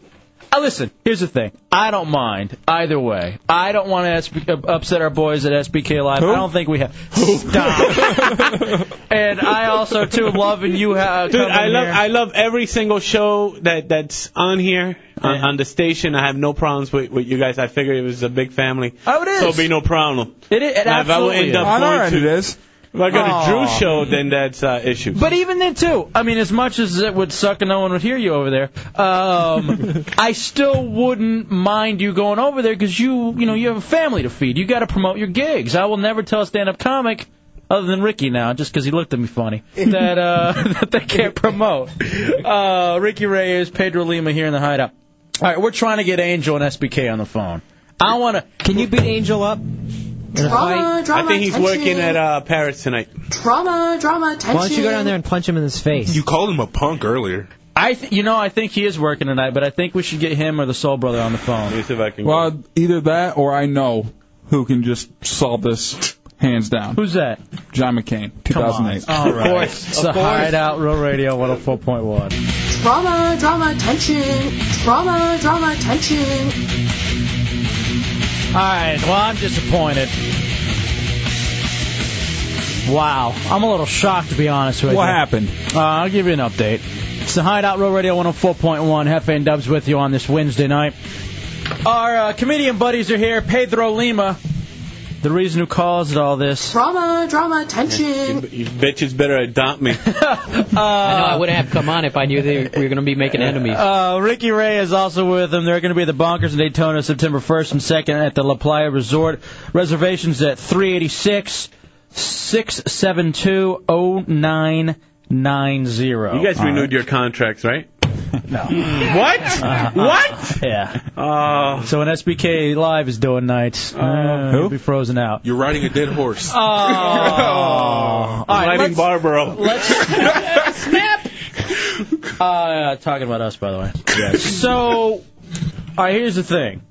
Uh, listen, here's the thing. I don't mind either way. I don't want to upset our boys at SBK Live. I don't think we have. Stop. and I also too am loving you. Uh, Dude, coming I love here. I love every single show that that's on here on, on the station. I have no problems with, with you guys. I figure it was a big family. Oh, it is. So it'll be no problem. It, it, it Now, if I would absolutely end up is. going to, If I go to Drew's show, then that's uh, issue. But even then, too, I mean, as much as it would suck and no one would hear you over there, um, I still wouldn't mind you going over there because you, you know, you have a family to feed. You got to promote your gigs. I will never tell a stand-up comic, other than Ricky now, just because he looked at me funny, that uh, that they can't promote. Oh, Uh, Ricky Reyes, Pedro Lima here in the hideout. All right, we're trying to get Angel and SBK on the phone. I want to. Can you beat Angel up? I Drama, drama, think he's attention. working at uh, Paris tonight. Drama, drama, attention. Why don't you go down there and punch him in his face? You called him a punk earlier. I, th- you know, I think he is working tonight, but I think we should get him or the Soul Brother on the phone. Let me see if I can. Well, either that or I know who can just solve this hands down. Who's that? John McCain, 2008. All right. It's the Hideout Real Radio 104.1. Drama, drama, tension. Drama, drama, tension. All right. Well, I'm disappointed. Wow. I'm a little shocked, to be honest with What you. happened? Uh, I'll give you an update. It's the Hideout Real Radio 104.1. Hefe and Dubs with you on this Wednesday night. Our uh, comedian buddies are here. Pedro Lima, the reason who caused all this. Drama, drama, tension. You bitches better adopt me. I know I wouldn't have come on if I knew they we were going to be making enemies. Uh, Ricky Ray is also with them. They're going to be at the Bonkers in Daytona September 1st and 2nd at the La Playa Resort. Reservations at 386 672 0990. You guys renewed your contracts, right? No. What? what? Uh-huh. Yeah. so when SBK Live is doing nights, uh, will be frozen out. You're riding a dead horse. Oh. All right, let's- Lighting Barbaro. Uh, talking about us, by the way. So, all right, here's the thing.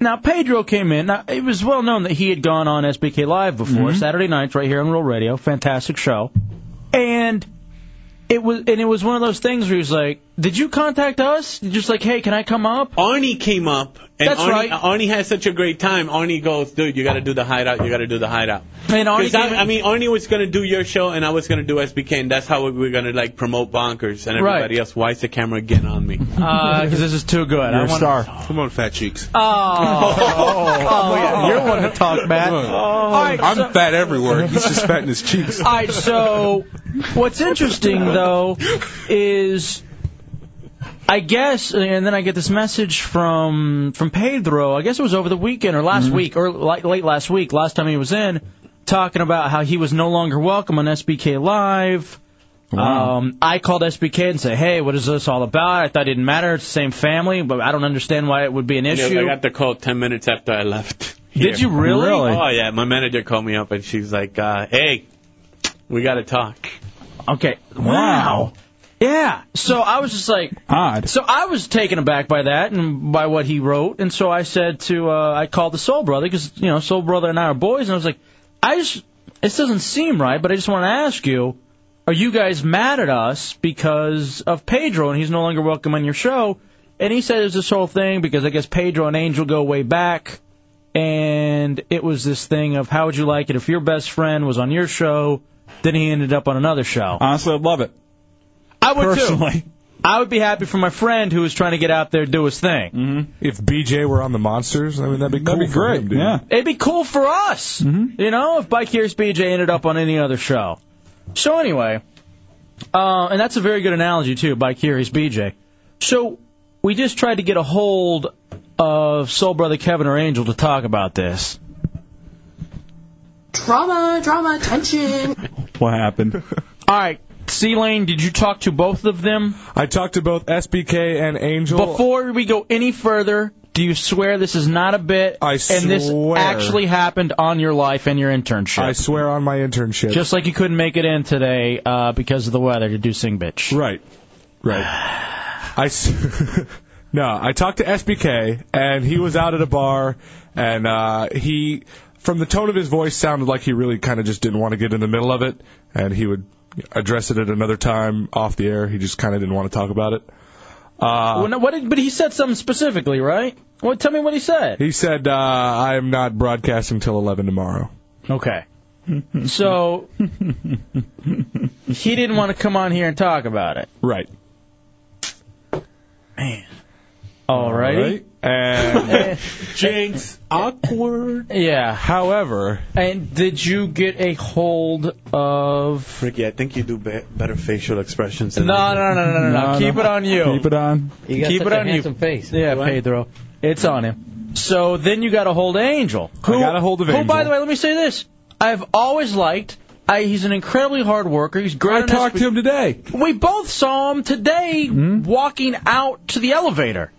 Now, Pedro came in. Now, it was well known that he had gone on SBK Live before, Mm-hmm. Saturday nights, right here on Real Radio. Fantastic show. And it was, and it was one of those things where he was like, "Did you contact us?" You're just like, "Hey, can I come up?" Arnie came up. And That's Arnie, right. Arnie had such a great time. Arnie goes, dude, you got to do the hideout. You got to do the hideout. And Arnie 'Cause I, came in- I mean, Arnie was gonna do your show, and I was gonna do SBK, and that's how we were gonna like promote Bonkers and everybody else. Why is the camera again on me? Because Uh, this is too good. I You're a wanna- star. Come on, fat cheeks. Oh, oh, yeah, you're one to talk, Matt. All right, Uh-huh. I'm so- fat everywhere. He's just fat in his cheeks. All right, so what's interesting though is I guess, and then I get this message from from Pedro. I guess it was over the weekend or last week or like late last week, last time he was in, talking about how he was no longer welcome on SBK Live. Um, I called SBK and said, "Hey, what is this all about? I thought it didn't matter. It's the same family, but I don't understand why it would be an And issue." I got the call 10 minutes after I left. Did you really? Really? Oh, yeah. My manager called me up, and she's like, uh, hey, we got to talk. Okay. Wow. Yeah. So I was just like odd. So I was taken aback by that and by what he wrote, and so I said to uh, I called the Soul Brother because you know Soul Brother and I are boys, and I was like, I just this doesn't seem right, but I just want to ask you, are you guys mad at us because of Pedro and he's no longer welcome on your show? And he said it was this whole thing because I guess Pedro and Angel go way back and it was this thing of how would you like it if your best friend was on your show, then he ended up on another show. Honestly, I'd love it. I would Personally. too. I would be happy for my friend who was trying to get out there and do his thing. If BJ were on the Monsters, I mean that'd be cool. Mm-hmm. That'd be for great, him, Mm-hmm. dude. yeah. It'd be cool for us, you know, if Bike Here's BJ ended up on any other show. So anyway, uh, and that's a very good analogy too, Bike Here's BJ. So we just tried to get a hold of Soul Brother Kevin or Angel to talk about this. Drama, drama, tension. What happened? All right, C Lane, did you talk to both of them? I talked to both SBK and Angel. Before we go any further, do you swear this is not a bit? I And this swear. actually happened on your life and your internship. I swear on my internship. Just like you couldn't make it in today uh, because of the weather to do Sing Bitch. Right. Right. I s- no, I talked to SBK and he was out at a bar and uh, he from the tone of his voice sounded like he really kind of just didn't want to get in the middle of it and he would address it at another time off the air. He just kind of didn't want to talk about it. Uh, Well, no, what did, but he said something specifically, right? Well, tell me what he said. he said, uh, "I am not broadcasting till 11 tomorrow." Okay. So he didn't want to come on here and talk about it. Right. All right. And Jinx. Awkward. Yeah. However. And did you get a hold of? Ricky, I think you do be- better facial expressions. No, Than no, no, no, no, no, no. Keep it on you. Keep it on. You got Keep such it a on you. handsome face. Yeah, Pedro. It's on him. So then you got a hold of Angel. Who, got a hold of who, Angel. Oh, by the way, let me say this. I've always liked. I, he's an incredibly hard worker. He's great. I talked to him today. We both saw him today walking out to the elevator.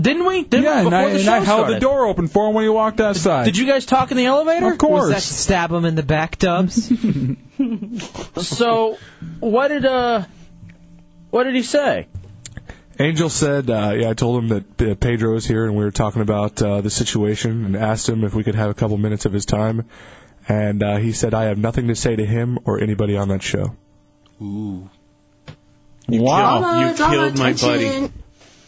Didn't we? Didn't yeah, we? and Before I, the and show I held the started. door open for him when he walked outside. Did you guys talk in the elevator? Of course. Was that stab him in the back dubs? so what did uh what did he say? Angel said, uh, "Yeah, I told him that uh, Pedro is here, and we were talking about uh, the situation, and asked him if we could have a couple minutes of his time." And uh, he said, "I have nothing to say to him or anybody on that show." Ooh. Wow, you killed my buddy.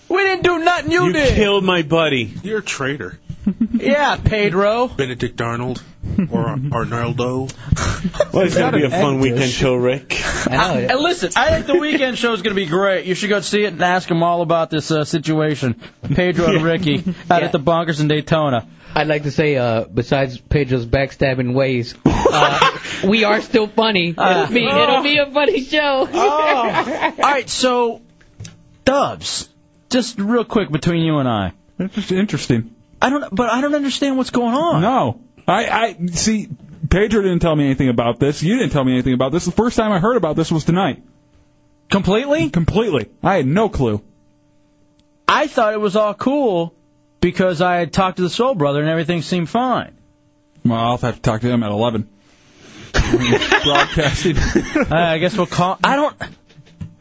We didn't do nothing. You, You did. killed my buddy. You're a traitor. yeah, Pedro. Benedict Arnold or Arnaldo. Well, it's going to be a fun weekend show, Rick. I- and listen, I think the weekend show is going to be great. You should go see it and ask them all about this uh, situation. Pedro and Ricky out at the bunkers in Daytona. I'd like to say, uh, besides Pedro's backstabbing ways, uh, we are still funny. Oh. it'll, be, it'll be a funny show. Uh, oh. all right, so Dubs, just real quick between you and I, It's just interesting. I don't, but I don't understand what's going on. No, I, I see. Pedro didn't tell me anything about this. You didn't tell me anything about this. The first time I heard about this was tonight. Completely? Completely. I had no clue. I thought it was all cool because I had talked to the Soul Brother and everything seemed fine. Well, I'll have to talk to him at 11. Broadcasting. Uh, I guess we'll call. I don't.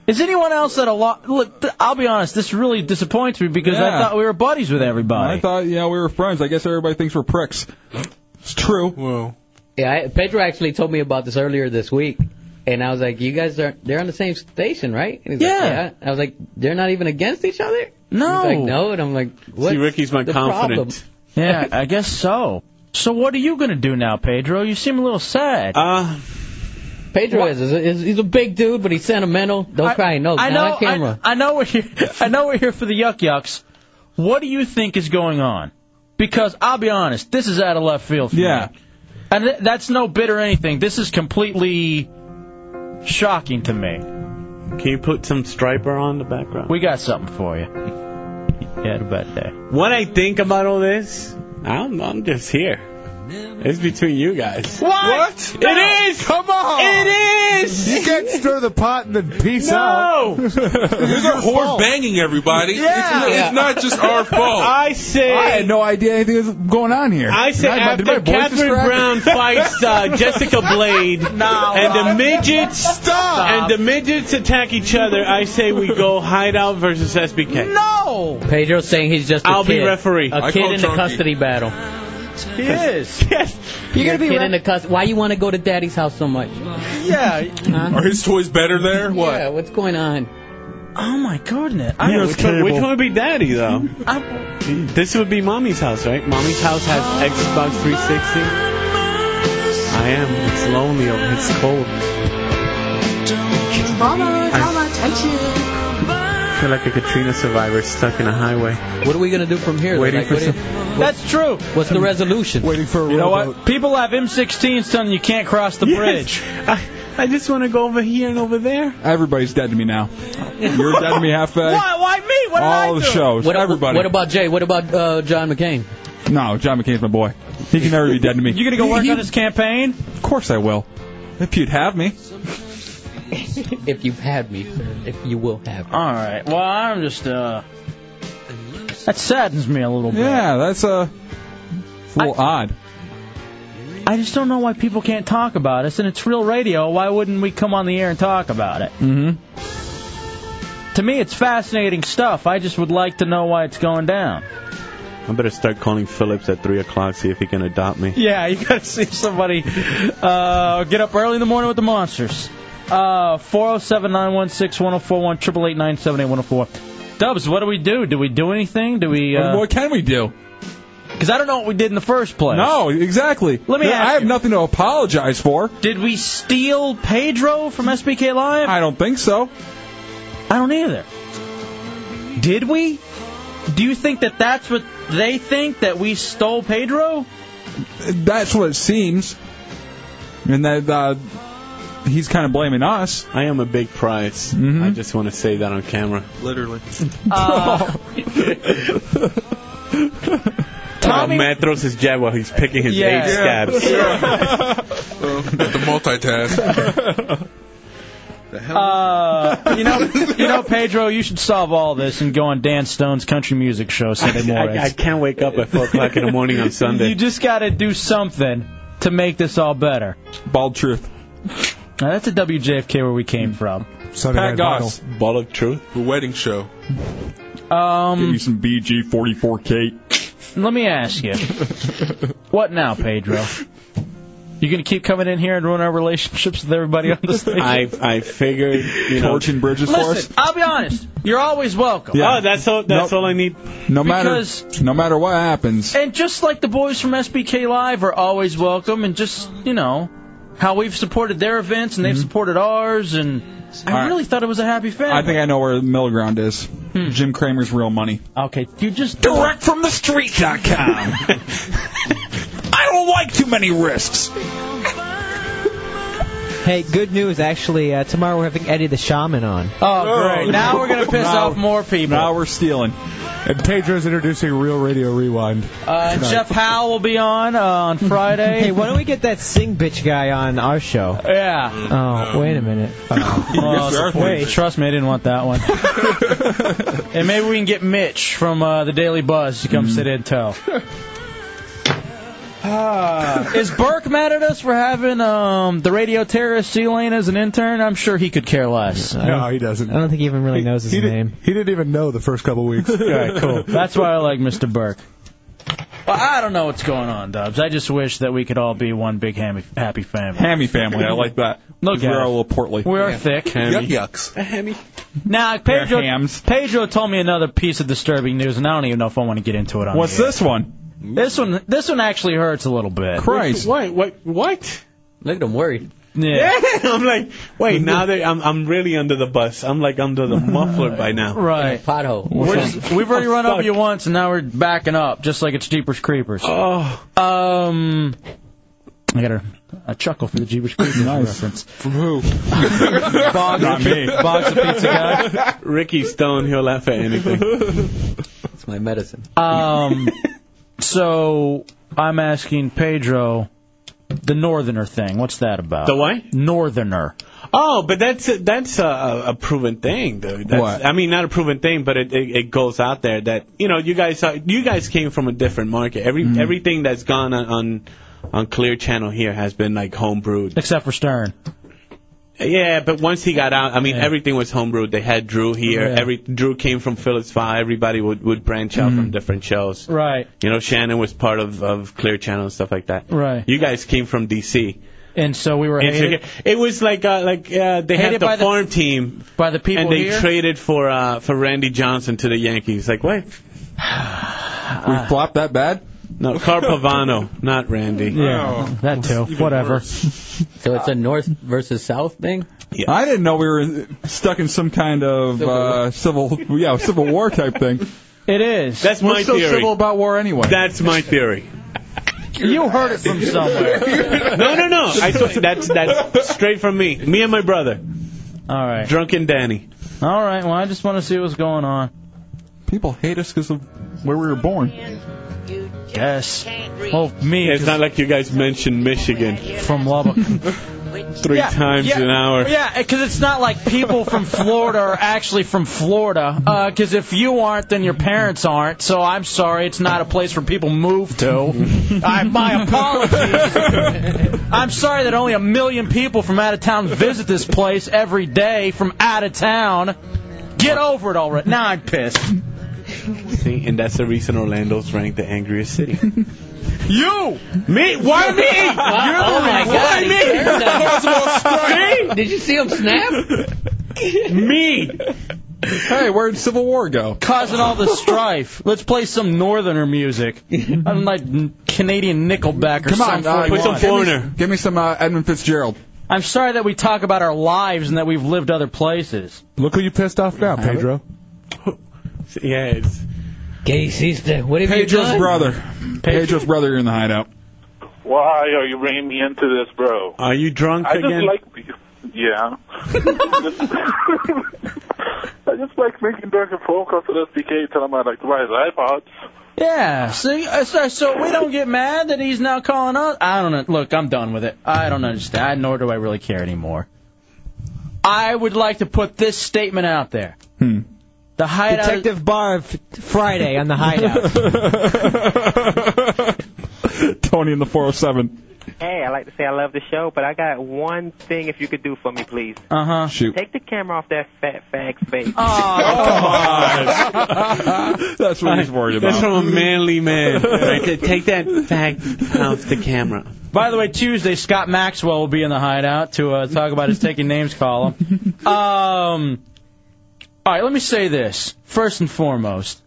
Is anyone else at a lot? Look, th- I'll be honest. This really disappoints me because I Yeah. thought we were buddies with everybody. I thought, you know, we were friends. I guess everybody thinks we're pricks. It's true. Well, Yeah, I, Pedro actually told me about this earlier this week, and I was like, "You guys are they're on the same station, right?" And he's like, Yeah. I was like, "They're not even against each other." No. He's like, no, and I'm like, "What?" See, Ricky's my the confidant. Yeah, I guess so. So what are you gonna do now, Pedro? You seem a little sad. Uh, problem? Pedro is, is, is he's a big dude, but he's sentimental. Don't cry, no, I not know. on camera. I, I know we're here. I know we're here for the yuck yucks. What do you think is going on? Because I'll be honest, this is out of left field for Yeah. me. And th- that's no bit or anything. This is completely shocking to me. Can you put some striper on the background? We got something for you. Yeah, about that. What I think about all this, I'm, I'm just here. It's between you guys. What? It is! Come on! It is! You can't stir the pot and then peace out. There's a whore banging everybody. Yeah. It's, not, it's not just our fault. I say. I had no idea anything was going on here. I say Did after did my voice Catherine distract? Brown fights uh, Jessica Blade and the midgets and the midgets attack each other, I say we go hideout versus SBK. No! Pedro's saying he's just a I'll be kid. referee. A kid in the custody battle. He is. You're gonna a be kid re- in the custody. Why you want to go to daddy's house so much? Yeah. Are his toys better there? What? Yeah, what's going on? Oh my goodness. I Yeah, don't- which, one, which one would be daddy though? I- This would be mommy's house, right? Mommy's house has Xbox 360. I am. It's lonely. over- It's cold. Drama, drama, tension. I feel like a Katrina survivor stuck in a highway. What are we gonna do from here? Waiting Like, for what some- is- That's true. what's the resolution? Waiting for a You know rowboat. what? People have M16s telling you can't cross the bridge. I, I just want to go over here and over there. Everybody's dead to me now. You're dead to me half Why? Why me? What did I All do? the shows. What, everybody. what about Jay? What about uh, John McCain? No, John McCain's my boy. He can never be dead to me. You gonna go He- work he- on this campaign? Of course I will. If you'd have me. if you had me, sir. If you will have me. All right. Well, I'm just uh. That saddens me a little bit. Yeah, that's uh, it's a little odd. I just don't know why people can't talk about us, and it's real radio. Why wouldn't we come on the air and talk about it? Mm-hmm. To me, it's fascinating stuff. I just would like to know why it's going down. I better start calling Phillips at 3 o'clock, see if he can adopt me. Yeah, you gotta see somebody. Uh, get up early in the morning with the monsters. Uh, 407 916 1041 888 978 1041. Dubs, what do we do? Do we do anything? Do we. Uh, What can we do? Because I don't know what we did in the first place. No, exactly. Let me I ask have nothing to apologize for. Did we steal Pedro from SBK Live? I don't think so. I don't either. Did we? Do you think that that's what they think that we stole Pedro? That's what it seems. And that uh, he's kind of blaming us. Mm-hmm. I am a big prize. I just want to say that on camera. Literally. Uh, Tommy Metros is jab while he's picking his Yeah. eight scabs. Got the multitask. Uh, you know, you know, Pedro, you should solve all this and go on Dan Stone's country music show Sunday morning. I, I can't wake up at 4 o'clock in the morning on Sunday. You just got to do something to make this all better. Bald truth. Now that's a WJFK where we came from. Pat Goss. Ball of Truth. The wedding show. Um, some BG 44K. let me ask you, what now, Pedro? You gonna keep coming in here and ruin our relationships with everybody on this thing? I I figured you know Torching bridges for us. Listen, I'll be honest. You're always welcome. Yeah. Oh, that's all. that's Nope. all I need. No Because- matter no matter what happens. And just like the boys from SBK Live are always welcome, and just you know how we've supported their events and they've supported ours, and I Mm-hmm. All right. really thought it was a happy family. I think I know where the middle ground is. Jim Cramer's real money. Hmm. Okay, you just direct from the street.com. I don't like too many risks. Hey, good news actually. Uh, tomorrow we're having Eddie the Shaman on. Oh, great! Now we're gonna piss Now- off more people. Now we're stealing. And Pedro's introducing Real Radio Rewind. Uh, Tonight. Jeff Howe will be on uh, on Friday. Hey, why don't we get that sing bitch guy on our show? Yeah. Oh, wait a minute. Well, wait, trust me, I didn't want that one. and maybe we can get Mitch from uh, the Daily Buzz to come Mm-hmm. sit in tell. Ah, is Burke mad at us for having um, the radio terrorist C-Lane as an intern? I'm sure he could care less. No, he doesn't. I don't think he even really knows his He, name. did, he didn't even know the first couple weeks. Alright, cool. That's why I like Mr. Burke. Well, I don't know what's going on, Dubs. I just wish that we could all be one big hammy, happy family. Hammy family, I like that. Look at we're us. all a little portly. We are thick. Yuck yucks. Now, Pedro, They're hams. Pedro told me another piece of disturbing news, and I don't even know if I want to get into it on What's the air. this one? This one, this one actually hurts a little bit. Christ. Wait, what? What? Look at him worried. Yeah. Yeah, I'm like, wait, now that I'm I'm really under the bus. I'm like under the muffler by now. Right. Pothole. We're just, we've already run over Oh, Fuck. you once, and now we're backing up, just like it's Jeepers Creepers. Oh, Um, I got a, a chuckle for the Jeepers Creepers reference. From who? Boggs, Not me. Boggs the pizza guy. Ricky Stone, he'll laugh at anything. It's my medicine. Um, so I'm asking Pedro the Northerner thing. What's that about? the what? Northerner. Oh, but that's that's a- a, a proven thing, dude. That's, What? I mean, not a proven thing, but it, it, it goes out there that you know you guys are, you guys came from a different market. Every Mm. everything that's gone on, on on Clear Channel here has been like homebrewed. Except for Stern. Yeah, but once he got out, I mean, Yeah. everything was homebrewed. They had Drew here. Yeah. Every Drew came from Phillips Five. Everybody would would branch out Mm. from different shows. Right. You know, Shannon was part of of Clear Channel and stuff like that. Right. You guys came from DC. And so we were And so- hated It was like uh, like uh, they Hated had by the the- farm team by the people and they here. traded for uh, for Randy Johnson to the Yankees. Like what? We flopped that bad? No, Carpavano, not Randy. yeah, that too. Whatever. So it's a north versus south thing? I didn't know we were stuck in some kind of uh, civil, yeah, civil war type thing. It is. That's We're my so theory. civil about war anyway. That's my theory. you heard it from somewhere. No, no, no. I told that's that's straight from me. Me and my brother, All right. drunken Danny. All right. Well, I just want to see what's going on. People hate us because of where we were born. Yes. Oh, me. It's not like you guys mentioned Michigan. From Lubbock. Three times yeah, an hour. Yeah, because it's not like people from Florida are actually from Florida. Because if you aren't, then your parents aren't. So I'm sorry, it's not a place where people move to. I, my apologies. I'm sorry that only a million people from out of town visit this place every day from out of town. Get over it already. Now I'm pissed. See, and that's the reason Orlando's ranked the angriest city. You! Me? Why me? You're Oh, the my reason. Why God, he me? turned on First of all, me? Did you see him snap? me. Hey, where'd Civil War go? Causing all the strife. Let's play some northerner music. I'm like Canadian Nickelback or Come on, something. uh, give me- Give me some uh, Edmund Fitzgerald. I'm sorry that we talk about our lives and that we've lived other places. Look who you pissed off now, Pedro. yeah, it's. Gay sister. What have Pedro's brother. Pedro's brother in the hideout. Why are you bringing me into this, bro? Are you drunk I again? just like, yeah. I just like making drunken phone calls to the SDK, tell him I like to buy his iPod. Yeah, see, uh, so, so we don't get mad that he's now calling us. I don't know. Look, I'm done with it. I don't understand, nor do I really care anymore. I would like to put this statement out there. Hmm. The hideout. Detective Barb Friday on the Hideout. Tony in the 407. Hey, I like to say I love the show, but I got one thing if you could do for me, please. Uh huh. Shoot. Take the camera off that fat fag's face. That's what he's worried That's about. from a manly man. Right there. Take that fact off the camera. By the way, Tuesday, Scott Maxwell will be in the hideout to uh, talk about his taking names column. Um, all right, let me say this first and foremost.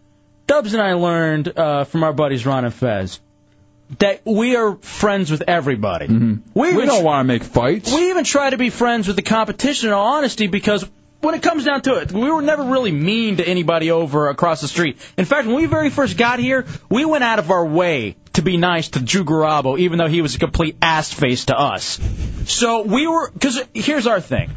Dubs and I learned uh, from our buddies Ron and Fez that we are friends with everybody. Mm-hmm. We, We don't want to make fights. We even try to be friends with the competition in all honesty because when it comes down to it, we were never really mean to anybody over across the street. In fact, when we very first got here, we went out of our way to be nice to Drew Garabo, even though he was a complete ass face to us. So we were, because here's our thing.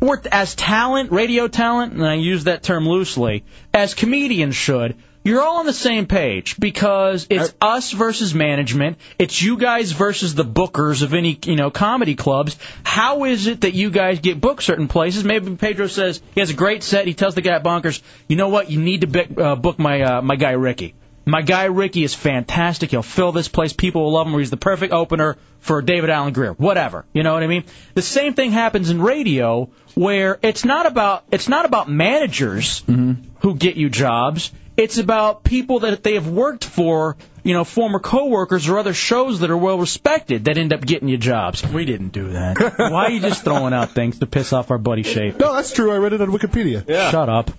We're as talent, radio talent, and I use that term loosely, as comedians should. You're all on the same page because it's us versus management. It's you guys versus the bookers of any you know comedy clubs. How is it that you guys get booked certain places? Maybe Pedro says he has a great set. He tells the guy at Bonkers, you know what? You need to be- uh, book my uh, my guy Ricky. My guy Ricky is fantastic. He'll fill this place. People will love him. He's the perfect opener for David Allen Greer. Whatever. You know what I mean? The same thing happens in radio where it's not about it's not about managers who get you jobs. It's about people that they have worked for, you know, former coworkers or other shows that are well respected that end up getting you jobs. We didn't do that. Why are you just throwing out things to piss off our buddy Shape? No, that's true. I read it on Wikipedia. Shut up.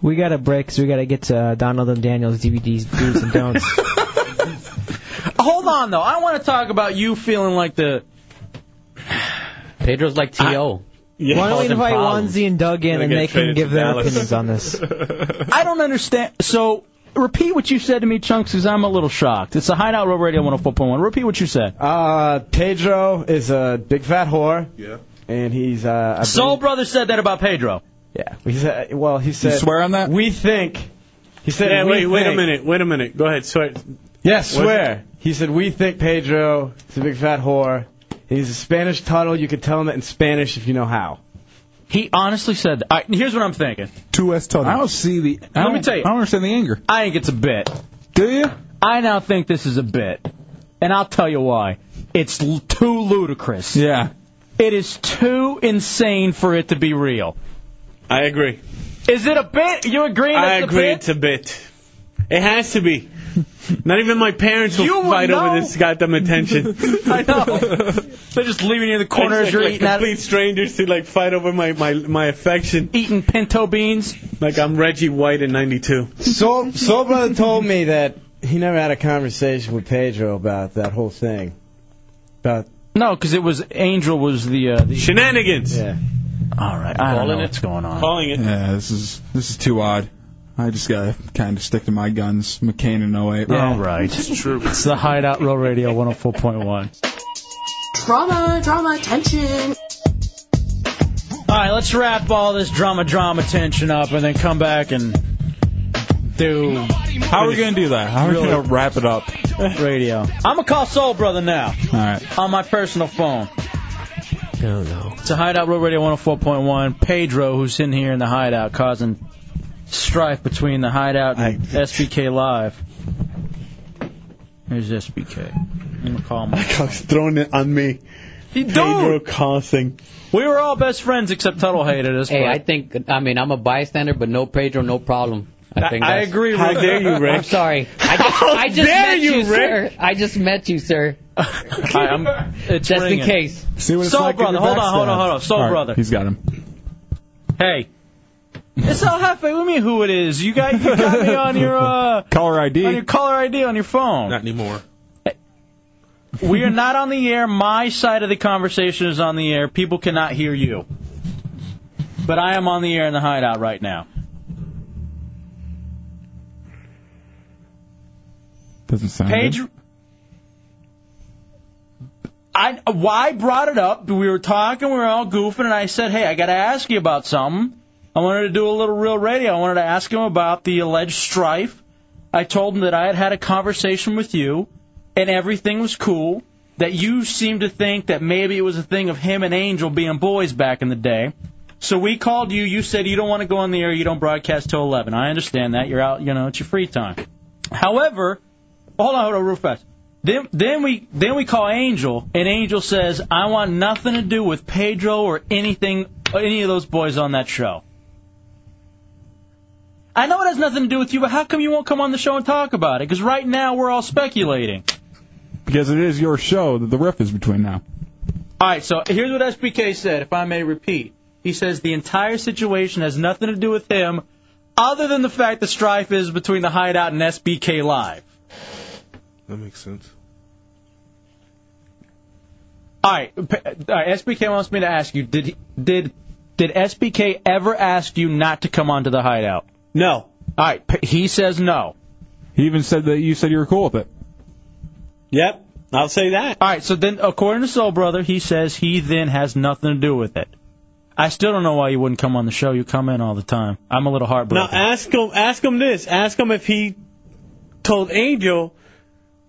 We got a break 'cause we got to get to uh, Donald and Daniel's DVDs, do's and don'ts. Hold on though. I want to talk about you feeling like the Pedro's like T.O. Why don't we invite Wanzi and Doug in They're and gonna they trade can it give to their Dallas. opinions on this? I don't understand. So, repeat what you said to me, Chunks, because I'm a little shocked. It's a Hideout Road Radio 104.1. Repeat what you said. Uh, Pedro is a big fat whore. Yeah. And he's uh. I Soul Brother said that about Pedro. Yeah. He said, well, he said. swear on that? We think. He said. yeah, we wait, wait a think- minute, wait a minute. Go ahead, swear. Yeah, What- swear. He said, we think Pedro is a big fat whore. And he's a Spanish toddle. You could tell him that in Spanish if you know how. He honestly said. I, here's what I'm thinking. Two S toddle. I don't see the. I Let don't, me tell you. I don't understand the anger. I think it's a bit. Do you? I now think this is a bit. And I'll tell you why. It's l- too ludicrous. Yeah. It is too insane for it to be real. I agree. Is it a bit? You agreeing I it's a agree bit? it's a bit. It has to be. Not even my parents will You would fight know. over this goddamn attention. I know. They're just leaving you in the corner as It's you're like, eating like out complete strangers to like fight over my, my, my affection. Eating pinto beans. Like I'm Reggie White in '92. Soul, Soul Brother told me that he never had a conversation with Pedro about that whole thing. About No, because it was Angel was the, uh, the shenanigans. Yeah. All right, I don't Calling know it. what's going on. Calling it. Yeah, this is this is too odd. I just gotta kind of stick to my guns, McCain and 08. All right, it's true. It's the Hideout Row Radio 104.1. Drama, drama, tension. All right, let's wrap all this drama, drama tension up, and then come back and do How are we going to do that? How are we going to wrap it up? Radio. I'm gonna call Soul Brother now. All right. On my personal phone. I don't know. It's a Hideout Road Radio 104.1. Pedro, who's in here in the Hideout, causing strife between the Hideout and SBK Live. Here's SBK. I'm gonna call him. Cox throwing it on me. He Pedro Costing. We were all best friends except Tuttle hated us. Hey, but- I think I mean I'm a bystander, but no Pedro, no problem. I, I- think I that's- agree with How you. dare you, Rick. I'm sorry. I just, I just dare met you, you, Rick. sir. I just met you, sir. I, am it's just ringing. in case. Soul Brother, hold on, hold on, hold on. Soul All right, Brother. He's got him. Hey. It's El Jefe. We mean who it is. You got you got me on your uh, caller ID. on your caller ID on your phone. Not anymore. We are not on the air. My side of the conversation is on the air. People cannot hear you. But I am on the air in the hideout right now. Doesn't sound Page. I why I brought it up? We were talking, we were all goofing, and I said, "Hey, I got to ask you about something." I wanted to do a little real radio. I wanted to ask him about the alleged strife. I told him that I had had a conversation with you, and everything was cool. That you seemed to think that maybe it was a thing of him and Angel being boys back in the day. So we called you. You said you don't want to go on the air. You don't broadcast till 11. I understand that. You're out. You know, it's your free time. However, hold on, hold on, real fast. Then, then we then we call Angel, and Angel says, "I want nothing to do with Pedro or anything, or any of those boys on that show." I know it has nothing to do with you, but how come you won't come on the show and talk about it? Because right now we're all speculating. Because it is your show that the ref is between now. All right, so here's what SBK said, if I may repeat. He says the entire situation has nothing to do with him, other than the fact that strife is between the hideout and SBK Live. That makes sense. All right, p- uh, all right, SBK wants me to ask you, did he- did did SBK ever ask you not to come onto the hideout? No. All right, p- he says no. He even said that you said you were cool with it. Yep, I'll say that. All right, so then according to Soul Brother, he says he then has nothing to do with it. I still don't know why you wouldn't come on the show. You come in all the time. I'm a little Now heartbroken. ask him. Ask him this. Ask him if he told Angel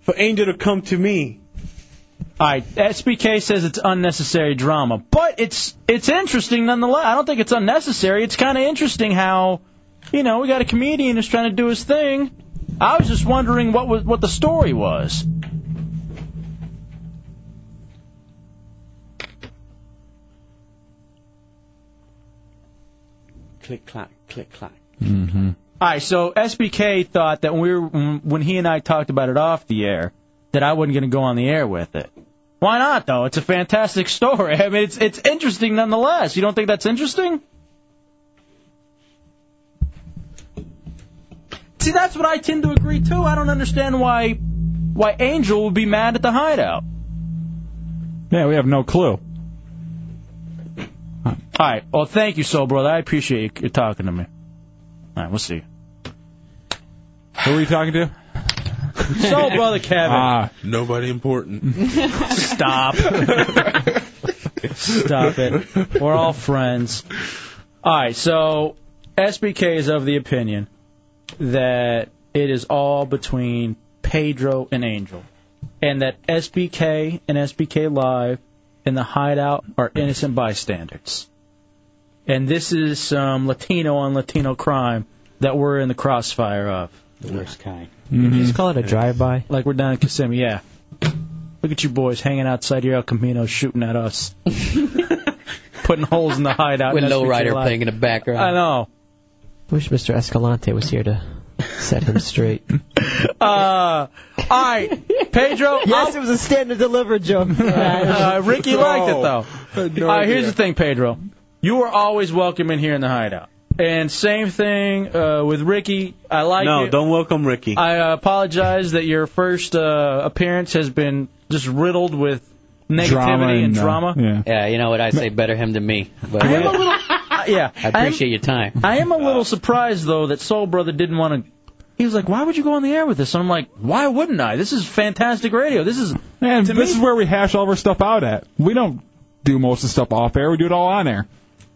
for Angel to come to me. All right, SBK says it's unnecessary drama, Um, but it's it's interesting nonetheless. I don't think it's unnecessary. It's kind of interesting how, you know, we got a comedian who's trying to do his thing. I was just wondering what was what the story was. Click clack, click clack. Mm-hmm. All right, so SBK thought that when we were when he and I talked about it off the air, that I wasn't going to go on the air with it. Why not though? It's a fantastic story. I mean, it's it's interesting nonetheless. You don't think that's interesting? See, that's what I tend to agree too. I don't understand why why Angel would be mad at the hideout. Yeah, we have no clue. All right. Well, thank you, Soul Brother. I appreciate you you talking to me. All right, we'll see. Who are you talking to? Soul Brother Kevin. Ah. Nobody important. Stop. Stop it. We're all friends. All right, so SBK is of the opinion that it is all between Pedro and Angel, and that SBK and SBK Live and the Hideout are innocent bystanders. And this is some Latino on Latino crime that we're in the crossfire of. The worst kind. Just call it a drive-by. Like we're down in Kissimmee, yeah. Look at you boys hanging outside your El Camino, shooting at us, putting holes in the hideout. With in SBK Lowrider Live. playing in the background. I know. Wish Mr. Escalante was here to set him straight. Uh, all right, Pedro. yes, it was a stand and deliver joke. uh, Ricky liked it though. No All right, here's idea. the thing, Pedro. You are always welcome in here in the hideout. And same thing uh, with Ricky. I like no, it. don't welcome Ricky. I apologize that your first uh, appearance has been just riddled with negativity and, uh, drama. yeah. you know what I say, better him than me. But I am a little, uh, yeah. I appreciate your time. I am a little surprised though that Soul Brother didn't want to. He was like, "Why would you go on the air with this?" And I'm like, "Why wouldn't I? This is fantastic radio. This is And to this me- is where we hash all of our stuff out at. We don't do most of the stuff off air. We do it all on air.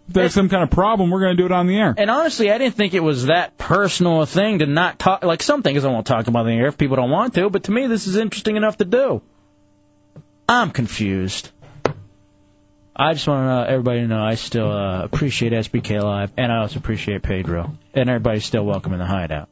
there's some kind of problem, we're going to do it on the air. And honestly, I didn't think it was that personal a thing to not talk. Like some things I won't talk about on the air if people don't want to, but to me, this is interesting enough to do. I'm confused. I just want to everybody to know I still uh, appreciate SBK Live, and I also appreciate Pedro, and everybody's still welcome in the hideout.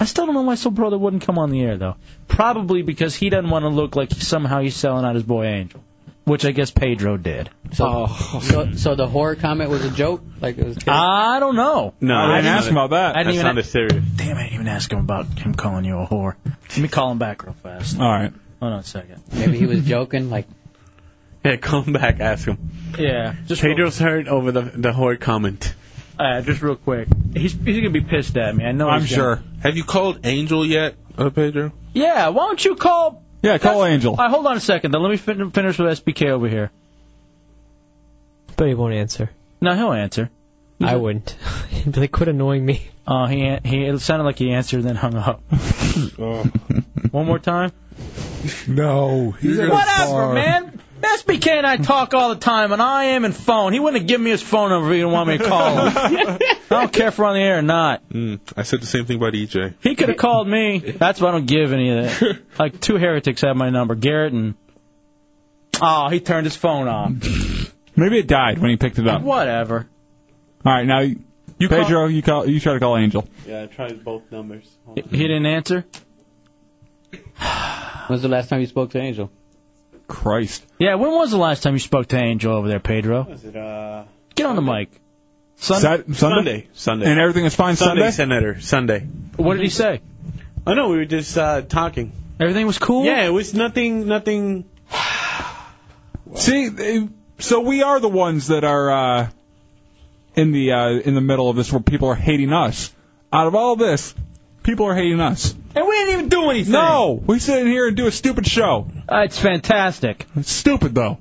I still don't know why Soul Brother wouldn't come on the air though. Probably because he doesn't want to look like somehow he's selling out his boy Angel, which I guess Pedro did. So, so, so the horror comment was a joke? Like it was I don't know. No, I didn't ask him about that. I didn't That even sounded serious. Damn, I didn't even ask him about him calling you a whore. Let me call him back real fast. All right. Hold on a second. Maybe he was joking, like. Yeah, come back, ask him. Yeah. Just Pedro's hurt over the the horrid comment. Uh, just real quick. He's he's gonna be pissed at me. I know. he's gonna- Have you called Angel yet, uh, Pedro? Yeah. Why don't you call? Yeah, call Angel. All right, hold on a second. Though. Let me fin- finish with SBK over here. But he won't answer. No, he'll answer. I wouldn't. He'd be like, quit annoying me. Oh, he an- he. It sounded like he answered and then hung up. One more time. No. he's at a Whatever, bar. man. SBK and I talk all the time, and I am in phone. He wouldn't give me his phone number if he didn't want me to call him. I don't care if we're on the air or not. Mm, I said the same thing about EJ. He could have called me. That's why I don't give any of that. Like two heretics have my number, Garrett and. Oh, he turned his phone off. Maybe it died when he picked it up. Whatever. All right, now you, Pedro, you call, you try to call Angel. Yeah, I tried both numbers. He didn't answer. When's the last time you spoke to Angel? Christ. Yeah, when was the last time you spoke to Angel over there, Pedro? Was it uh? Get on the mic. Sun- Sat- Sunday? Sunday. Sunday. And everything is fine Sunday? Sunday, Senator. Sunday. What did he say? Oh no, we were just uh, talking. Everything was cool. Yeah, it was nothing. Nothing. See, they- so we are the ones that are uh, in the uh, in the middle of this, where people are hating us. Out of all this, people are hating us. And we didn't even do anything. No, we sit in here and do a stupid show. Uh, it's fantastic. It's stupid though.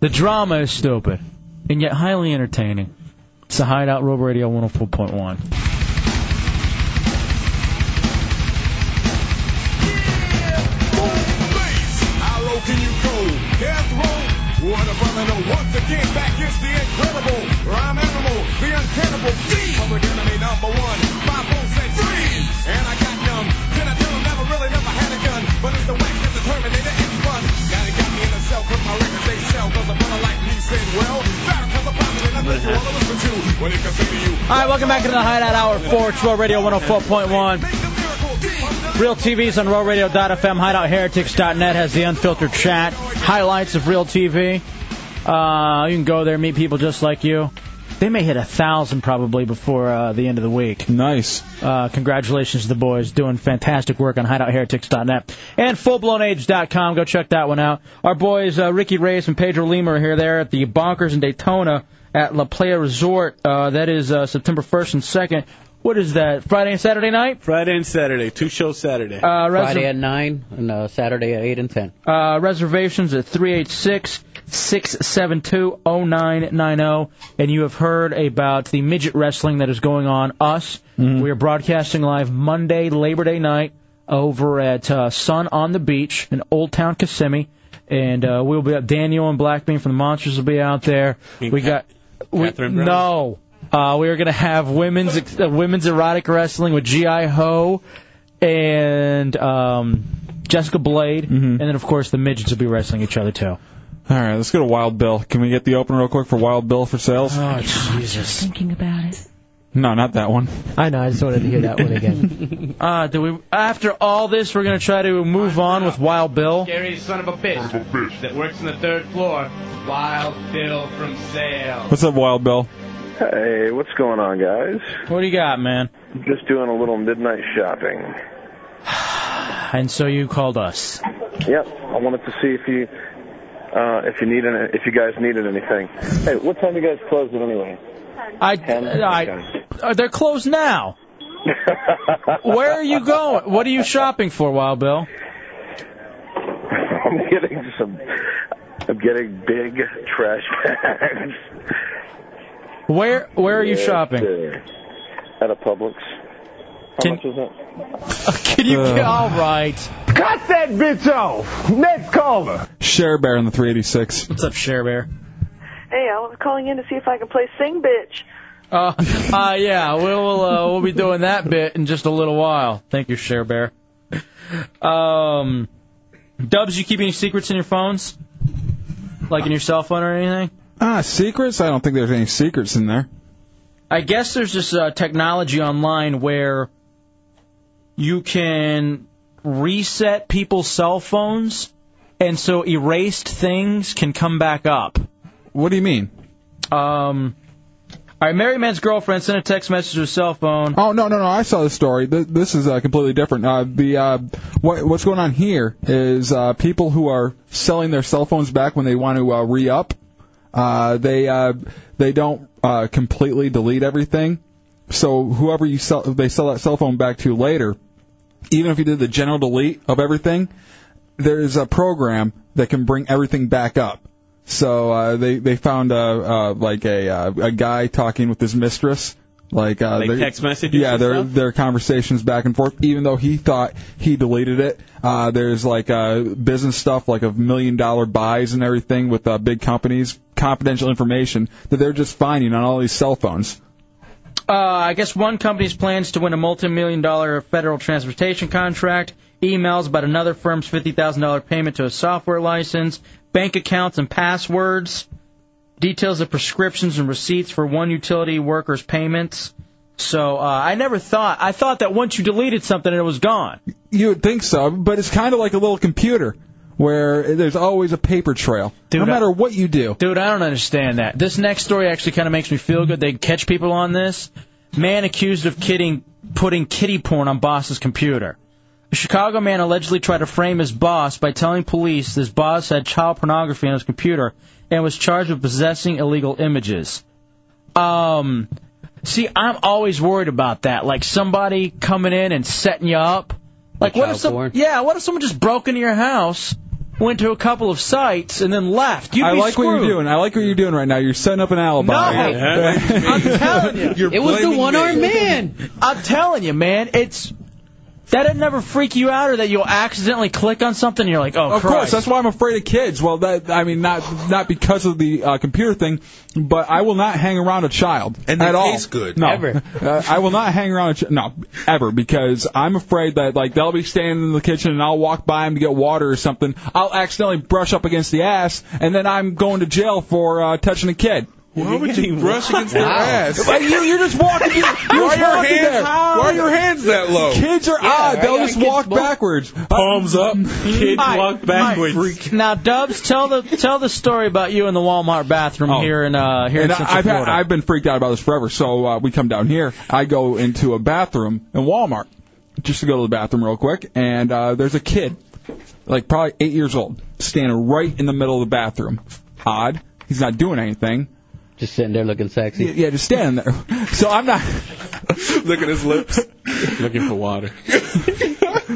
The drama is stupid, and yet highly entertaining. It's the Hideout Road Radio 104.1. How low can you go? Death row? What a brother know. Once again, back is the incredible rhyme animal, the untenable fiend. Public enemy number one, five folks say freeze. And I got numb. Then I tell 'em never really never had a gun, but it's the wax that's the Terminator X fun. Now they got me in a cell 'cause my records they sell 'cause a brother like me said, well, battle 'cause I'm popular, nothing you wanna listen to. When it comes to you, All right, welcome back to the Hideout Hour 4, Troll Radio 104.1. Real TV's on RealRadio.fm, HideoutHeretics.net has the unfiltered chat, highlights of Real TV. Uh, you can go there, meet people just like you. They may hit a thousand probably before uh, the end of the week. Nice. Uh, congratulations to the boys doing fantastic work on HideoutHeretics.net and FullBlownAge.com. Go check that one out. Our boys uh, Ricky Reyes and Pedro Lima are here. They're at the Bonkers in Daytona at La Playa Resort. Uh, that is uh, September 1st and 2nd. What is that? Friday and Saturday night? Friday and Saturday, two shows Saturday. Uh, res- Friday at 9 and uh, Saturday at 8 and 10. Uh, reservations at 386 672 0990. oh. And you have heard about the midget wrestling that is going on. Us, we are broadcasting live Monday, Labor Day night, over at uh, Sun on the Beach in Old Town Kissimmee. And uh, we'll be up. Daniel and Blackbean from the Monsters will be out there. we got. We, Brown? no. Uh, we are going to have women's uh, women's erotic wrestling with G.I. Ho and um, Jessica Blade, Mm-hmm. and then of course the midgets will be wrestling each other too. All right, let's go to Wild Bill. Can we get the open real quick for Wild Bill for sales? Oh Jesus! Thinking about it. No, not that one. I know. I just wanted to hear that one again. Uh, do we? After all this, we're gonna try to move on with Wild Bill. Gary, son of a bitch, that works on the third floor. Wild Bill from Sale. What's up, Wild Bill? Hey, what's going on, guys? What do you got, man? Just doing a little midnight shopping. And so you called us. Yep, I wanted to see if you uh, if you needed if you guys needed anything. Hey, what time you guys close it anyway? I, I, uh, they're closed now. Where are you going? What are you shopping for, Wild Bill? I'm getting some. I'm getting big trash bags Where Where are you Yes, shopping? at a Publix. How Can- much is it? Can you? get Uh, all right. Cut that bitch off. Next caller. Share Bear in the 386. What's up, Share Bear? Hey, I was calling in to see if I can play Sing Bitch. Uh, uh, yeah, we'll uh, we'll be doing that bit in just a little while. Thank you, Share Bear. Um, Dubs, you keep any secrets in your phones, like in your cell phone or anything? Ah, secrets? I don't think there's any secrets in there. I guess there's this uh, technology online where you can reset people's cell phones, and so erased things can come back up. What do you mean? Um, all right, married man's girlfriend sent a text message to her cell phone. Oh no no no! I saw the story. Th- This is uh, completely different. Uh, the uh, what, what's going on here is uh, people who are selling their cell phones back when they want to uh, re up. Uh, they uh, they don't uh, completely delete everything. So whoever you sell, they sell that cell phone back to later. Even if you did the general delete of everything, there is a program that can bring everything back up. So uh, they they found uh, uh, like a uh, a guy talking with his mistress, like, uh, Like they- text messages Yeah, and their stuff? their conversations back and forth. Even though he thought he deleted it, uh, there's like uh, business stuff, like of million dollar buys and everything with uh, big companies, confidential information that they're just finding on all these cell phones. Uh, I guess one company's plans to win a multi-million dollar federal transportation contract, emails about another firm's $50,000 payment to a software license, bank accounts and passwords, details of prescriptions and receipts for one utility worker's payments. So uh, I never thought I thought that once you deleted something it was gone. You would think so, but it's kind of like a little computer where there's always a paper trail, no Dude, I- matter what you do. Dude, I don't understand that. This next story actually kind of makes me feel good. They catch people on this. Man accused of kidding, putting kitty porn on boss's computer. A Chicago man allegedly tried to frame his boss by telling police his boss had child pornography on his computer and was charged with possessing illegal images. Um, see, I'm always worried about that. Like somebody coming in and setting you up. Like, what if some? Yeah, what if someone just broke into your house, went to a couple of sites, and then left? You'd I be like screwed. what you're doing. I like what you're doing right now. You're setting up an alibi. No. I'm telling you, It was the blaming one-armed me. man. I'm telling you, man, it's that'd never freak you out, or that you'll accidentally click on something. and You're like, oh, Of course, that's why I'm afraid of kids. Well, that I mean, not not because of the uh, computer thing, but I will not hang around a child And they at all. taste good. No, Ever. Uh, I will not hang around a ch- no ever because I'm afraid that like they'll be standing in the kitchen and I'll walk by them to get water or something. I'll accidentally brush up against the ass, and then I'm going to jail for uh, touching a kid. Why would you brush against their Wow. ass? But you- you're just walking. You're, you're Why are just your walking hands- there. why are your hands that low? Kids are Yeah, odd. right, They'll yeah, just kids walk walk- backwards. Palms up. Kids All right, all walk right. backwards. Now, Dubs, tell the tell the story about you in the Walmart bathroom Oh. here in uh, here in and Central I've, had, Florida. I've been freaked out about this forever. So uh, we come down here. I go into a bathroom in Walmart just to go to the bathroom real quick, and uh, there's a kid, like probably eight years old, standing right in the middle of the bathroom. Odd. He's not doing anything. Just sitting there looking sexy. Yeah, yeah, just standing there. So I'm not Look at his lips. looking for water.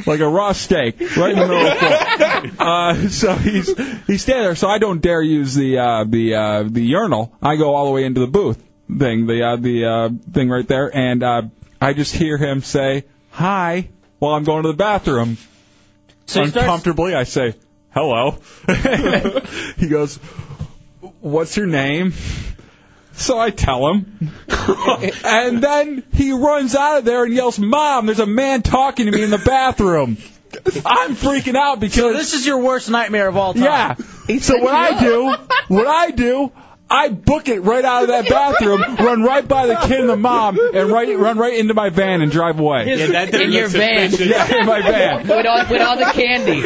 like a raw steak, right in the middle of the floor. Uh, so he's he's standing there. So I don't dare use the uh, the uh, the urinal. I go all the way into the booth thing, the uh, the uh, thing right there, and uh, I just hear him say hi while I'm going to the bathroom. So he starts- Uncomfortably, I say hello. he goes, "What's your name?" So I tell him, and then he runs out of there and yells, "Mom, there's a man talking to me in the bathroom." I'm freaking out because this is your worst nightmare of all time. Yeah. so what I do, what I do, I book it right out of that bathroom, run right by the kid and the mom, and right run right into my van and drive away. Yeah, that doesn't in your look van. suspicious. Yeah, in my van. With all, with all the candy.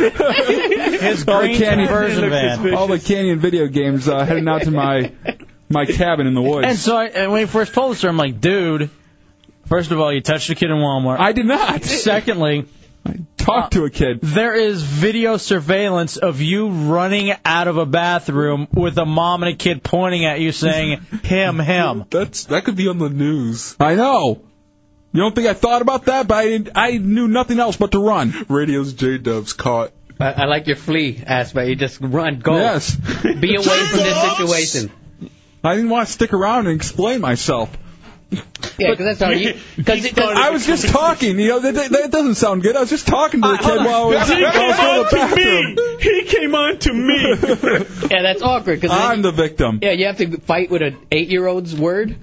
His all the green canyon version Look van. suspicious. all the canyon video games uh, heading out to my my cabin in the woods. And so I, and when he first told us, I'm like, dude. First of all, you touched a kid in Walmart. I did not. Secondly, Uh, talk to a kid. There is video surveillance of you running out of a bathroom with a mom and a kid pointing at you, saying, "Him, him." That's that could be on the news. I know. You don't think I thought about that? But I didn't, I knew nothing else but to run. Radio's J Dubs caught. I, I like your flea aspect. You just run, go. Yes. Be away from this situation. I didn't want to stick around and explain myself. Yeah, because that's how you. Because I was just talking. You know, that, that, that doesn't sound good. I was just talking to the kid while I was, Uh, He while I was going to the came on to bathroom. me. He came on to me. yeah, that's awkward. Cause I'm the victim. Yeah, you have to fight with an eight-year-old's word.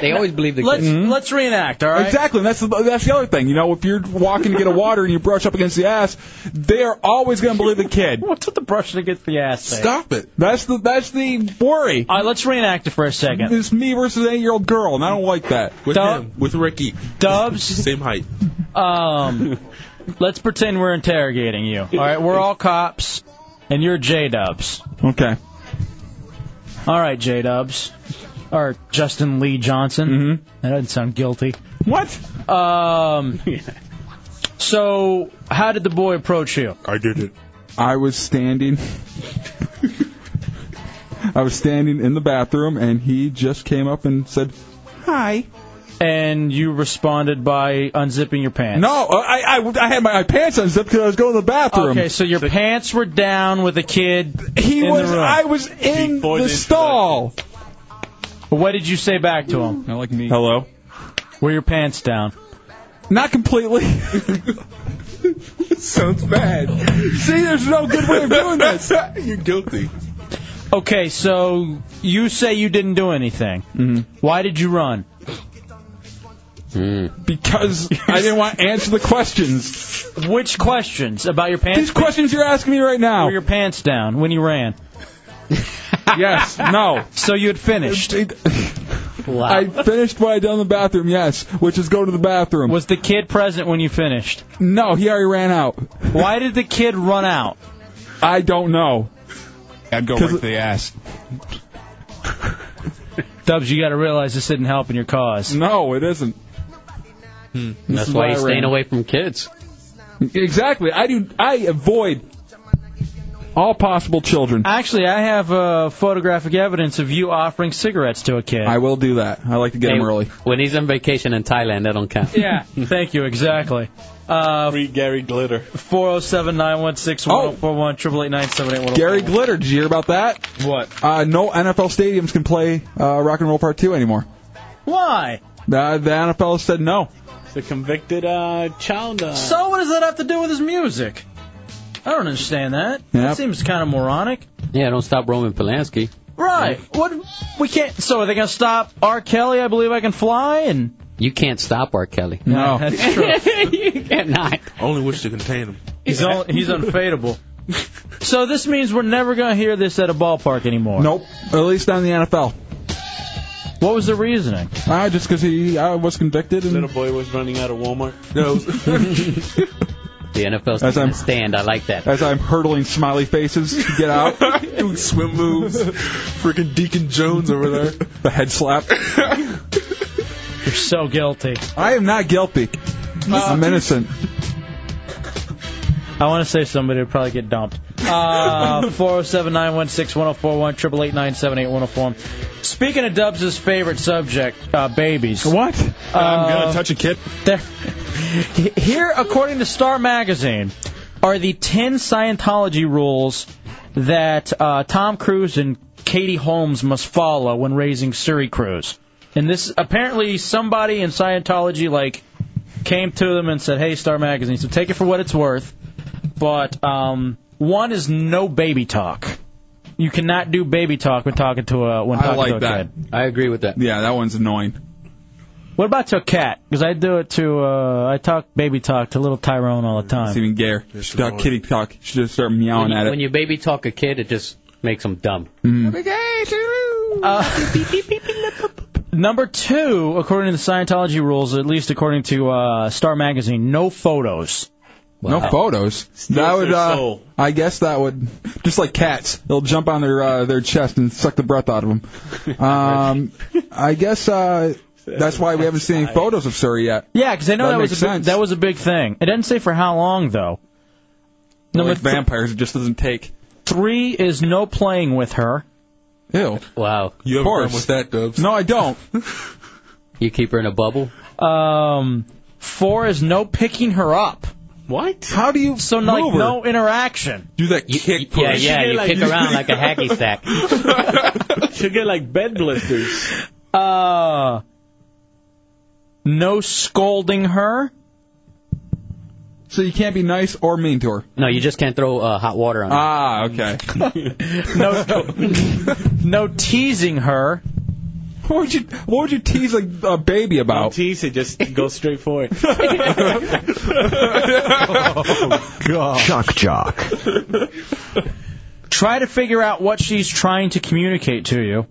they always believe the let's kid. let's reenact. All right. Exactly, and that's the, that's the other thing. You know, if you're walking to get a water and you brush up against the ass, they are always going to believe the kid. What's with the brushing against the ass? Thing? Stop it. That's the that's the worry. All right, let's reenact it for a second. It's me versus an eight-year-old girl, and I don't like that. With Dub- him, with Ricky. Dubs. Same height. Um, let's pretend we're interrogating you. All right, we're all cops, and you're J Dubs. Okay. All right, J Dubs, or Justin Lee Johnson. Mm-hmm. That doesn't sound guilty. What? Um. So, how did the boy approach you? I did it. I was standing. I was standing in the bathroom, and he just came up and said, Hi. And you responded by unzipping your pants. "No, uh, I I, I had my, my pants unzipped because I was going to the bathroom." Okay, so your pants were down with a kid. He in was. The room. I was in the stall. What did you say back to him? Not like me. Hello. Were your pants down? Not completely. Sounds bad. See, there's no good way of doing this. You're guilty. Okay, so you say you didn't do anything. Mm-hmm. Why did you run? Hmm. Because I didn't want to answer the questions. Which questions about your pants? These questions you're asking me right now. Were your pants down when you ran? yes. No. So you had finished. I finished what I done in the bathroom. Yes, which is go to the bathroom. Was the kid present when you finished? No, he already ran out. Why did the kid run out? I don't know. I'd go 'Cause- right to the ass. Dubs, you got to realize this isn't helping your cause. No, it isn't. Hmm. This That's is why why he's I staying ran. away from kids. Exactly. I do. I avoid all possible children. Actually, I have uh, photographic evidence of you offering cigarettes to a kid. I will do that. I like to get Hey, them early. When he's on vacation in Thailand, that don't count. Yeah. Thank you. Exactly. Uh, Free Gary Glitter. Four zero seven nine one six one zero four one triple eight nine seven eight one. oh Gary Glitter. Did you hear about that? What? Uh, no NFL stadiums can play uh, Rock and Roll Part Two anymore. Uh, Why? The, the NFL said no. The convicted uh, child. Uh, So what does that have to do with his music? I don't understand that. That Yep. seems kind of moronic. Yeah, don't stop Roman Polanski. Right. What? We can't. So are they gonna stop R. Kelly? I believe I can fly. And You can't stop R. Kelly. No. That's true. you cannot. Only wish to contain him. he's on, he's unfadable. So this means we're never gonna hear this at a ballpark anymore. Nope. At least not in the NFL. What was the reasoning? Uh, just because he uh, was convicted. And Little boy was running out of Walmart. No. The NFL's As taking I'm- a stand. I like that. As I'm hurtling smiley faces to get out. Doing swim moves. Freaking Deacon Jones over there. the head slap. You're so guilty. I am not guilty. Uh, I'm innocent. I want to say somebody would probably get dumped. Uh, 407 916 1041, 888 978 1041. Speaking of Dubs' favorite subject, uh, babies. Uh, What? I'm gonna touch a kid. There, here, according to Star Magazine, are the 10 Scientology rules that uh, Tom Cruise and Katie Holmes must follow when raising Suri Cruise. And this apparently somebody in Scientology like came to them and said, "Hey, Star Magazine, so take it for what it's worth." But um, one is no baby talk. You cannot do baby talk when talking to a when talking I to a like kid. that. I agree with that. Yeah, that one's annoying. What about to a cat? Because I do it to, uh, I talk baby talk to little Tyrone all the It's time. even gayer. Dog kitty talk. You should just start meowing When you, at it. when you baby talk a kid, it just makes him dumb. mm-hmm. Uh, Number two, according to the Scientology rules, at least according to uh, Star Magazine, no photos. No photos. that would, their uh, soul. I guess that would, just like cats, they'll jump on their uh, their chest and suck the breath out of them. Um, I guess uh, that's why we haven't seen any photos of Suri yet. Yeah, because I know that, That was makes a big, sense. that was a big thing. It doesn't say for how long though. Number like th- vampires, it just doesn't take. three is no playing with her. Ew. Wow. You Of haven't course. done with that, Dubs. No, I don't. You keep her in a bubble. Um, four is no picking her up. What? How do you So like move her? no interaction. Do that kick push. Yeah, yeah. You kick around like a hacky sack. She'll get like bed blisters. Uh, No scolding her. So you can't be nice or mean to her. No, you just can't throw uh, hot water on her. Ah, okay. no, no teasing her. What would you What would you tease a, a baby about? Oh, Don't tease it. Just go straight for it. God. Shock jock. Try to figure out what she's trying to communicate to you.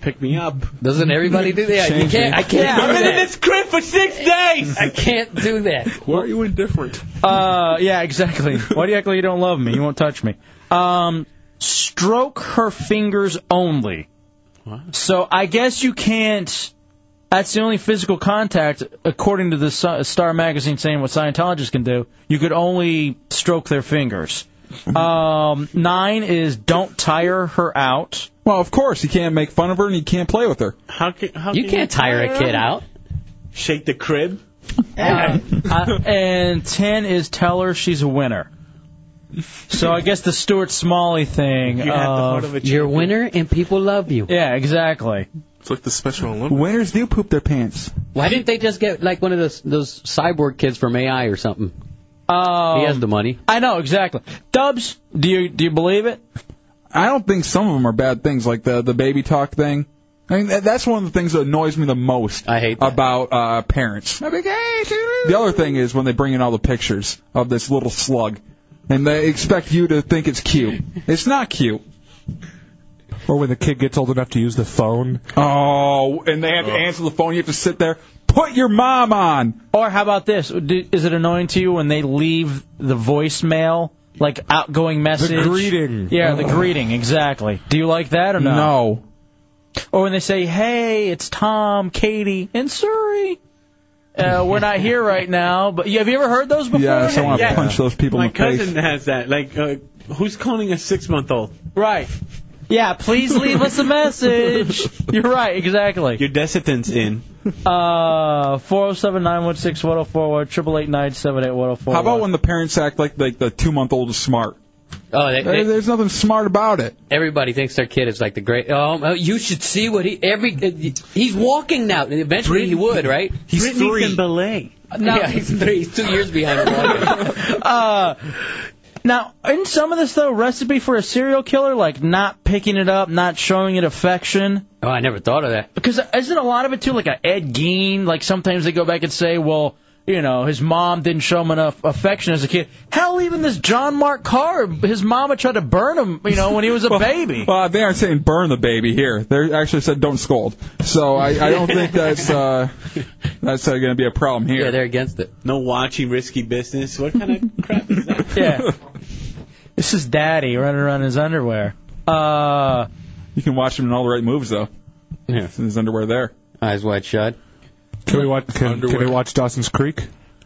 Pick me up. Doesn't everybody do that? You Change can't. me. I can't. Yeah, do I've been that. in this crib for six days. I can't do that. Why are you indifferent? Uh, yeah, exactly. Why do you act like you don't love me? You won't touch me. Um, stroke her fingers only. So I guess you can't. That's the only physical contact, according to the Su- Star magazine, saying what Scientologists can do. You could only stroke their fingers. Mm-hmm. Um, nine is don't tire her out. Well, of course, you can't make fun of her and you can't play with her. How can, how You can can't tire a kid out. Shake the crib. Uh, and 10 is tell her she's a winner. So I guess the Stuart Smalley thing. You have the heart of a You're a champion. winner and people love you. Yeah, exactly. It's like the Special Olympics. Winners do poop their pants. Why didn't they just get like one of those those cyborg kids from AI or something? Um, he has the money. Oh, I know exactly. Dubs, do you do you believe it? I don't think some of them are bad things, like the the baby talk thing. I mean, that, that's one of the things that annoys me the most. I hate about uh, parents. The other thing is when they bring in all the pictures of this little slug, and they expect you to think it's cute. It's not cute. Or when the kid gets old enough to use the phone. Oh, and they have to answer the phone. You have to sit there. Put your mom on. Or how about this? Do, is it annoying to you when they leave the voicemail, like outgoing message? greeting. Yeah, Oh. the greeting. Exactly. Do you like that or no? No. Or when they say, "Hey, it's Tom, Katie, and Surrey." Uh, we're not here right now, but have you ever heard those before? Yes, I want to punch those people My in the face. cousin has that. Like, uh, who's calling a six-month-old? Right. Yeah, please leave us a message. You're right, exactly. Your desitant's in. Uh, 407 916 1041, 888 978 1041. How about when the parents act like like the two month old is smart? Oh, they, There- they, there's nothing smart about it. everybody thinks their kid is like the great. Oh, you should see what he every. He's walking now, and eventually he would, right? He's Brittany three. can belay. No, he's three. He's two years behind. uh, now, isn't some of this, though, recipe for a serial killer? Like not picking it up, not showing it affection? Oh, I never thought of that. Because isn't a lot of it, too, like a Ed Gein? Like sometimes they go back and say, well, you know, his mom didn't show him enough affection as a kid. Hell, even this John Mark Carr, his mama tried to burn him, you know, when he was a Well, baby. Well, they aren't saying burn the baby here. They actually said don't scold. So I, I don't think that's uh, that's uh, going to be a problem here. Yeah, they're against it. No watching risky business. What kind of Yeah. this is Daddy running around in his underwear. Uh, you can watch him in all the right moves though. Yeah, it's in his underwear there. Eyes wide shut. Can we watch? Can, can we watch Dawson's Creek?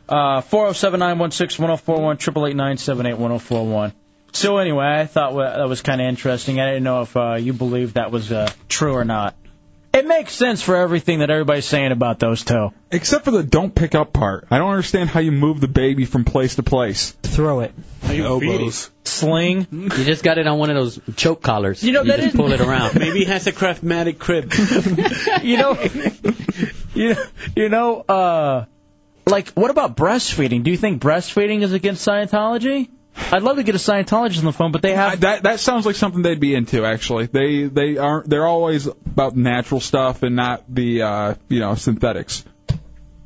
Uh, 407 916 1041, 888 978 1041. So, anyway, I thought wa- that was kind of interesting. I didn't know if uh, you believed that was uh, true or not. It makes sense for everything that everybody's saying about those two. Except for the don't pick up part. I don't understand how you move the baby from place to place. Throw it. Elbows. Sling. You just got it on one of those choke collars. You know, that just is- pull it around. Maybe he has a craftmatic crib. you know, you, you know, uh, like, what about breastfeeding? Do you think breastfeeding is against Scientology? I'd love to get a Scientologist on the phone, but they have. That that sounds like something they'd be into actually. They they aren't. They're always about natural stuff and not the uh, you know synthetics.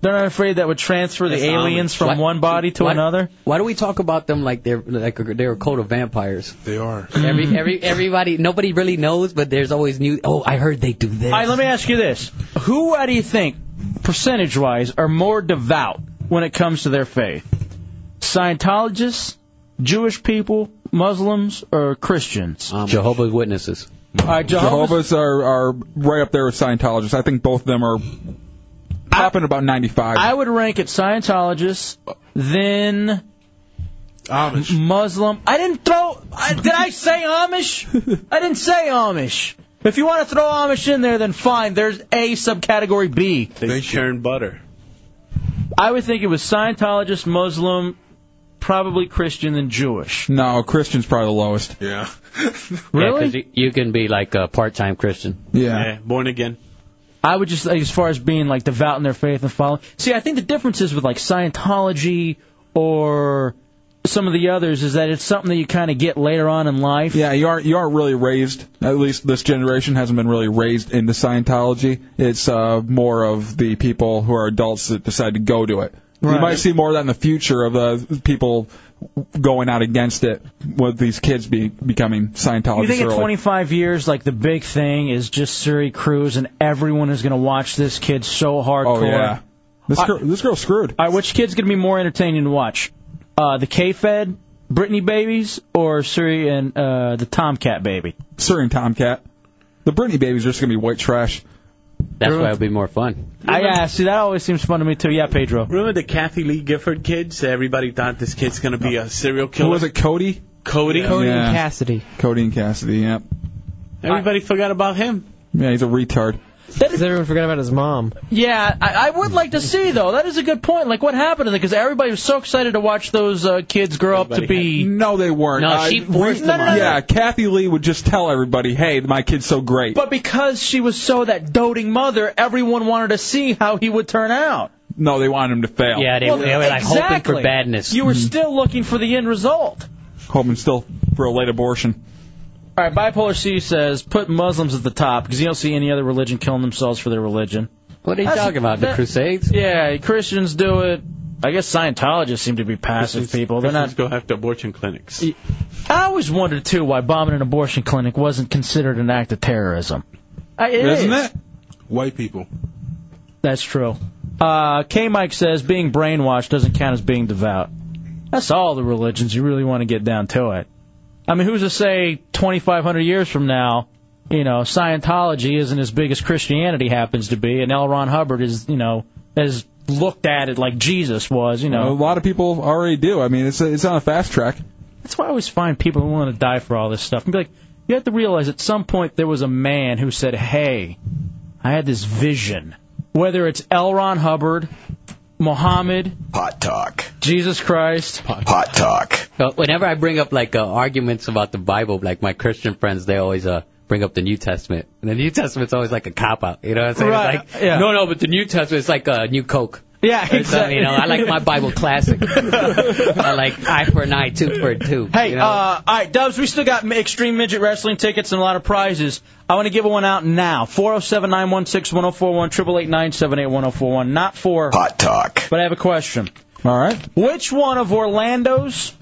They're not afraid that would transfer the That's aliens ominous. from Why- one body to why- another. Why do we talk about them like they're like a, they're a cult of vampires? They are. Mm-hmm. Every every everybody nobody really knows, but there's always new. Oh, I heard they do this. All right, let me ask you this: Who, uh, do you think, percentage-wise, are more devout when it comes to their faith? Scientologists, Jewish people, Muslims, or Christians? Um, Jehovah's Witnesses. All right, Jehovah's, Jehovah's are, are right up there with Scientologists. I think both of them are popping about 95. I would rank it Scientologists, then Amish, Muslim. I didn't throw. I, did I say Amish? I didn't say Amish. If you want to throw Amish in there, then fine. There's a subcategory B. They churn butter. I would think it was Scientologist, Muslim, probably Christian, and Jewish. no, Christian's probably the lowest. Yeah. Yeah, 'cause you, you can be like a part-time Christian. Yeah. yeah. Born again. I would just like, as far as being like devout in their faith and following. See, I think the difference is with like Scientology or some of the others is that it's something that you kind of get later on in life. Yeah, you aren't you aren't really raised. At least this generation hasn't been really raised into Scientology. It's uh, more of the people who are adults that decide to go to it. You Right. might see more of that in the future of the people going out against it with these kids be, becoming Scientologists. You think in early. 25 years, like the big thing is just Suri Cruz, and everyone is going to watch this kid so hardcore. Oh, yeah. This girl- this girl's screwed. All right, which kid's going to be more entertaining to watch? Uh, the K-Fed, Britney babies, or Suri and uh, the Tomcat baby? Suri and Tomcat. The Britney babies are just gonna be white trash. That's why it'll be more fun. I, yeah, see, that always seems fun to me too. Yeah, Pedro. Remember the Kathy Lee Gifford kids? Everybody thought this kid's gonna be a serial killer. Who was it? Cody. Cody. Yeah. Cody and Cassidy. Yep. Everybody forgot about him. Yeah, he's a retard. everyone forgot about his mom. Yeah, I, I would like to see though. That is a good point. Like, what happened to them? Because everybody was so excited to watch those uh, kids grow up to be. No, they weren't. No, she I- forced them on Yeah, it. Kathy Lee would just tell everybody, "Hey, my kid's so great." But because she was so that doting mother, everyone wanted to see how he would turn out. no, they wanted him to fail. Yeah, they- Well, they were, like, hoping for exactly. badness. Mm-hmm. You were still looking for the end result. hoping still for a late abortion. All right, bipolar C says put Muslims at the top because you don't see any other religion killing themselves for their religion. What are you talking about? The Crusades? Yeah, Christians do it. I guess Scientologists seem to be passive people. They're not. Go after abortion clinics. I always wondered too why bombing an abortion clinic wasn't considered an act of terrorism. I, it Isn't is. it? White people. That's true. Uh, K Mike says being brainwashed doesn't count as being devout. That's all the religions. You really want to get down to it. I mean, who's to say 2,500 years from now, you know, Scientology isn't as big as Christianity happens to be, and L. Ron Hubbard is, you know, as looked at it like Jesus was, you a know. lot of people already do. I mean, it's it's on a fast track. That's why I always find people who want to die for all this stuff. And be like, you have to realize at some point there was a man who said, "Hey, I had this vision." Whether it's L. Ron Hubbard, Muhammad, Pot talk. Jesus Christ. Pot, talk. whenever I bring up like uh, arguments about the Bible, like my Christian friends, they always uh, bring up the New Testament. And the New Testament's always like a cop out. You know what I'm saying? Right, It's like, yeah. no, no, but the New Testament is like a uh, new Coke. Yeah, Or something, exactly. uh, You know, I like my Bible classic. I like eye for an eye, tooth for a tooth. Hey, you know? uh, all right, Dubs, we still got m- Extreme Midget Wrestling tickets and a lot of prizes. I want to give one out now. 407 916 1041, 888 978 1041. Not for Hot Talk. But I have a question. All right. Which one of Orlando's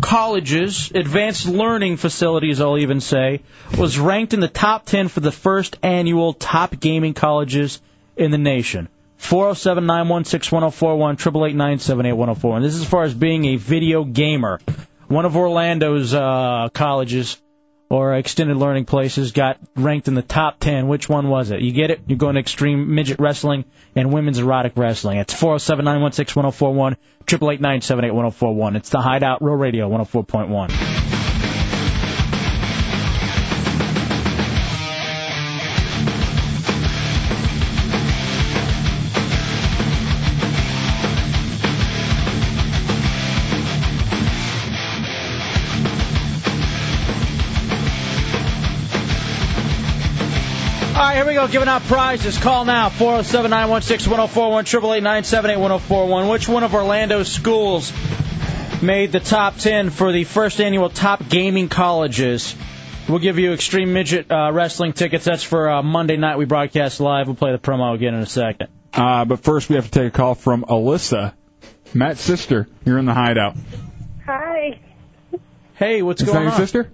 colleges, advanced learning facilities, I'll even say, was ranked in the top 10 for the first annual top gaming colleges in the nation? 407 916 1041, 888 978 1041. This is as far as being a video gamer. One of Orlando's uh, colleges or extended learning places got ranked in the top 10. Which one was it? You get it? You're going to Extreme Midget Wrestling and Women's Erotic Wrestling. It's 407 916 1041, 888 978 1041. It's the Hideout, Real Radio 104.1. All right, here we go. Giving out prizes. Call now 407 916 1041, 888 978 1041. Which oh one of Orlando's schools made the top 10 for the first annual Top Gaming Colleges? We'll give you Extreme Midget uh, Wrestling tickets. That's for uh, Monday night. We broadcast live. We'll play the promo again in a second. Uh, but first, we have to take a call from Alyssa, Matt's sister. You're in the hideout. Hi. Hey, what's Is going that your on? sister?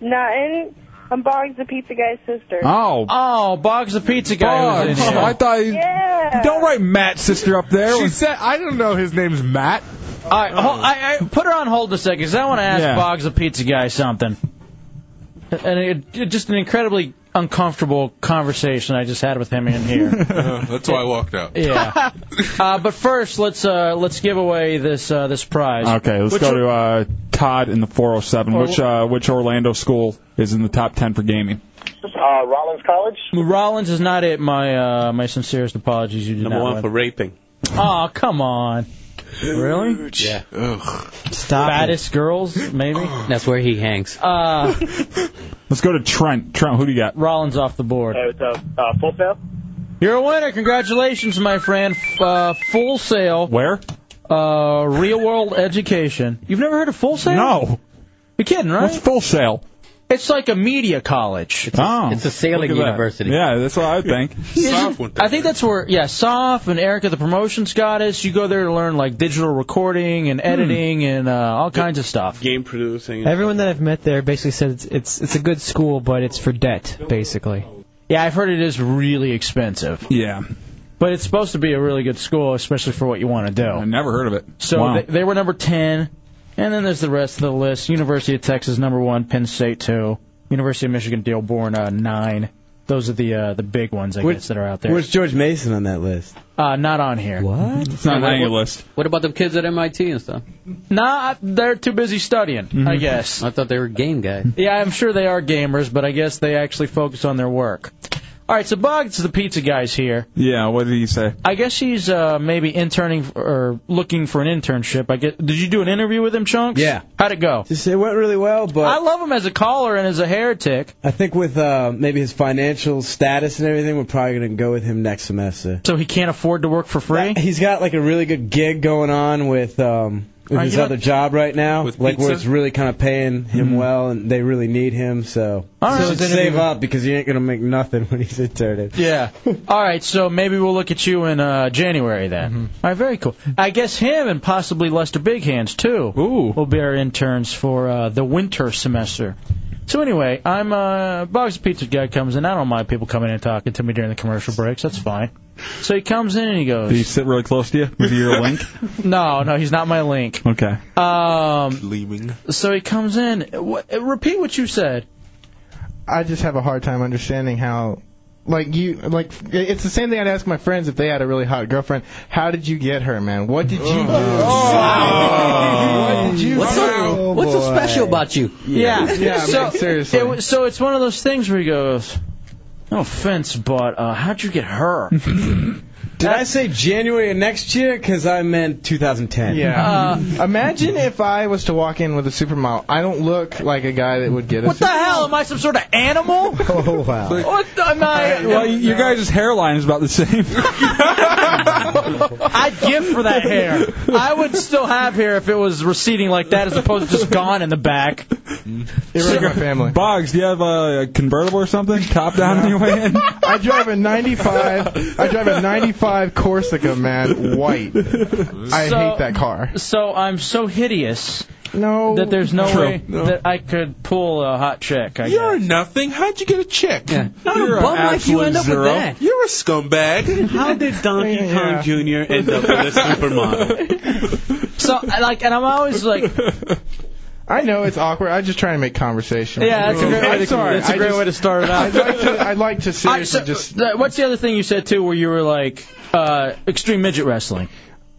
Nothing. I'm Boggs, the pizza guy's sister. Oh. Oh, Boggs the pizza guy. Bugs. Was in here. Oh, I thought. he- Yeah. Don't write Matt's sister up there. She said, "I don't know his name's Matt." All right, hol- I, uh, I put her on hold a second because I want to ask Yeah. Boggs the pizza guy something. And it, it- just an incredibly uncomfortable conversation I just had with him in here. Uh, that's why I walked out. yeah. Uh, but first, let's uh, let's give away this uh, this prize. Okay, let's Which go to uh, Todd in the 407. Or- Which uh, which Orlando school is in the top 10 for gaming? Uh, Rollins College. Rollins is not it. My uh, my sincerest apologies. You did Number not one win. for raping. Oh, come on. Really? Yeah. Stop. Baddest girls, maybe? That's where he hangs. Uh, Let's go to Trent. Trent, who do you got? Rollins off the board. Hey, what's up? Uh, full Sail? You're a winner. Congratulations, my friend. F- Uh, full Sail. Where? Uh, Real World Education. You've never heard of Full Sail? No. You're kidding, right? What's Full Sail? It's like a media college. It's oh. it's a sailing Look at that. Yeah, that's what I would think. I think that's where, yeah, Soph and Erica, the promotions goddess, you go there to learn like digital recording Hmm. and editing and uh, all kinds of stuff. Game producing. Everyone that I've met there basically said it's it's, it's a good school, but it's for debt, basically. Yeah, I've heard it is really expensive. Yeah. But it's supposed to be a really good school, especially for what you want to do. I never heard of it. So Wow. they, they were number 10. And then there's the rest of the list. University of Texas, number one. Penn State, two. University of Michigan, Dearborn, uh, nine. Those are the uh, the big ones, I Which- guess, that are out there. Where's George Mason on that list? Uh, not on here. What? It's not on your list. What about the kids at MIT and stuff? Nah, they're too busy studying, Mm-hmm. I guess. I thought they were game guys. Yeah, I'm sure they are gamers, but I guess they actually focus on their work. All right, so Bugs, the pizza guy's here. Yeah, what did he say? I guess he's uh, maybe interning f- or looking for an internship. I guess. Did you do an interview with him, Chunks? Yeah. How'd it go? Just it went really well, but I love him as a caller and as a heretic. I think with uh, maybe his financial status and everything, we're probably going to go with him next semester. So he can't afford to work for free. He's got like a really good gig going on with um, with Are his you- other job right now, like where pizza? it's really kind of paying him well, and they really need him. So All right. He should So then save he- up because he ain't going to make nothing when he's interning. Yeah. All right, so maybe we'll look at you in uh, January then. All right, very cool. I guess him and possibly Lester Big Hands too Ooh. will be our interns for uh, the winter semester. So anyway, I'm uh, Bugs the Pizza guy comes in. I don't mind people coming in and talking to me during the commercial breaks. That's fine. So he comes in and he goes, Did he sit really close to you? Was he your link? "No, no, he's not my link." Okay. Um, Leaving. So he comes in. What, repeat what you said. I just have a hard time understanding how, like you, like it's the same thing I'd ask my friends if they had a really hot girlfriend. How did you get her, man? What did you Oh. do? What did you What's do? Oh, so, what's so boy. special about you? Yeah, so, man, seriously. it was- so it's one of those things where he goes, "No offense, but uh, how'd you get her?" Did I say January of next year? Because I meant 2010. Yeah. Uh, Imagine if I was to walk in with a supermodel. I don't look like a guy that would get a what the hell? Am I some sort of animal? Oh wow. What the, am I? Well, your guys' hairline is about the same. I'd give for that hair. I would still have hair if it was receding like that, as opposed to just gone in the back. family. Boggs, do you have a convertible or something? Top down on your way in? I drive a 95. I drive a 95 Corsica, man, white. I So- hate that car. So I'm so hideous No. that there's no True. way No. that I could pull a hot chick. I You're nothing. How'd you get a chick? Not a You're bum an like you absolute end up with zero. that. You're a scumbag. How did Donkey Kong Yeah. Jr. end up with a supermodel? guess. So I like, and I'm always like, I know it's awkward. I just try to make conversation. Yeah, that's a great way to- I'm sorry. that's a I great just- way to start it out. I'd like to, I'd like to seriously I- so- just. uh, What's the other thing you said too, where you were like uh, extreme midget wrestling?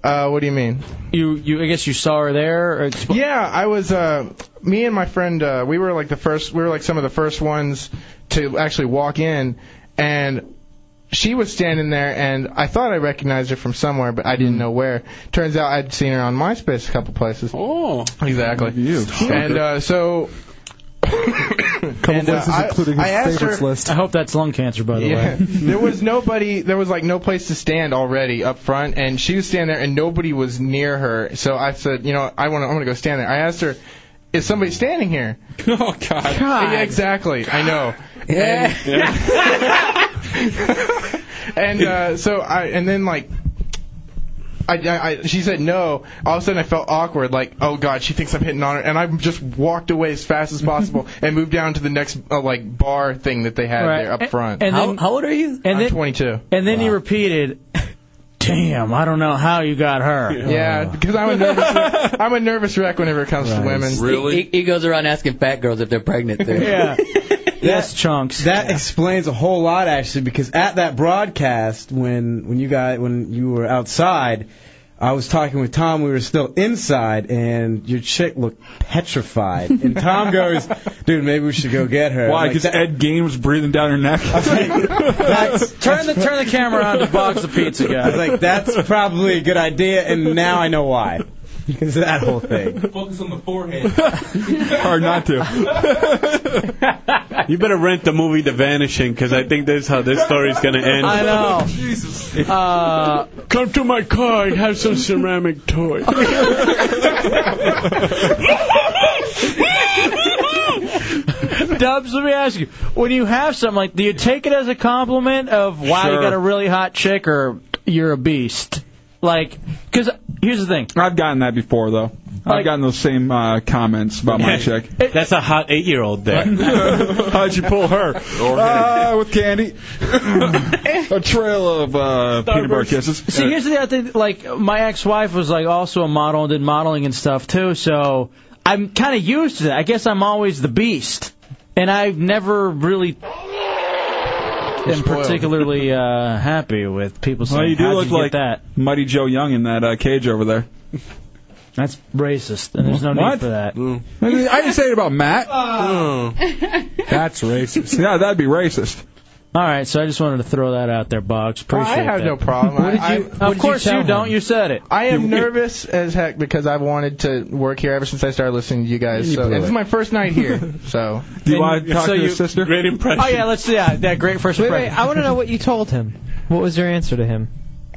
Uh, what do you mean? You, you, I guess you saw her there. Or expl- Yeah, I was. Uh, me and my friend, uh, we were like the first. We were like some of the first ones to actually walk in, and she was standing there, and I thought I recognized her from somewhere, but I Hmm. didn't know where. Turns out I'd seen her on MySpace a couple places. Oh, exactly. And uh, so. couple and, uh, places, I- including his I asked favorites her- list. I hope that's lung cancer, by the Yeah. way. there was nobody. There was like no place to stand already up front, and she was standing there, and nobody was near her. So I said, you know, I want to. I'm gonna go stand there. I asked her, is somebody standing here? Oh God. Yeah, exactly. I know. Yeah. And, and, uh, so I and then like. I, I, I, she said no. All of a sudden, I felt awkward, like, oh god, she thinks I'm hitting on her, and I just walked away as fast as possible and moved down to the next uh, like bar thing that they had Right. there up And- front. and How- then- old are you? And I'm then- 22. And then he repeated, "Damn, I don't know how you got her." Yeah, because I'm a nervous, I'm a nervous wreck whenever it comes to women. He, he goes around asking fat girls if they're pregnant. Too. Yeah. Yes, chunks. That explains a whole lot actually, because at that broadcast when when you guys when you were outside, I was talking with Tom. We were still inside, and your chick looked petrified. And Tom goes, "Dude, maybe we should go get her." Why? I'm like, Because Ed Gain was breathing down her neck. turn the turn the camera on to Bugs the pizza I was guy. like, "That's probably a good idea," and now I know why. It's that whole thing. Focus on the forehead. Hard not to. You better rent the movie The Vanishing because I think that's how this story's going to end. I know. Jesus. Uh, Come to my car. I have some ceramic toys. Dubs, let me ask you: When you have something like, do you take it as a compliment of "Wow, you Sure. got a really hot chick" or "You're a beast"? Like, because here's the thing: I've gotten that before though. I've gotten those same uh, comments about my chick. That's a hot eight-year-old there. How'd you pull her? Uh, with candy. a trail of uh, peanut butter kisses. See, here's the other thing. Like, my ex-wife was like also a model and did modeling and stuff too. So I'm kind of used to that. I guess I'm always the beast, and I've never really been particularly uh, happy with people saying, well, you do "How'd look get like that?" Mighty Joe Young in that uh, cage over there. That's racist, and there's no What? need for that. Mm. I, mean, I didn't say it about Matt. Oh. That's racist. yeah, that'd be racist. All right, so I just wanted to throw that out there, Boggs. Appreciate Oh, I have that. no problem. What did I- you- I- of course you, don't. You said it. I am You- nervous as heck because I've wanted to work here ever since I started listening to you guys. You So blew this is it. my first night here. So do you want to talk to your sister? Great impression. Oh yeah, let's see that. That great first Wait, wait. impression. I want to know what you told him. What was your answer to him?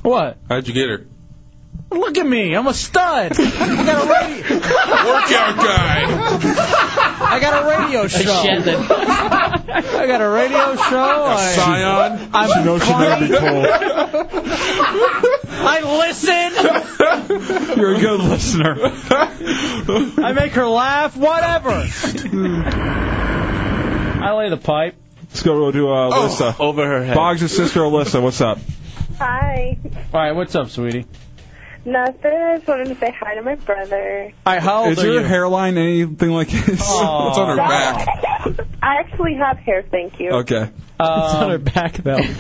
What? How'd you get her? Look at me. I'm a stud. I got a radio. Workout guy. I got a radio show. I got a radio show. A I- scion? I'm She knows she might be I listen. You're a good listener. I make her laugh. Whatever. I lay the pipe. Let's go to uh, Alyssa. over her head. Boggs' sister Alyssa, what's up? Hi. All right, what's up, sweetie? Nothing. I just wanted to say hi to my brother. I how old Is are your you? hairline anything like his? Aw. It's on her back. I actually have hair, thank you. Okay. it's on Um, her back though. she's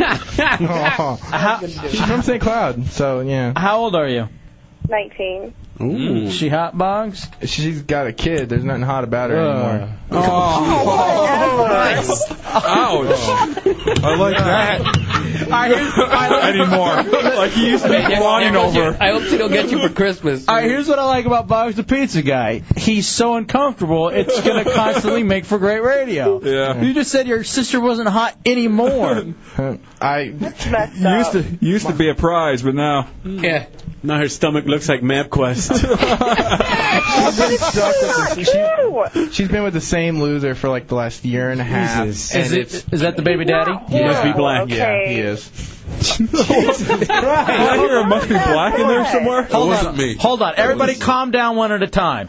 from St. Cloud. So yeah. How old are you? 19. Ooh. She hot bogs? Uh. Oh. She's got a kid. There's nothing hot about her anymore. Ouch. I like that. Anymore. like he used to be flying over. I hope she don't get you for Christmas. All right, here's what I like about Boggs the Pizza Guy. He's so uncomfortable, it's going to constantly make for great radio. Yeah. You just said your sister wasn't hot anymore. I used to used to be a prize, but now yeah. Now her stomach looks like MapQuest. She- She's been with the same loser for like the last year and a half. Jesus. And Is it- it's- is that the baby daddy? He must be black. Yeah, he is. Did I hear it must be black in there somewhere? Hold on. Hold on. Everybody calm down one at a time.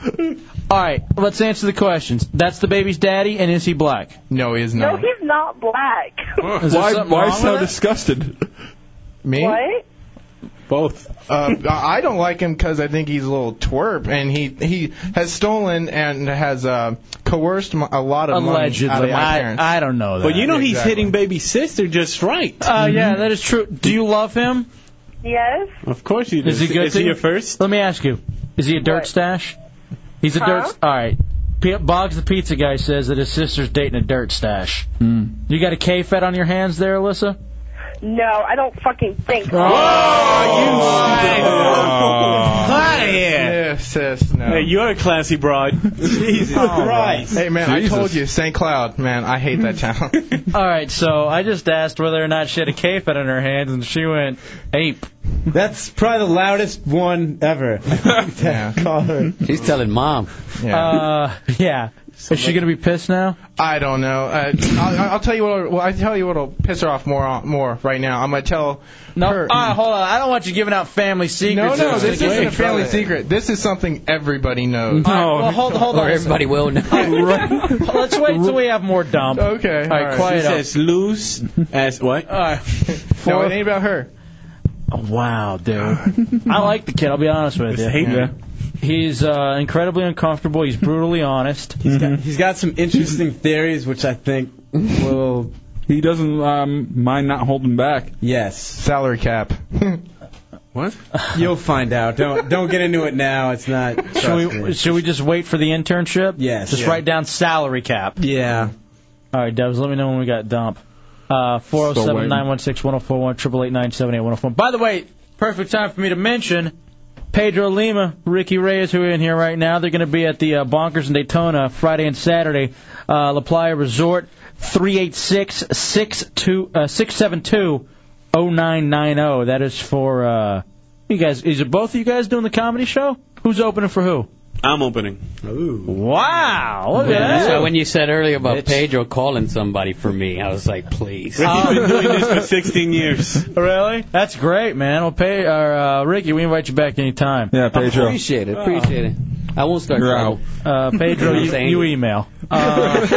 All right, let's answer the questions. That's the baby's daddy, and is he black? No, he is No, he's not black. Is there why something why wrong with so it? disgusted? Me? What? Both. Uh, I don't like him because I think he's a little twerp, and he he has stolen and has uh, coerced mo- a lot of money out Allegedly. of my parents. I, I don't know that. But you know he's Exactly. hitting baby sister just right. Mm-hmm. Uh, yeah, that is true. Do you love him? Yes? Of course you do. Is he good Is to he you? your first? Let me ask you. Is he a dirt stash? He's a dirt. Huh? All right. P- Boggs the pizza guy says that his sister's dating a dirt stash. You got a K fed on your hands there, Alyssa? No, I don't fucking think. Oh, Yeah, sis, no. Hey, you're a classy broad. Jesus Christ. Hey man, Jesus. I told you, St. Cloud, man, I hate that town. All right, so I just asked whether or not she had a K fed on her hands, and she went ape. That's probably the loudest one ever. yeah. He's telling mom. Yeah. Uh, yeah. Is she gonna be pissed now? I don't know. Uh, I'll, I'll tell you what. Well, I tell you what'll piss her off more more right now. I'm gonna tell No. her. All right, hold on. I don't want you giving out family no, secrets. no, this Wait. isn't a family secret. This is something everybody knows. All right, well, hold, hold on. Everybody will know. Let's wait till we have more dump. Okay. All right, He quiet up. says loose as what? All right. No, it ain't about her. Oh, wow, dude. I like the kid. I'll be honest with you. hate Yeah. He's uh, incredibly uncomfortable. He's brutally honest. He's got, he's got some interesting theories, which I think will. He doesn't um, mind not holding back. Yes, Salary cap. What? you'll find out. Don't don't get into it now. It's not. Should trust we, me. should we just wait for the internship? Yes. Just Yeah. write down salary cap. Yeah. All right, Dubs, let me know when we got dump. Uh, 407 916 1041 888 978 By the way, perfect time for me to mention Pedro Lima, Ricky Reyes, who are in here right now. They're going to be at the uh, Bonkers in Daytona Friday and Saturday. Uh, La Playa Resort, 386 uh, 672 0990. That is for uh, you guys. Is it both of you guys doing the comedy show? Who's opening for who? I'm opening. Wow. Look at that. So when you said earlier about Pedro calling somebody for me, I was like, please. Oh. Been doing this for 16 years. Really? That's great, man. Well, pay, or, uh, Ricky, we invite you back anytime. Yeah, Pedro. Appreciate it. Appreciate it. I won't start You're trouble. Uh, You know Pedro, what I'm you, saying? you email. Uh,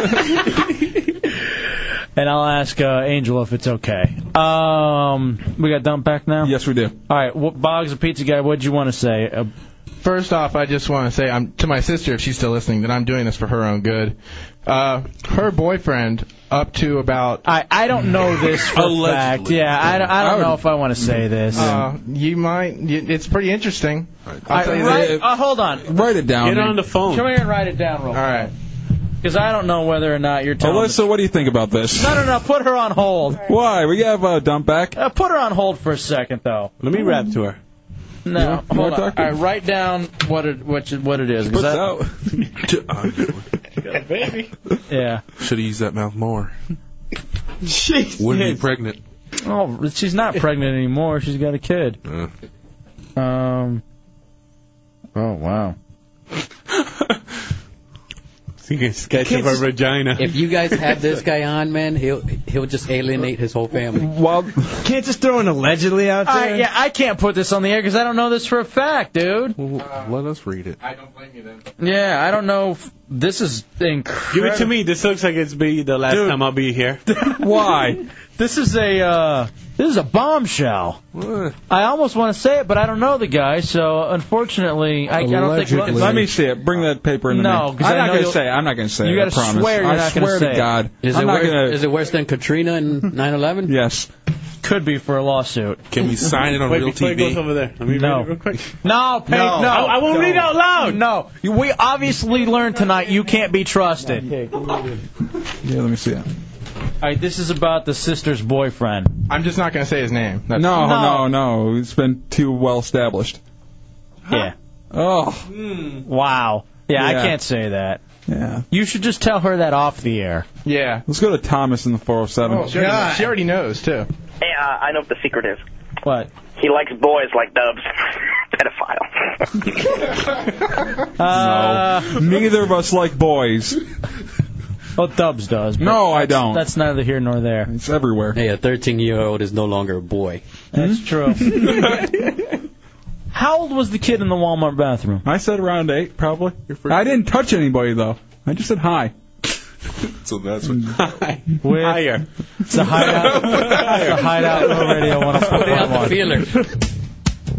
and I'll ask uh, Angel if it's okay. Um, we got dumped back now? Yes, we do. All right, what, Boggs, the pizza guy, what'd you want to say? Uh, First off, I just want to say I'm, to my sister, if she's still listening, that I'm doing this for her own good. Uh, her boyfriend, up to about. I, I don't know this for a fact. Yeah, I, don't- I don't know if I want to say this. Uh, you might. You, it's pretty interesting. I'll tell you Right- that. uh, hold on. Write it down. Get on the phone. Come here and write it down real quick. All right. Because I don't know whether or not Oh, you're telling Alyssa, what do you think about this? No, no, no. Put her on hold. Why? We have uh, dump back. Uh, put her on hold for a second, though. Let me rap to her. No, Yeah, more hold on. talking. All right, write down what it what, you, what it is. 'cause Puts I- out. baby. Yeah. Should have used that mouth more. Jeez. Wouldn't be pregnant. Oh, she's not pregnant anymore. She's got a kid. Uh. Um. Oh wow. Think a sketch of Kids- her vagina. If you guys have this guy on, man, he'll he'll just alienate his whole family. Well, can't just throw an allegedly out All right, yeah, I can't put this on the air because I don't know this for a fact, dude. Let us read it. Uh, I don't blame you then. Yeah, I don't know. If, this is incredible. Give it to me. This looks like it's be the last Dude. time I'll be here. Why? This is a uh, this is a bombshell. I almost want to say it, but I don't know the guy, so unfortunately, I, I don't think. Let me see it. Bring that paper in the No, 'cause I'm I not know gonna you'll- say. it. I'm not gonna say. You got gotta to promise. swear you're I not gonna swear say to it. God. Is I'm it, not worse, gonna. is it worse than Katrina and 9/11? Yes. Could be for a lawsuit. Can we sign it on Wait, real before TV? it goes over there. Let me No. read it real quick. No, Pete, no. No. I- I won't Don't. read out loud. No, You- we obviously learned tonight you can't be trusted. Yeah, let me see it. All right, this is about the sister's boyfriend. I'm just not going to say his name. No, That's- no, no, It's been too well established. Yeah. Oh, Hmm. Wow. Yeah, I Yeah. can't say that. yeah. You should just tell her that off the air. Yeah. Let's go to Thomas in the 407. Oh, she, already, she already knows too. Hey, uh, I know what the secret is. What? He likes boys like Dubs. Pedophile. Uh, no. Neither of us like boys. Well, Dubs does. but No, I that's- don't. That's neither here nor there. It's everywhere. Hmm? Hey, a 13-year-old is no longer a boy. That's true. How old was the kid in the Walmart bathroom? I said around eight, probably. I didn't touch anybody though. I just said hi. So that's what. With, Higher. It's a hideout. it's a hideout Low radio Put out the 104.1. feeler.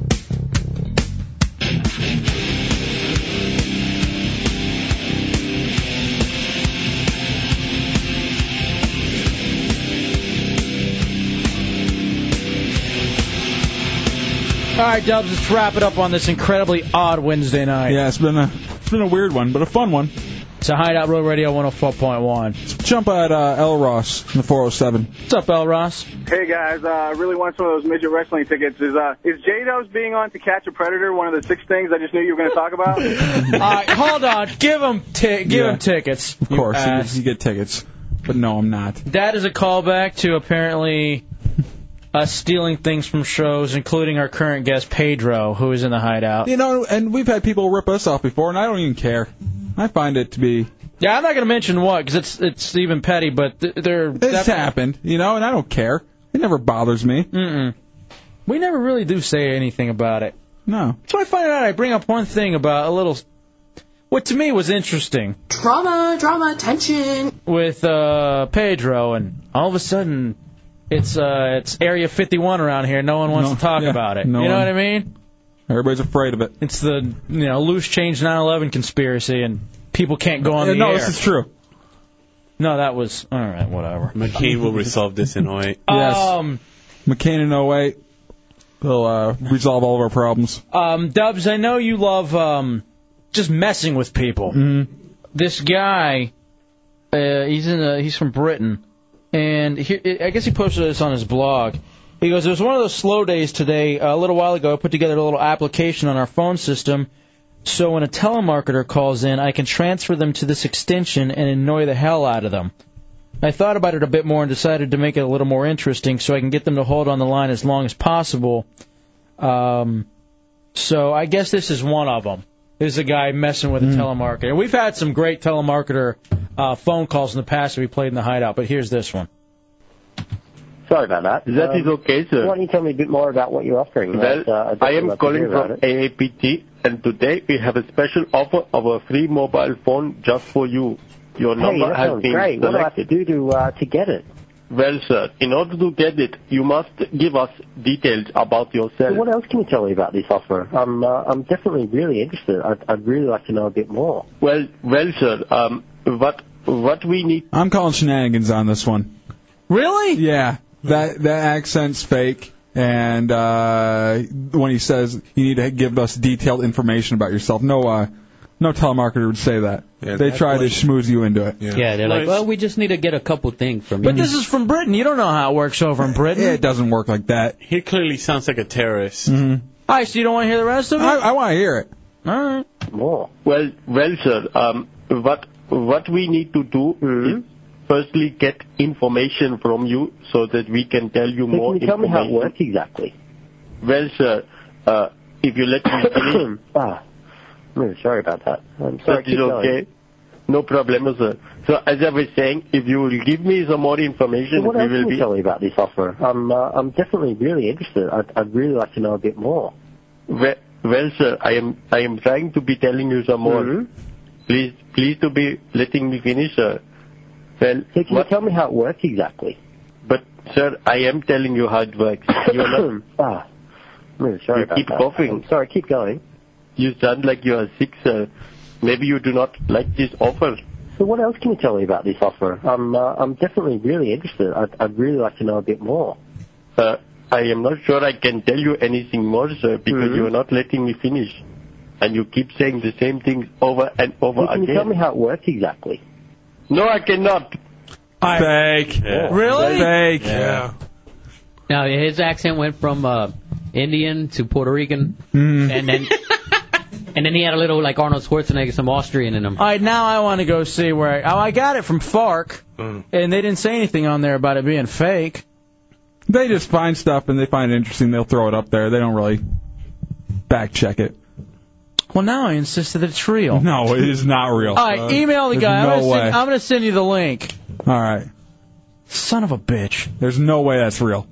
All right, Dubs, let's wrap it up on this incredibly odd Wednesday night. Yeah, it's been a it's been a weird one, but a fun one. It's a Hideout Road Radio 104.1. Jump at uh, L. Ross in the 407. What's up, El Ross? Hey guys, uh, I really want some of those midget wrestling tickets. Is uh, is J-Do's being on to catch a predator one of the six things I just knew you were going to talk about? All right, hold on. Give him, ti- give Yeah. him tickets. Of course, You you, ass. you get tickets, but no, I'm not. That is a callback to apparently us stealing things from shows, including our current guest, Pedro, who is in the Hideout. You know, and we've had people rip us off before, and I don't even care. I find it to be Yeah, I'm not going to mention what because it's it's even petty, but th- they're it's happened, you know, and I don't care. It never bothers me. Mm-mm. We never really do say anything about it. No. So I find out I bring up one thing about a little, what to me was interesting Drama, drama, tension. with uh, Pedro, and all of a sudden it's uh, it's Area 51 around here. No one wants No, to talk yeah, about it. no you know one- what I mean? Everybody's afraid of it. It's the you know loose change 9/11 conspiracy, and people can't go on Yeah, Uh, the no, air. this is true. No, that was all right. Whatever. McCain will resolve this in Uh, Hawaii. Yes. Um, McCain in 08 will uh, resolve all of our problems. Um, Dubs, I know you love um, just messing with people. This guy, uh, he's in a, he's from Britain, and he, I guess he posted this on his blog. He goes, it was one of those slow days today. a little while ago, I put together a little application on our phone system. So when a telemarketer calls in, I can transfer them to this extension and annoy the hell out of them. I thought about it a bit more and decided to make it a little more interesting so I can get them to hold on the line as long as possible. Um, so I guess this is one of them. This is a guy messing with a telemarketer. We've had some great telemarketer uh, phone calls in the past that we played in the hideout, but here's this one. Sorry about that. Um, That is okay, sir. Why don't you tell me a bit more about what you're offering? Well, right? Uh, I'd I am love to hear calling about from it. AAPT, and today we have a special offer of a free mobile phone just for you. Your Hey, number that has sounds been great. What do I have selected. to do to uh, to get it? Well, sir, in order to get it, you must give us details about yourself. What else can you tell me about this offer? I'm uh, I'm definitely really interested. I'd, I'd really like to know a bit more. Well, well, sir, um, what what we need I'm calling shenanigans on this one. Really? Yeah. That that accent's fake. And uh, when he says you need to give us detailed information about yourself, no, uh, no telemarketer would say that. they that try to schmooze you into it. Yeah, they're like, well, we just need to get a couple things from you. But this is from Britain. You don't know how it works over in Britain. it doesn't work like that. He clearly sounds like a terrorist. All right, so you don't want to hear the rest of it? I, I want to hear it. All right. more. Oh, Well, well, sir, um, what what we need to do Hmm? is firstly get information from you so that we can tell you Hey, more can you tell me information. how it works exactly? Well, sir, uh, if you let me finish, ah, I'm really sorry about that. I'm sorry. that keep is going. okay. No problem, sir. So as I was saying, if you will give me some more information, what we else will can be you tell me about this offer? I'm uh, I'm definitely really interested. I'd, I'd really like to know a bit more. Well, well, sir, I am I am trying to be telling you some more. Mm-hmm. Please, please to be letting me finish, sir. Well, Hey, can you tell me how it works exactly? but sir, I am telling you how it works. You are not. ah, I'm really sorry you about keep that. coughing. I'm sorry, keep going. You sound like you are sick, sir. Maybe you do not like this offer. So what else can you tell me about this offer? I'm uh, I'm definitely really interested. I'd, I'd really like to know a bit more. Uh, I am not sure I can tell you anything more, sir, because Hmm. you are not letting me finish, and you keep saying the same things over and over Hey, can again. you tell me how it works exactly? no, I cannot. Fake. Really? Fake. Yeah. Now his accent went from uh, Indian to Puerto Rican, Mm. and then and then he had a little like Arnold Schwarzenegger, some Austrian in him. All right, now I want to go see where. I, oh, I got it from FARC, Mm. and they didn't say anything on there about it being fake. They just find stuff and they find it interesting. They'll throw it up there. They don't really back check it. Well, now I insist that it's real. No, it is not real. Uh, All right, email the Oh, There's guy. No I'm gonna way. Send, I'm going to send you the link. All right. Son of a bitch. There's no way that's real.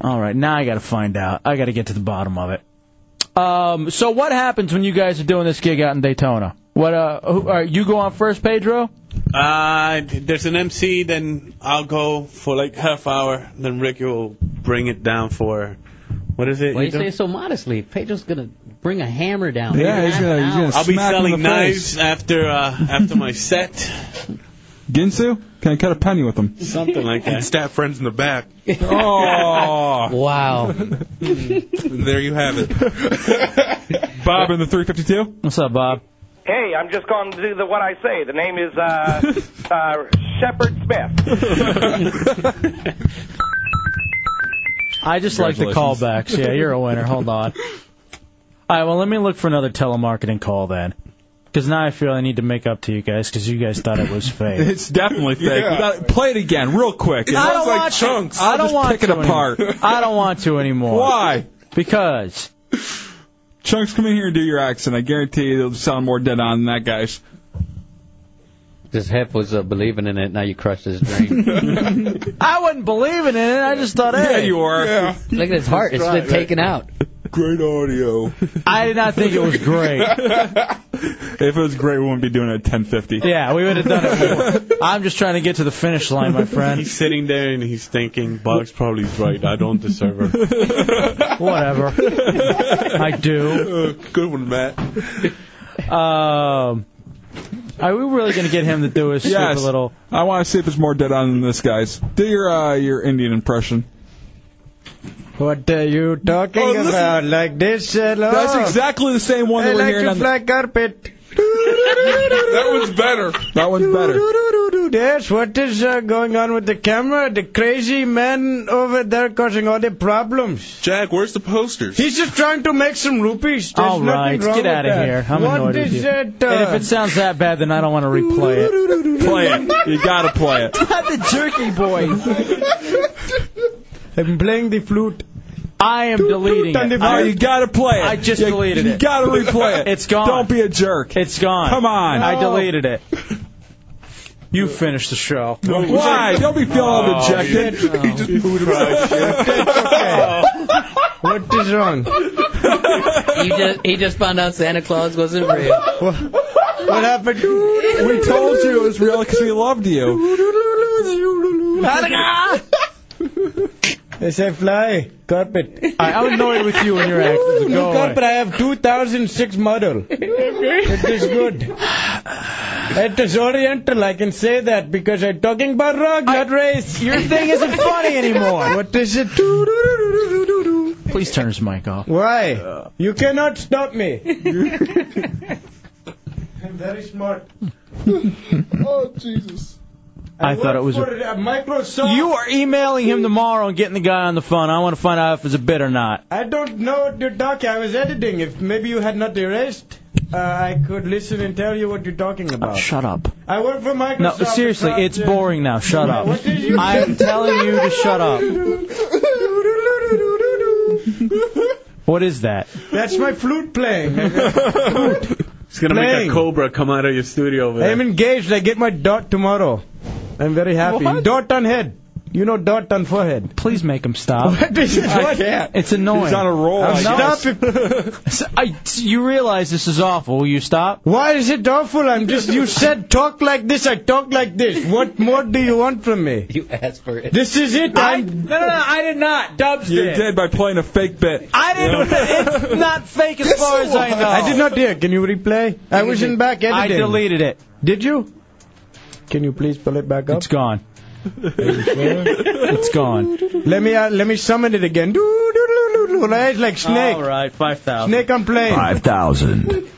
All right, now I got to find out. I got to get to the bottom of it. Um, so what happens when you guys are doing this gig out in Daytona? What? Uh, who, all right, you go on first, Pedro. Uh, there's an MC, then I'll go for like half hour, then Ricky will bring it down for what is it? Why you you do? say it so modestly? Pedro's gonna bring a hammer down. I'll be selling knives after uh, after my set, Ginsu, can I cut a penny with them? something like that. And stab friends in the back. Oh. wow. there you have it. Bob in the 352. What's up, Bob? Hey, I'm just going to do the what I say. The name is uh, uh, Shepard Smith. I just like the Congratulations. callbacks. Yeah, you're a winner. Hold on. All right, well, let me look for another telemarketing call then. Because now I feel I need to make up to you guys because you guys thought it was fake. It's definitely fake. Yeah. Uh, Play it again, real quick. I don't want To. I I'll don't just want pick it to apart. anymore. I don't want to anymore. Why? Because. Chunks, come in here and do your accent. I guarantee you it'll sound more dead on than that guy's. This hip was uh, believing in it. Now you crushed his dream. I wasn't believing in it. I just thought, hey. Yeah, you are. Yeah. Look at his heart. It's been taken out. Great audio. I did not think it was great. if it was great, we wouldn't be doing it at 1050. Yeah, we would have done it more. I'm just trying to get to the finish line, my friend. He's sitting there and he's thinking, Bog's probably right. I don't deserve her. Whatever. I do. good one, Matt. Um, are we really going to get him to do his stupid Yes. little. I want to see if it's more dead on than this guy's. Do your uh, your Indian impression. What are you talking about? Like this? hello? Oh, That's exactly the same one I that we're like hearing to on the fly carpet. that one's better. That one's better. Yes, what is uh, going on with the camera? The crazy man over there causing all the problems. Jack, where's the posters? He's just trying to make some rupees. There's All nothing right, wrong get with out of that. here. I'm What annoyed with is you. it, uh, and if it sounds that bad, then I don't want to replay it. play it. You gotta play it. the jerky boys. I'm playing the flute. I am deleting toot on it. the I- bar. You gotta play it. I just You- deleted you it. gotta replay it. It's gone. Don't be a jerk. It's gone. Come on. I No. deleted it. You finished the show. Why? Don't be feeling Oh, dejected. He just booted What is wrong? He just he just found out Santa Claus wasn't real. What happened? We told you it was real because we loved you. They say fly carpet. I, I'm annoyed with you and your actions. New Go away. carpet. I have 2006 model. it is good. It is oriental. I can say that because I'm talking about rug, not race. Your thing isn't funny anymore. What is it? Please turn his mic off. Why? You cannot stop me. I'm very smart. oh Jesus! I thought it was. For, uh, Microsoft. You are emailing him tomorrow and getting the guy on the phone. I want to find out if it's a bit or not. I don't know what you're talking. I was editing. If maybe you had not erased, uh, I could listen and tell you what you're talking about. Shut up. I work for Microsoft. No, seriously, Microsoft, it's uh, boring now. Shut up. What did you I'm say? telling you to shut up. What is that? That's my flute playing. It's gonna make Playing. a cobra come out of your studio over there. I'm engaged. I get my dot tomorrow. I'm very happy. What? Dot on head. You know, dot on forehead. Please make him stop. What is it? I What? can't. It's annoying. He's on a roll, I'm I not- guess. So, I- you realize this is awful. Will you stop? Why is it awful? I'm just. You said talk like this. I talk like this. What more do you want from me? You asked for it. This is it. I'm. No, no, no. I did not. Dubs You did by playing a fake bit. I didn't. It's not fake as far as I know. I did not hear. Can you replay? I was in back I editing. deleted it. Did you? Can you please pull it back up? It's gone. it's gone. Let me uh, let me summon it again. Doo, doo, doo, doo, doo. Right, like snake. All right, five thousand. Snake, I'm playing. Five thousand.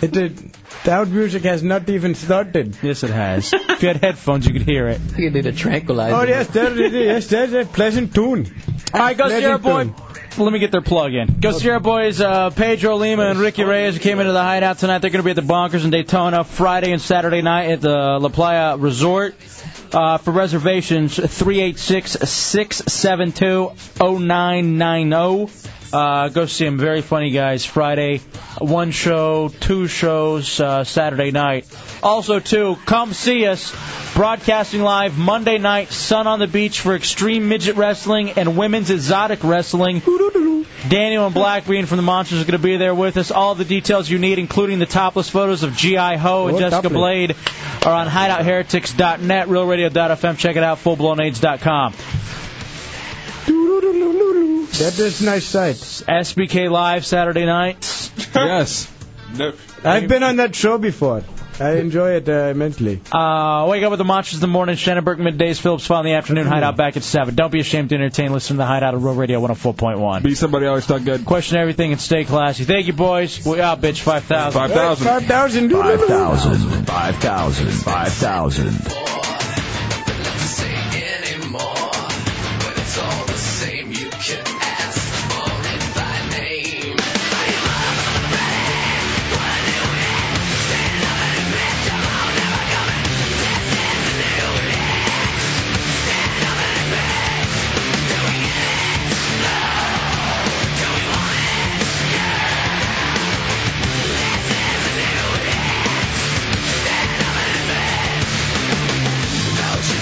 It, it, that music has not even started. Yes, it has. if you had headphones, you could hear it. You need a tranquilizer. Oh yes, there it is. Yes, there's a pleasant tune. All right, go Sierra Boy. Pleasant Let me get their plug in. Go Sierra Boys, uh, Pedro Lima and Ricky Reyes came into the hideout tonight. They're going to be at the Bonkers in Daytona Friday and Saturday night at the La Playa Resort. Uh, for reservations, 386-672-0990. Uh, go see them. Very funny guys. Friday, one show, two shows, uh, Saturday night. Also, too, come see us broadcasting live Monday night, Sun on the Beach for Extreme Midget Wrestling and Women's Exotic Wrestling. Daniel and Blackbean from the Monsters are going to be there with us. All the details you need, including the topless photos of G.I. Ho and Oh, Jessica topless. Blade, are on hideoutheretics.net, realradio.fm. Check it out, fullblownaids.com. tune. That is nice sight. SBK Live Saturday night. yes. No. I've been on that show before. I enjoy it uh, immensely. Uh, wake up with the monsters in the morning. Shannon Burke middays. Phillips Fall in the afternoon. Hideout back at 7. Don't be ashamed to entertain. Listen to the Hideout on Real Radio 104.1. Be somebody else not good. Question everything and stay classy. Thank you, boys. We out, bitch. 5,000. Five thousand. Five thousand. Five thousand. Five thousand. Five thousand. Let's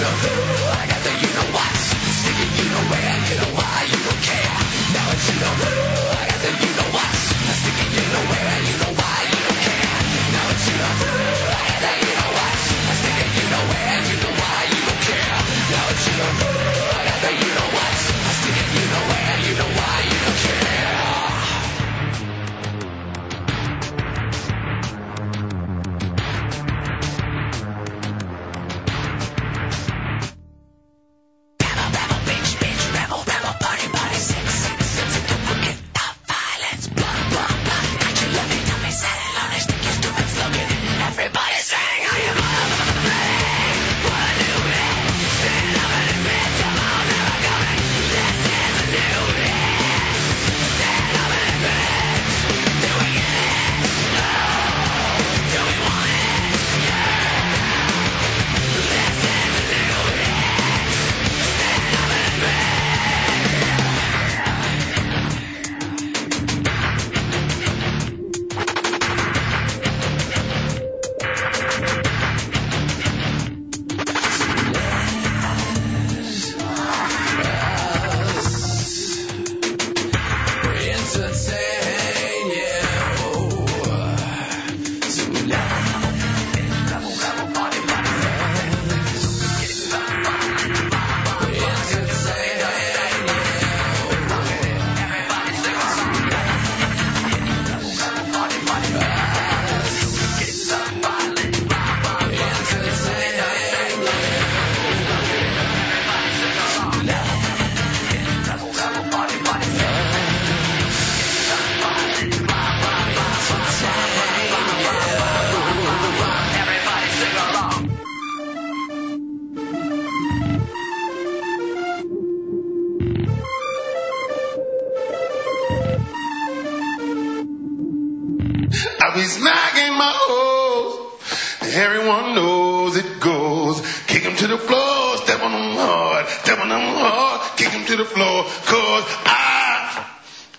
be smacking my hoes. Everyone knows it goes. Kick 'em to the floor, step on 'em hard, step on 'em hard, kick 'em to the floor. Cause I,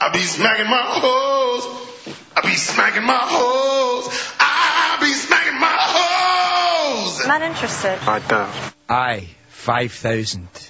I be smacking my hoes. I be smacking my hoes. I be smacking my hoes. Not interested. I, 5,000.